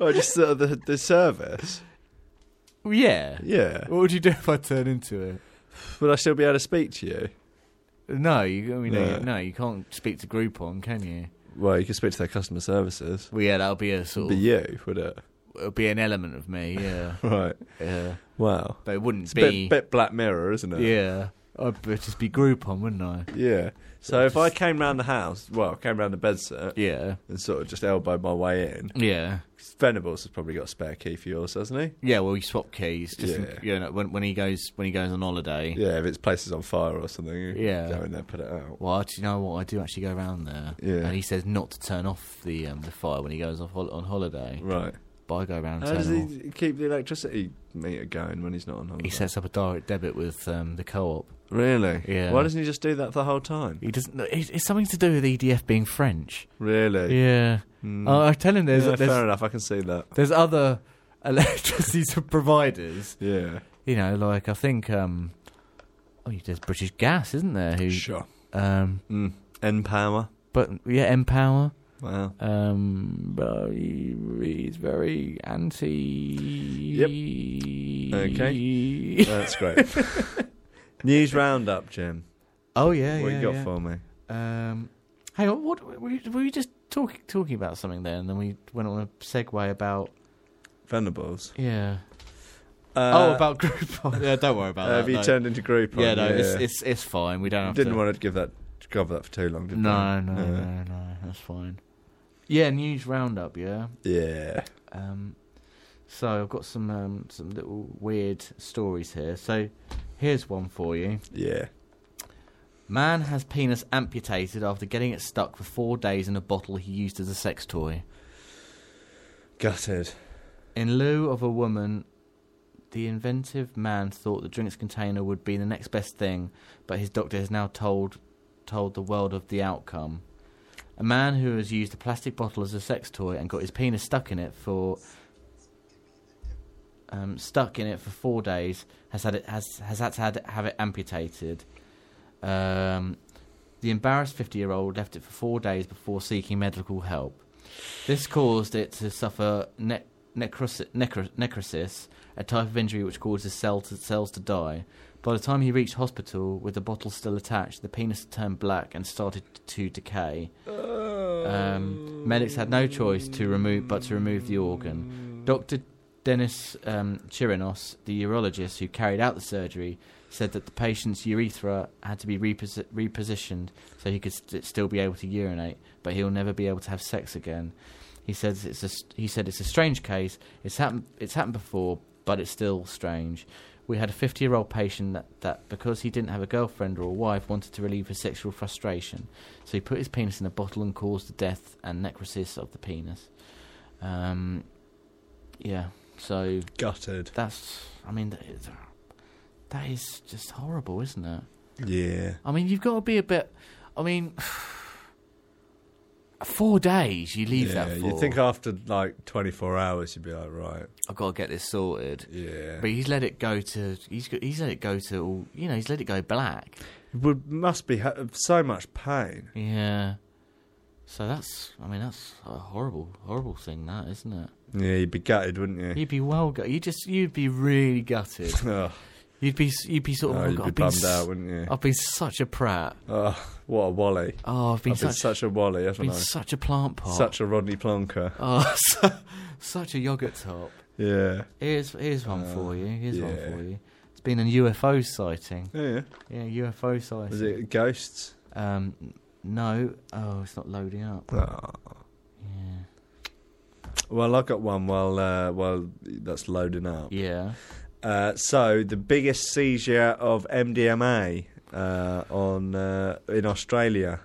[SPEAKER 2] oh, just sort of the, the service.
[SPEAKER 3] yeah.
[SPEAKER 2] Yeah.
[SPEAKER 3] What would you do if I turned into it?
[SPEAKER 2] Would I still be able to speak to you?
[SPEAKER 3] No, you, I mean,
[SPEAKER 2] No.
[SPEAKER 3] no. no, you can't speak to Groupon, can you?
[SPEAKER 2] Well, you can speak to their customer services.
[SPEAKER 3] Well, yeah, that'll be a sort
[SPEAKER 2] Be
[SPEAKER 3] of
[SPEAKER 2] you, would it?
[SPEAKER 3] it'll be an element of me, yeah,
[SPEAKER 2] Right.
[SPEAKER 3] yeah.
[SPEAKER 2] Wow.
[SPEAKER 3] But it wouldn't
[SPEAKER 2] It's a
[SPEAKER 3] be,
[SPEAKER 2] bit, uh, bit Black Mirror, isn't it?
[SPEAKER 3] yeah. I'd be- just be Groupon, wouldn't I?
[SPEAKER 2] Yeah. So if I came round the house, well, came round the bed set
[SPEAKER 3] Yeah,
[SPEAKER 2] and sort of just elbowed my way in,
[SPEAKER 3] yeah,
[SPEAKER 2] Venables has probably got a spare key for yours, hasn't
[SPEAKER 3] yeah. Well, you swap keys, just in-
[SPEAKER 2] Yeah.
[SPEAKER 3] you know, when when he goes when he goes on holiday.
[SPEAKER 2] he? Yeah, if its place is on fire or something, you
[SPEAKER 3] Yeah.
[SPEAKER 2] go in there, put it out.
[SPEAKER 3] Well, do you know what? I do actually go around there,
[SPEAKER 2] Yeah.
[SPEAKER 3] and he says not to turn off the um, the fire when he goes off hol- on holiday.
[SPEAKER 2] Right.
[SPEAKER 3] But I go around.
[SPEAKER 2] How
[SPEAKER 3] And
[SPEAKER 2] does
[SPEAKER 3] turn he... Off.
[SPEAKER 2] he keep the electricity meter going when he's not on holiday?
[SPEAKER 3] he sets up a direct debit with um, the co-op.
[SPEAKER 2] Really?
[SPEAKER 3] Yeah.
[SPEAKER 2] Why doesn't he just do that the whole time?
[SPEAKER 3] He doesn't. It's, it's something to do with EDF being French.
[SPEAKER 2] Really?
[SPEAKER 3] Yeah.
[SPEAKER 2] Mm.
[SPEAKER 3] Oh, I tell him there's
[SPEAKER 2] Yeah,
[SPEAKER 3] there's
[SPEAKER 2] fair enough. I can see that.
[SPEAKER 3] there's other electricity sup- providers.
[SPEAKER 2] Yeah.
[SPEAKER 3] You know, like I think um oh there's British Gas, isn't there? Who
[SPEAKER 2] Sure.
[SPEAKER 3] um
[SPEAKER 2] Mm. N power.
[SPEAKER 3] but yeah, Empower.
[SPEAKER 2] Wow.
[SPEAKER 3] Um but he, he's very anti
[SPEAKER 2] Yep. That's great. News roundup, Jim.
[SPEAKER 3] Oh yeah,
[SPEAKER 2] what
[SPEAKER 3] yeah.
[SPEAKER 2] you got
[SPEAKER 3] yeah.
[SPEAKER 2] for me?
[SPEAKER 3] Um hang on, what were we, were we just talking talking about something there and then we went on a segue about
[SPEAKER 2] Venables.
[SPEAKER 3] yeah.
[SPEAKER 2] Uh,
[SPEAKER 3] oh, about group. yeah, don't worry about
[SPEAKER 2] Have
[SPEAKER 3] that.
[SPEAKER 2] you
[SPEAKER 3] no.
[SPEAKER 2] turned into group? uh,
[SPEAKER 3] Yeah, no, It's, it's it's fine. We don't have
[SPEAKER 2] Didn't
[SPEAKER 3] to.
[SPEAKER 2] want to give that to cover that for too long, Uh, didn't
[SPEAKER 3] No, no,
[SPEAKER 2] Yeah.
[SPEAKER 3] no, no. That's fine. Yeah, news roundup. Yeah.
[SPEAKER 2] we? Yeah.
[SPEAKER 3] Um, so I've got some um, some little weird stories here. So here's one for you.
[SPEAKER 2] Yeah.
[SPEAKER 3] Man has penis amputated after getting it stuck for four days in a bottle he used as a sex toy.
[SPEAKER 2] Gutted.
[SPEAKER 3] In lieu of a woman, the inventive man thought the drinks container would be the next best thing, but his doctor has now told told the world of the outcome. A man who has used a plastic bottle as a sex toy and got his penis stuck in it for um, stuck in it for four days has had it has has had to had, have it amputated. Um, the embarrassed fifty-year-old left it for four days before seeking medical help. This caused it to suffer ne- necrosi- necro- necrosis, a type of injury which causes cell to- cells to die. By the time he reached hospital, with the bottle still attached, the penis had turned black and started to decay. Um, medics had no choice to remove but to remove the organ. Doctor Dennis um, Chirinos, the urologist who carried out the surgery, said that the patient's urethra had to be reposi- repositioned so he could st- still be able to urinate, but he'll never be able to have sex again. He says it's a st- he said it's a strange case. It's happened it's happened before, but it's still strange. We had a 50 year old patient that, that, because he didn't have a girlfriend or a wife, wanted to relieve his sexual frustration. So he put his penis in a bottle and caused the death and necrosis of the penis. Um, yeah, so
[SPEAKER 2] Gutted.
[SPEAKER 3] that's. I mean, that is, that is just horrible, isn't it?
[SPEAKER 2] Yeah.
[SPEAKER 3] I mean, you've got to be a bit. I mean, four days you leave
[SPEAKER 2] yeah.
[SPEAKER 3] that for.
[SPEAKER 2] You'd think after like 24 hours, you'd be like, right.
[SPEAKER 3] I've got to get this sorted.
[SPEAKER 2] Yeah.
[SPEAKER 3] But he's let it go to. He's go- he's let it go to. all You know, he's let it go black.
[SPEAKER 2] Would, must be ha- so much pain.
[SPEAKER 3] Yeah. So that's. I mean, that's a horrible, horrible thing. That isn't it?
[SPEAKER 2] Yeah, you'd be gutted, wouldn't you?
[SPEAKER 3] You'd be well. Gut- you just. You'd be really gutted.
[SPEAKER 2] Ugh.
[SPEAKER 3] You'd be. s- You'd be sort of.
[SPEAKER 2] Oh,
[SPEAKER 3] oh,
[SPEAKER 2] you'd
[SPEAKER 3] God,
[SPEAKER 2] be
[SPEAKER 3] I've been.
[SPEAKER 2] bummed
[SPEAKER 3] s-
[SPEAKER 2] out, wouldn't you?
[SPEAKER 3] I've been such a prat.
[SPEAKER 2] Oh, what a wally.
[SPEAKER 3] Oh, I've been
[SPEAKER 2] I've been
[SPEAKER 3] such.
[SPEAKER 2] such a wally,
[SPEAKER 3] I've
[SPEAKER 2] haven't
[SPEAKER 3] been
[SPEAKER 2] I?
[SPEAKER 3] such a plant pot.
[SPEAKER 2] Such a Rodney Plonker.
[SPEAKER 3] Oh, su- such a yogurt top.
[SPEAKER 2] Yeah.
[SPEAKER 3] Here's here's one
[SPEAKER 2] Uh,
[SPEAKER 3] for you. Here's one
[SPEAKER 2] yeah.
[SPEAKER 3] for you. It's been a UFO sighting.
[SPEAKER 2] Yeah. yeah.
[SPEAKER 3] Yeah, UFO sighting.
[SPEAKER 2] Was it ghosts?
[SPEAKER 3] Um, n- no. Oh, it's not loading up.
[SPEAKER 2] Oh.
[SPEAKER 3] Yeah.
[SPEAKER 2] Well, I've got one while, uh, while that's loading up.
[SPEAKER 3] Yeah.
[SPEAKER 2] Uh, so, the biggest seizure of MDMA uh, on uh, in Australia.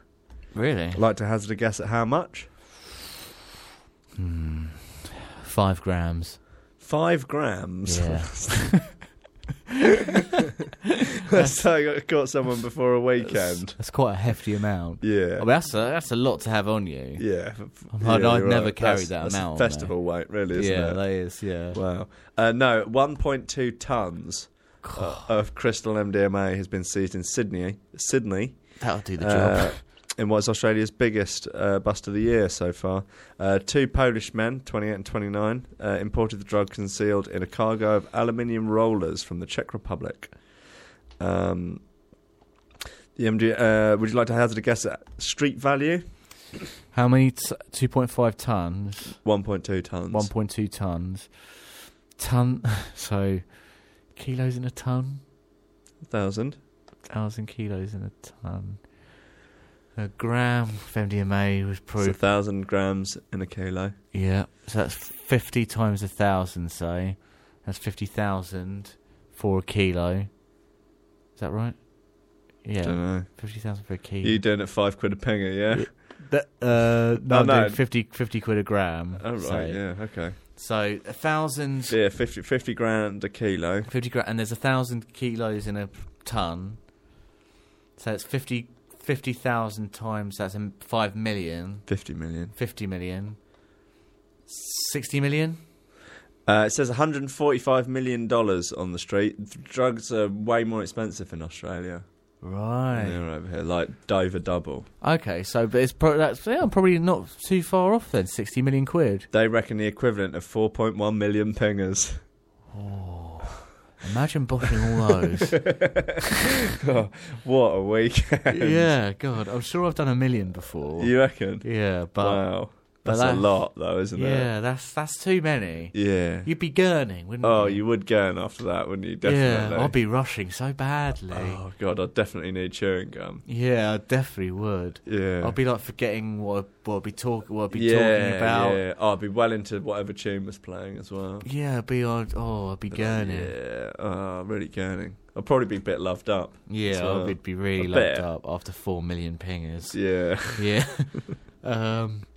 [SPEAKER 3] Really?
[SPEAKER 2] I'd like to hazard a guess at how much?
[SPEAKER 3] Hmm. Five grams.
[SPEAKER 2] Five grams.
[SPEAKER 3] Yeah.
[SPEAKER 2] That's how I got- caught someone before a weekend.
[SPEAKER 3] That's quite a hefty amount.
[SPEAKER 2] Yeah.
[SPEAKER 3] I mean, that's a, that's a lot to have on you.
[SPEAKER 2] Yeah.
[SPEAKER 3] I'd-
[SPEAKER 2] Yeah,
[SPEAKER 3] I'd
[SPEAKER 2] you're
[SPEAKER 3] never carry
[SPEAKER 2] That's-
[SPEAKER 3] that
[SPEAKER 2] that's
[SPEAKER 3] amount, mate.
[SPEAKER 2] Festival weight, really, isn't
[SPEAKER 3] yeah,
[SPEAKER 2] it?
[SPEAKER 3] that is. Yeah.
[SPEAKER 2] Wow. Uh, no, 1.2 tons uh, of crystal MDMA has been seized in Sydney. Sydney.
[SPEAKER 3] That'll do the
[SPEAKER 2] uh,
[SPEAKER 3] job.
[SPEAKER 2] in what is Australia's biggest uh, bust of the year so far. Uh, two Polish men, 28 and 29, uh, imported the drug concealed in a cargo of aluminium rollers from the Czech Republic. Um, the MD, uh, would you like to hazard a guess at street value?
[SPEAKER 3] How many? T- Two point five tons.
[SPEAKER 2] 1.2 tons.
[SPEAKER 3] One point two tons. Ton. So, kilos in a ton.
[SPEAKER 2] thousand.
[SPEAKER 3] thousand kilos in a ton. A gram of MDMA was
[SPEAKER 2] It's a
[SPEAKER 3] proof.
[SPEAKER 2] thousand grams in a kilo.
[SPEAKER 3] yeah, so that's fifty times a thousand. Say, that's fifty thousand for a kilo. Is that right?
[SPEAKER 2] Don't
[SPEAKER 3] Yeah,
[SPEAKER 2] know.
[SPEAKER 3] fifty thousand for a kilo.
[SPEAKER 2] You doing it five quid a pinger, yeah?
[SPEAKER 3] Yeah. That, uh, no,
[SPEAKER 2] Oh,
[SPEAKER 3] I'm doing
[SPEAKER 2] no.
[SPEAKER 3] 50, 50 quid a gram.
[SPEAKER 2] Oh, right,
[SPEAKER 3] so,
[SPEAKER 2] yeah, okay.
[SPEAKER 3] So a thousand,
[SPEAKER 2] So, yeah, 50, 50 grand a kilo.
[SPEAKER 3] fifty gram, and there's a thousand kilos in a ton. So it's fifty fifty thousand times. That's in five million.
[SPEAKER 2] 50 million.
[SPEAKER 3] 50 million 60 million
[SPEAKER 2] Uh, it says $145 million on the street. Th- Drugs are way more expensive in Australia than they
[SPEAKER 3] right
[SPEAKER 2] are over here, like Dover Double.
[SPEAKER 3] okay so but it's pro- that's yeah, probably not too far off then 60 million quid
[SPEAKER 2] They reckon the equivalent of 4.1 million pingers.
[SPEAKER 3] imagine bottling all those
[SPEAKER 2] Oh, what a weekend.
[SPEAKER 3] yeah god i'm sure i've done a million before
[SPEAKER 2] You reckon?
[SPEAKER 3] yeah but
[SPEAKER 2] wow. That's a
[SPEAKER 3] that-
[SPEAKER 2] lot, though, isn't it?
[SPEAKER 3] Yeah, that's that's too many.
[SPEAKER 2] Yeah.
[SPEAKER 3] You'd be gurning, wouldn't
[SPEAKER 2] oh,
[SPEAKER 3] you?
[SPEAKER 2] you would go after that, wouldn't you?
[SPEAKER 3] Yeah,
[SPEAKER 2] Definitely.
[SPEAKER 3] I'd be rushing so badly.
[SPEAKER 2] Oh god, I definitely need chewing gum.
[SPEAKER 3] Yeah, I definitely would.
[SPEAKER 2] Yeah.
[SPEAKER 3] I'd be like forgetting what I- what I'd be talk what I'd be
[SPEAKER 2] yeah,
[SPEAKER 3] talking about. Yeah,
[SPEAKER 2] Yeah. Oh, I'd be well into whatever tune was playing as well.
[SPEAKER 3] I'd be on. Oh, I'd be gurning.
[SPEAKER 2] Yeah. Oh, really gurning. I'd probably be a bit loved up.
[SPEAKER 3] Yeah,
[SPEAKER 2] as well.
[SPEAKER 3] I would be really
[SPEAKER 2] I
[SPEAKER 3] locked
[SPEAKER 2] bet.
[SPEAKER 3] up after four million pingers.
[SPEAKER 2] Yeah.
[SPEAKER 3] Yeah. um.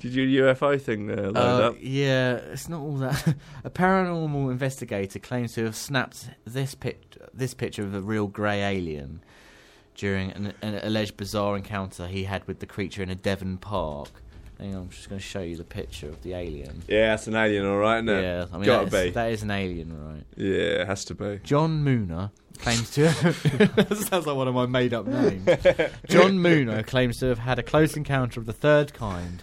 [SPEAKER 2] Did your UFO thing there load
[SPEAKER 3] Uh,
[SPEAKER 2] up?
[SPEAKER 3] yeah, it's not all that. a paranormal investigator claims to have snapped this pic- this picture of a real grey alien during an, an alleged bizarre encounter he had with the creature in a Devon park. Hang on, I'm just going to show you the picture of the alien.
[SPEAKER 2] Yeah, it's an alien, all right, isn't it?
[SPEAKER 3] Yeah, I mean
[SPEAKER 2] Gotta
[SPEAKER 3] that Oh, is-
[SPEAKER 2] be.
[SPEAKER 3] that is an alien, right?
[SPEAKER 2] Yeah, it has to be.
[SPEAKER 3] John Mooner claims to. that sounds like one of my made-up names. John Mooner claims to have had a close encounter of the third kind,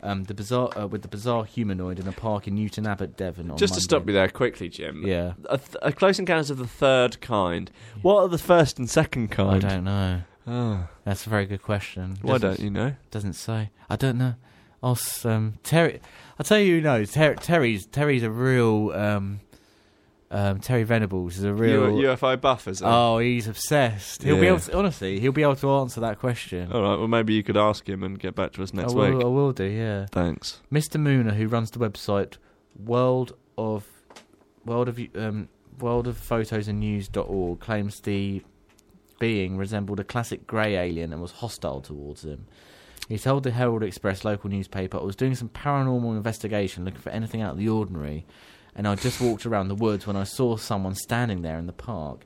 [SPEAKER 3] um, the bizarre uh, with the bizarre humanoid in a park in Newton Abbott, Devon. On
[SPEAKER 2] Just to stop you
[SPEAKER 3] Monday.
[SPEAKER 2] there quickly, Jim.
[SPEAKER 3] Yeah,
[SPEAKER 2] A, th- a close encounters of the third kind. What are the first and second
[SPEAKER 3] I
[SPEAKER 2] kind?
[SPEAKER 3] don't know.
[SPEAKER 2] Oh.
[SPEAKER 3] That's a very good question.
[SPEAKER 2] Why
[SPEAKER 3] Doesn't-
[SPEAKER 2] don't you know?
[SPEAKER 3] Doesn't say. I don't know. I'll s- um, Terry. I'll tell you who knows. Ter- Terry's Terry's a real. Um, um, Terry Venables is a real.
[SPEAKER 2] U- UFO buffers. eh?
[SPEAKER 3] Oh, he's obsessed. He'll be
[SPEAKER 2] Yeah.
[SPEAKER 3] able to, honestly. He'll be able to answer that question.
[SPEAKER 2] All right. Well, maybe you could ask him and get back to us next
[SPEAKER 3] I will,
[SPEAKER 2] week.
[SPEAKER 3] I will do, yeah.
[SPEAKER 2] Thanks.
[SPEAKER 3] Mr. Mooner, who runs the website World of World of um, World of Photos and News org, claims the being resembled a classic grey alien and was hostile towards him. He told the Herald Express local newspaper, "I was doing some paranormal investigation, looking for anything out of the ordinary, and I just walked around the woods when I saw someone standing there in the park."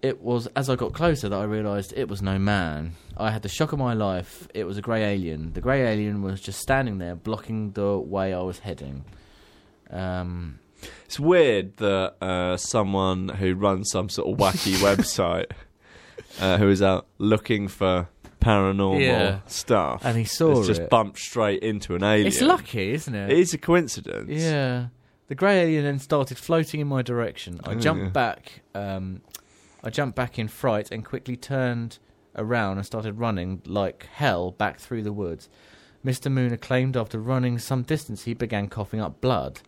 [SPEAKER 3] It was as I got closer that I realised it was no man. I had the shock of my life. It was a grey alien. The grey alien was just standing there, blocking the way I was heading. Um,
[SPEAKER 2] It's weird that uh, someone who runs some sort of wacky website, uh, who is out looking for paranormal
[SPEAKER 3] Yeah.
[SPEAKER 2] stuff,
[SPEAKER 3] and he saw
[SPEAKER 2] is just
[SPEAKER 3] it.
[SPEAKER 2] bumped straight into an alien.
[SPEAKER 3] It's lucky, isn't it?
[SPEAKER 2] It is a coincidence.
[SPEAKER 3] Yeah. The grey alien then started floating in my direction. I
[SPEAKER 2] Oh,
[SPEAKER 3] jumped
[SPEAKER 2] yeah.
[SPEAKER 3] back. Um, I jumped back in fright and quickly turned around and started running like hell back through the woods. Mr. Mooner claimed after running some distance he began coughing up blood.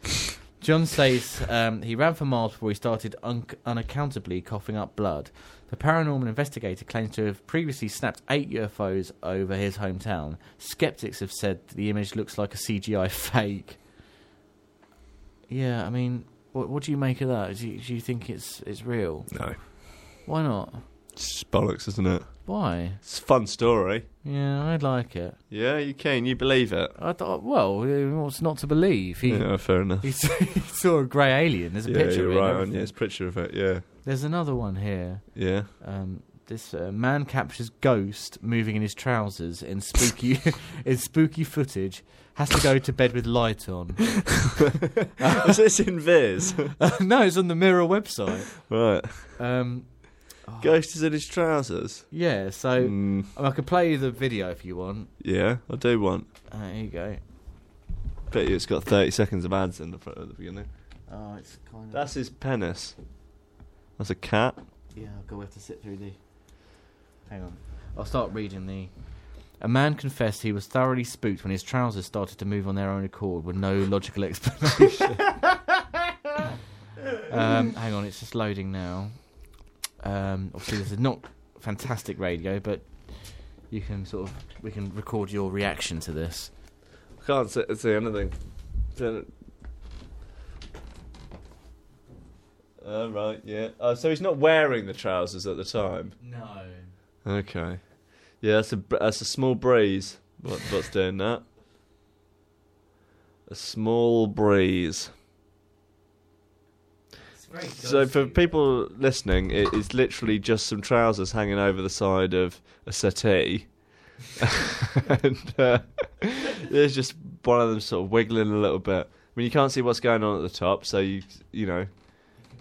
[SPEAKER 3] John says um, he ran for miles before he started un- unaccountably coughing up blood. The paranormal investigator claims to have previously snapped eight UFOs over his hometown. Skeptics have said the image looks like a CGI fake. Yeah, I mean, what, what do you make of that? Do you, do you think it's it's real?
[SPEAKER 2] No.
[SPEAKER 3] Why not?
[SPEAKER 2] It's just bollocks, isn't it?
[SPEAKER 3] Why?
[SPEAKER 2] It's a fun story.
[SPEAKER 3] Yeah, I'd like it.
[SPEAKER 2] Yeah, you can. You believe it.
[SPEAKER 3] I thought, well, what's not to believe? He
[SPEAKER 2] yeah, fair enough.
[SPEAKER 3] he, s- he saw a grey alien. There's a
[SPEAKER 2] yeah,
[SPEAKER 3] picture.
[SPEAKER 2] you're
[SPEAKER 3] of it and
[SPEAKER 2] right. On,
[SPEAKER 3] everything.
[SPEAKER 2] yeah, it's a picture of it. Yeah,
[SPEAKER 3] There's another one here.
[SPEAKER 2] yeah.
[SPEAKER 3] Um, this uh, man captures ghost moving in his trousers in spooky in spooky footage. Has to go to bed with light on.
[SPEAKER 2] Is this in Viz?
[SPEAKER 3] no, it's on the Mirror website.
[SPEAKER 2] right.
[SPEAKER 3] Um,
[SPEAKER 2] Ghost is in his trousers.
[SPEAKER 3] yeah, so
[SPEAKER 2] Mm,
[SPEAKER 3] I could play you the video if you want.
[SPEAKER 2] yeah, I do want.
[SPEAKER 3] Uh, here you go.
[SPEAKER 2] Bet you it's got 30 seconds of ads in the front at the beginning.
[SPEAKER 3] Oh, it's kind of.
[SPEAKER 2] That's his penis. That's a cat.
[SPEAKER 3] Yeah, I'll go. We have to sit through the. Hang on. I'll start reading the. A man confessed he was thoroughly spooked when his trousers started to move on their own accord with no logical explanation. um, hang on, it's just loading now. Um, obviously, this is not fantastic radio, but you can sort of we can record your reaction to this.
[SPEAKER 2] I can't see, see anything. Turn it- Oh, right, yeah. Oh, so he's not wearing the trousers at the time.
[SPEAKER 3] No.
[SPEAKER 2] Okay. Yeah, that's a br- that's a small breeze. What, what's doing that? A small breeze. So for people listening, it is literally just some trousers hanging over the side of a settee, and uh, there's just one of them sort of wiggling a little bit. I mean, you can't see what's going on at the top, so you you know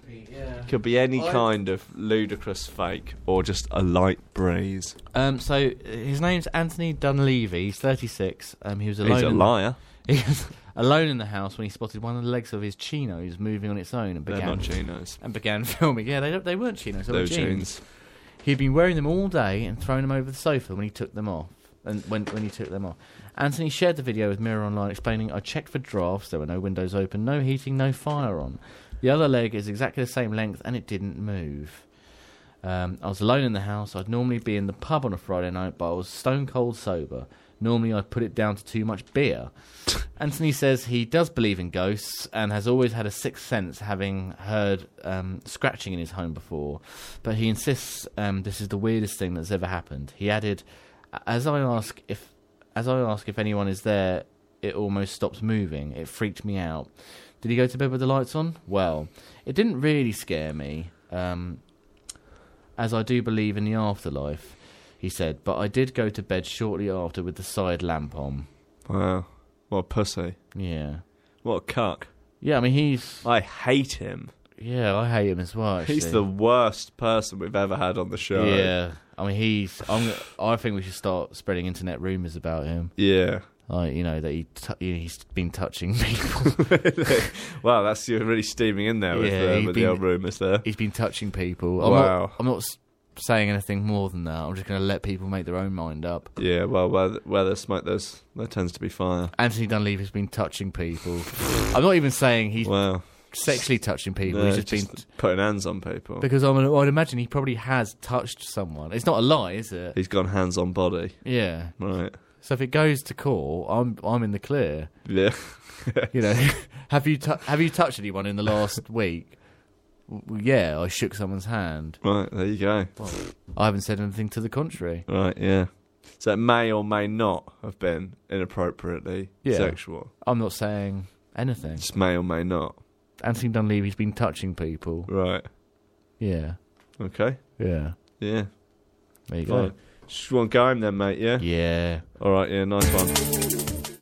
[SPEAKER 3] Yeah.
[SPEAKER 2] could be any
[SPEAKER 3] I-
[SPEAKER 2] kind of ludicrous fake or just a light breeze.
[SPEAKER 3] Um, so uh, his name's Anthony Dunleavy. He's 36. Um, he was alone.
[SPEAKER 2] He's a
[SPEAKER 3] in-
[SPEAKER 2] liar.
[SPEAKER 3] He was alone in the house when he spotted one of the legs of his chinos moving on its own and
[SPEAKER 2] They're not
[SPEAKER 3] began
[SPEAKER 2] chinos.
[SPEAKER 3] and began filming. Yeah, they don't- they weren't chinos. They,
[SPEAKER 2] They
[SPEAKER 3] were
[SPEAKER 2] were
[SPEAKER 3] jeans.
[SPEAKER 2] jeans.
[SPEAKER 3] He'd been wearing them all day and thrown them over the sofa when he took them off. and when, when he took them off. Anthony shared the video with Mirror Online, explaining, I checked for drafts, there were no windows open, no heating, no fire on. The other leg is exactly the same length and it didn't move. Um, I was alone in the house. I'd normally be in the pub on a Friday night, but I was stone cold sober. Normally, I'd put it down to too much beer. Anthony says he does believe in ghosts and has always had a sixth sense, having heard um, scratching in his home before. But he insists um, this is the weirdest thing that's ever happened. He added, "As I ask if, as I ask if anyone is there, it almost stops moving. It freaked me out. Did he go to bed with the lights on? Well, it didn't really scare me. Um, as I do believe in the afterlife, he said, but I did go to bed shortly after with the side lamp on.
[SPEAKER 2] Wow. What a pussy.
[SPEAKER 3] Yeah.
[SPEAKER 2] What a cuck.
[SPEAKER 3] Yeah, I mean, he's.
[SPEAKER 2] I hate him.
[SPEAKER 3] Yeah, I hate him as well. Actually.
[SPEAKER 2] He's the worst person we've ever had on the show.
[SPEAKER 3] Yeah. I mean, he's. I'm, I think we should start spreading internet rumours about him.
[SPEAKER 2] Yeah.
[SPEAKER 3] Like, you know, that he tu- he's been touching people.
[SPEAKER 2] Wow, that's you're really steaming in there with,
[SPEAKER 3] Yeah,
[SPEAKER 2] uh,
[SPEAKER 3] he'd
[SPEAKER 2] with
[SPEAKER 3] been-
[SPEAKER 2] the old rumours there.
[SPEAKER 3] he's been touching people. I'm
[SPEAKER 2] Wow.
[SPEAKER 3] Not, I'm not s- saying anything more than that. I'm just going to let people make their own mind up.
[SPEAKER 2] Yeah, well, where, th- where there's smoke, there's, there tends to be fire.
[SPEAKER 3] Anthony Dunleavy has been touching people. I'm not even saying he's
[SPEAKER 2] Wow.
[SPEAKER 3] sexually touching people.
[SPEAKER 2] No,
[SPEAKER 3] he's just, been
[SPEAKER 2] putting hands on people.
[SPEAKER 3] Because I mean, I'd imagine he probably has touched someone. It's not a lie, is it?
[SPEAKER 2] He's gone hands on body.
[SPEAKER 3] Yeah.
[SPEAKER 2] Right.
[SPEAKER 3] So if it goes to court, I'm I'm in the clear.
[SPEAKER 2] Yeah.
[SPEAKER 3] You know, have you tou have you touched anyone in the last week? W- Yeah, I shook someone's hand.
[SPEAKER 2] Right, there you go.
[SPEAKER 3] I haven't said anything to the contrary.
[SPEAKER 2] Right, yeah. So it may or may not have been inappropriately
[SPEAKER 3] Yeah.
[SPEAKER 2] sexual.
[SPEAKER 3] I'm not saying anything.
[SPEAKER 2] Just may or may not.
[SPEAKER 3] Anthony Dunleavy's been touching people.
[SPEAKER 2] Right.
[SPEAKER 3] Yeah,
[SPEAKER 2] Okay.
[SPEAKER 3] yeah.
[SPEAKER 2] Yeah.
[SPEAKER 3] There
[SPEAKER 2] Fine.
[SPEAKER 3] you go.
[SPEAKER 2] Just want to go home then, mate, yeah?
[SPEAKER 3] Yeah.
[SPEAKER 2] All right, yeah, nice one.